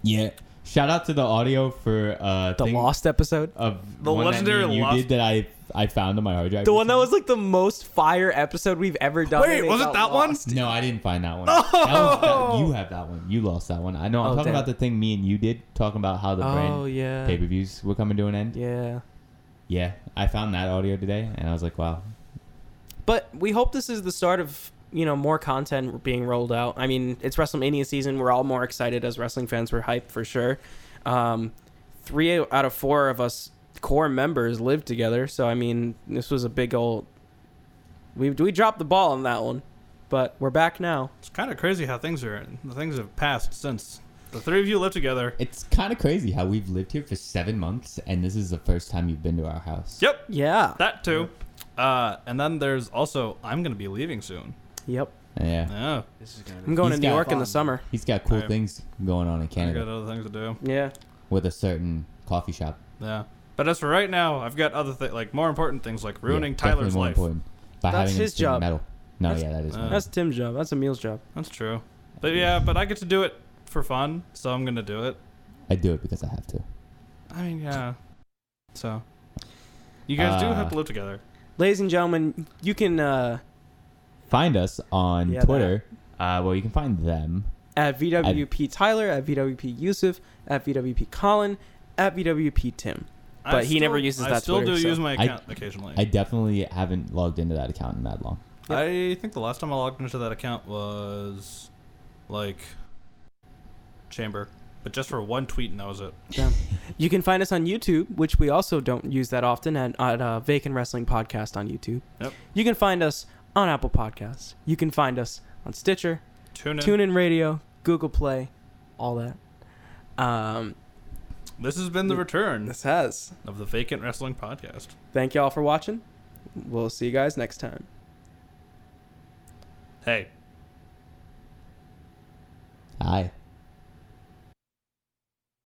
S1: yeah. Shout out to the audio for uh
S3: The
S1: thing
S3: lost episode.
S1: of
S2: The
S1: one that
S2: legendary
S1: me and you
S2: lost-
S1: did that I I found on my hard drive.
S3: The one that
S1: recently.
S3: was like the most fire episode we've ever done.
S2: Wait,
S3: and
S2: was it
S3: got
S2: that one?
S3: lost.
S1: No, I didn't find that one.
S2: Oh!
S1: That was- that- you have that one. You lost that one. I know. I'm
S3: Oh,
S1: talking
S3: damn.
S1: about the thing me and you did, talking about how the
S3: Oh
S1: brand
S3: yeah.
S1: pay per views were coming to an end.
S3: Yeah.
S1: Yeah, I found that audio today, and I was like, wow.
S3: But we hope this is the start of you know more content being rolled out. I mean, it's WrestleMania season. We're all more excited as wrestling fans. We're hyped for sure. Um, three out of four of us core members live together, so I mean, this was a big old. We we dropped the ball on that one. but we're back now.
S2: It's kind of crazy how things are. The things have passed since the three of you live together.
S1: It's kind of crazy how we've lived here for seven months, and this is the first time you've been to our house.
S2: Yep,
S3: Yeah.
S2: that too. Uh, and then there's also I'm gonna be leaving soon.
S3: Yep.
S1: Yeah.
S2: Yeah,
S4: This is gonna be
S3: I'm going
S1: He's
S3: to New
S1: got
S3: York in the
S1: fun.
S3: summer.
S1: He's got cool
S2: I-
S1: things going on in
S2: I got
S1: Canada
S2: other things to do.
S3: Yeah.
S1: with a certain coffee shop.
S2: Yeah, but as for right now, I've got other things like more important things like
S1: Yeah,
S2: ruining
S1: definitely
S2: Tyler's
S1: more
S2: life.
S1: important by
S3: That's
S1: having him
S3: his
S1: sing
S3: job.
S1: Metal. No,
S3: That's-
S1: yeah, that is.
S2: uh,
S1: metal.
S3: That's Tim's job. That's Emil's job.
S2: That's true. But yeah, but I get to do it for fun, so I'm gonna do it.
S1: I do it because I have to.
S2: I mean, yeah. So you guys do
S1: Uh,
S2: have to live together.
S3: Ladies and gentlemen, you can uh,
S1: Find us on
S3: Yeah,
S1: Twitter. Uh, well, you can find them.
S3: at VWP Tyler, at VWP Yusuf, at VWP Colin, at VWP Tim.
S2: I
S3: but he never uses
S2: I
S3: that
S2: still
S3: Twitter,
S2: do
S3: so-
S2: use my
S1: I-
S2: account occasionally.
S1: I definitely haven't logged into that account in that long.
S2: I think the last time I logged into that account was like chamber, but just for one tweet and that was it.
S3: Yeah. you can find us on YouTube, which we also don't use that often, at, at uh, Vacant Wrestling Podcast on YouTube.
S2: Yep.
S3: You can find us on Apple Podcasts. You can find us on Stitcher,
S2: Tune in.
S3: TuneIn Radio, Google Play, all that. Um,
S2: This has been the return
S3: this has.
S2: of the Vacant Wrestling Podcast.
S3: Thank y'all for watching. We'll see you guys next time.
S2: Hey,
S1: Hi.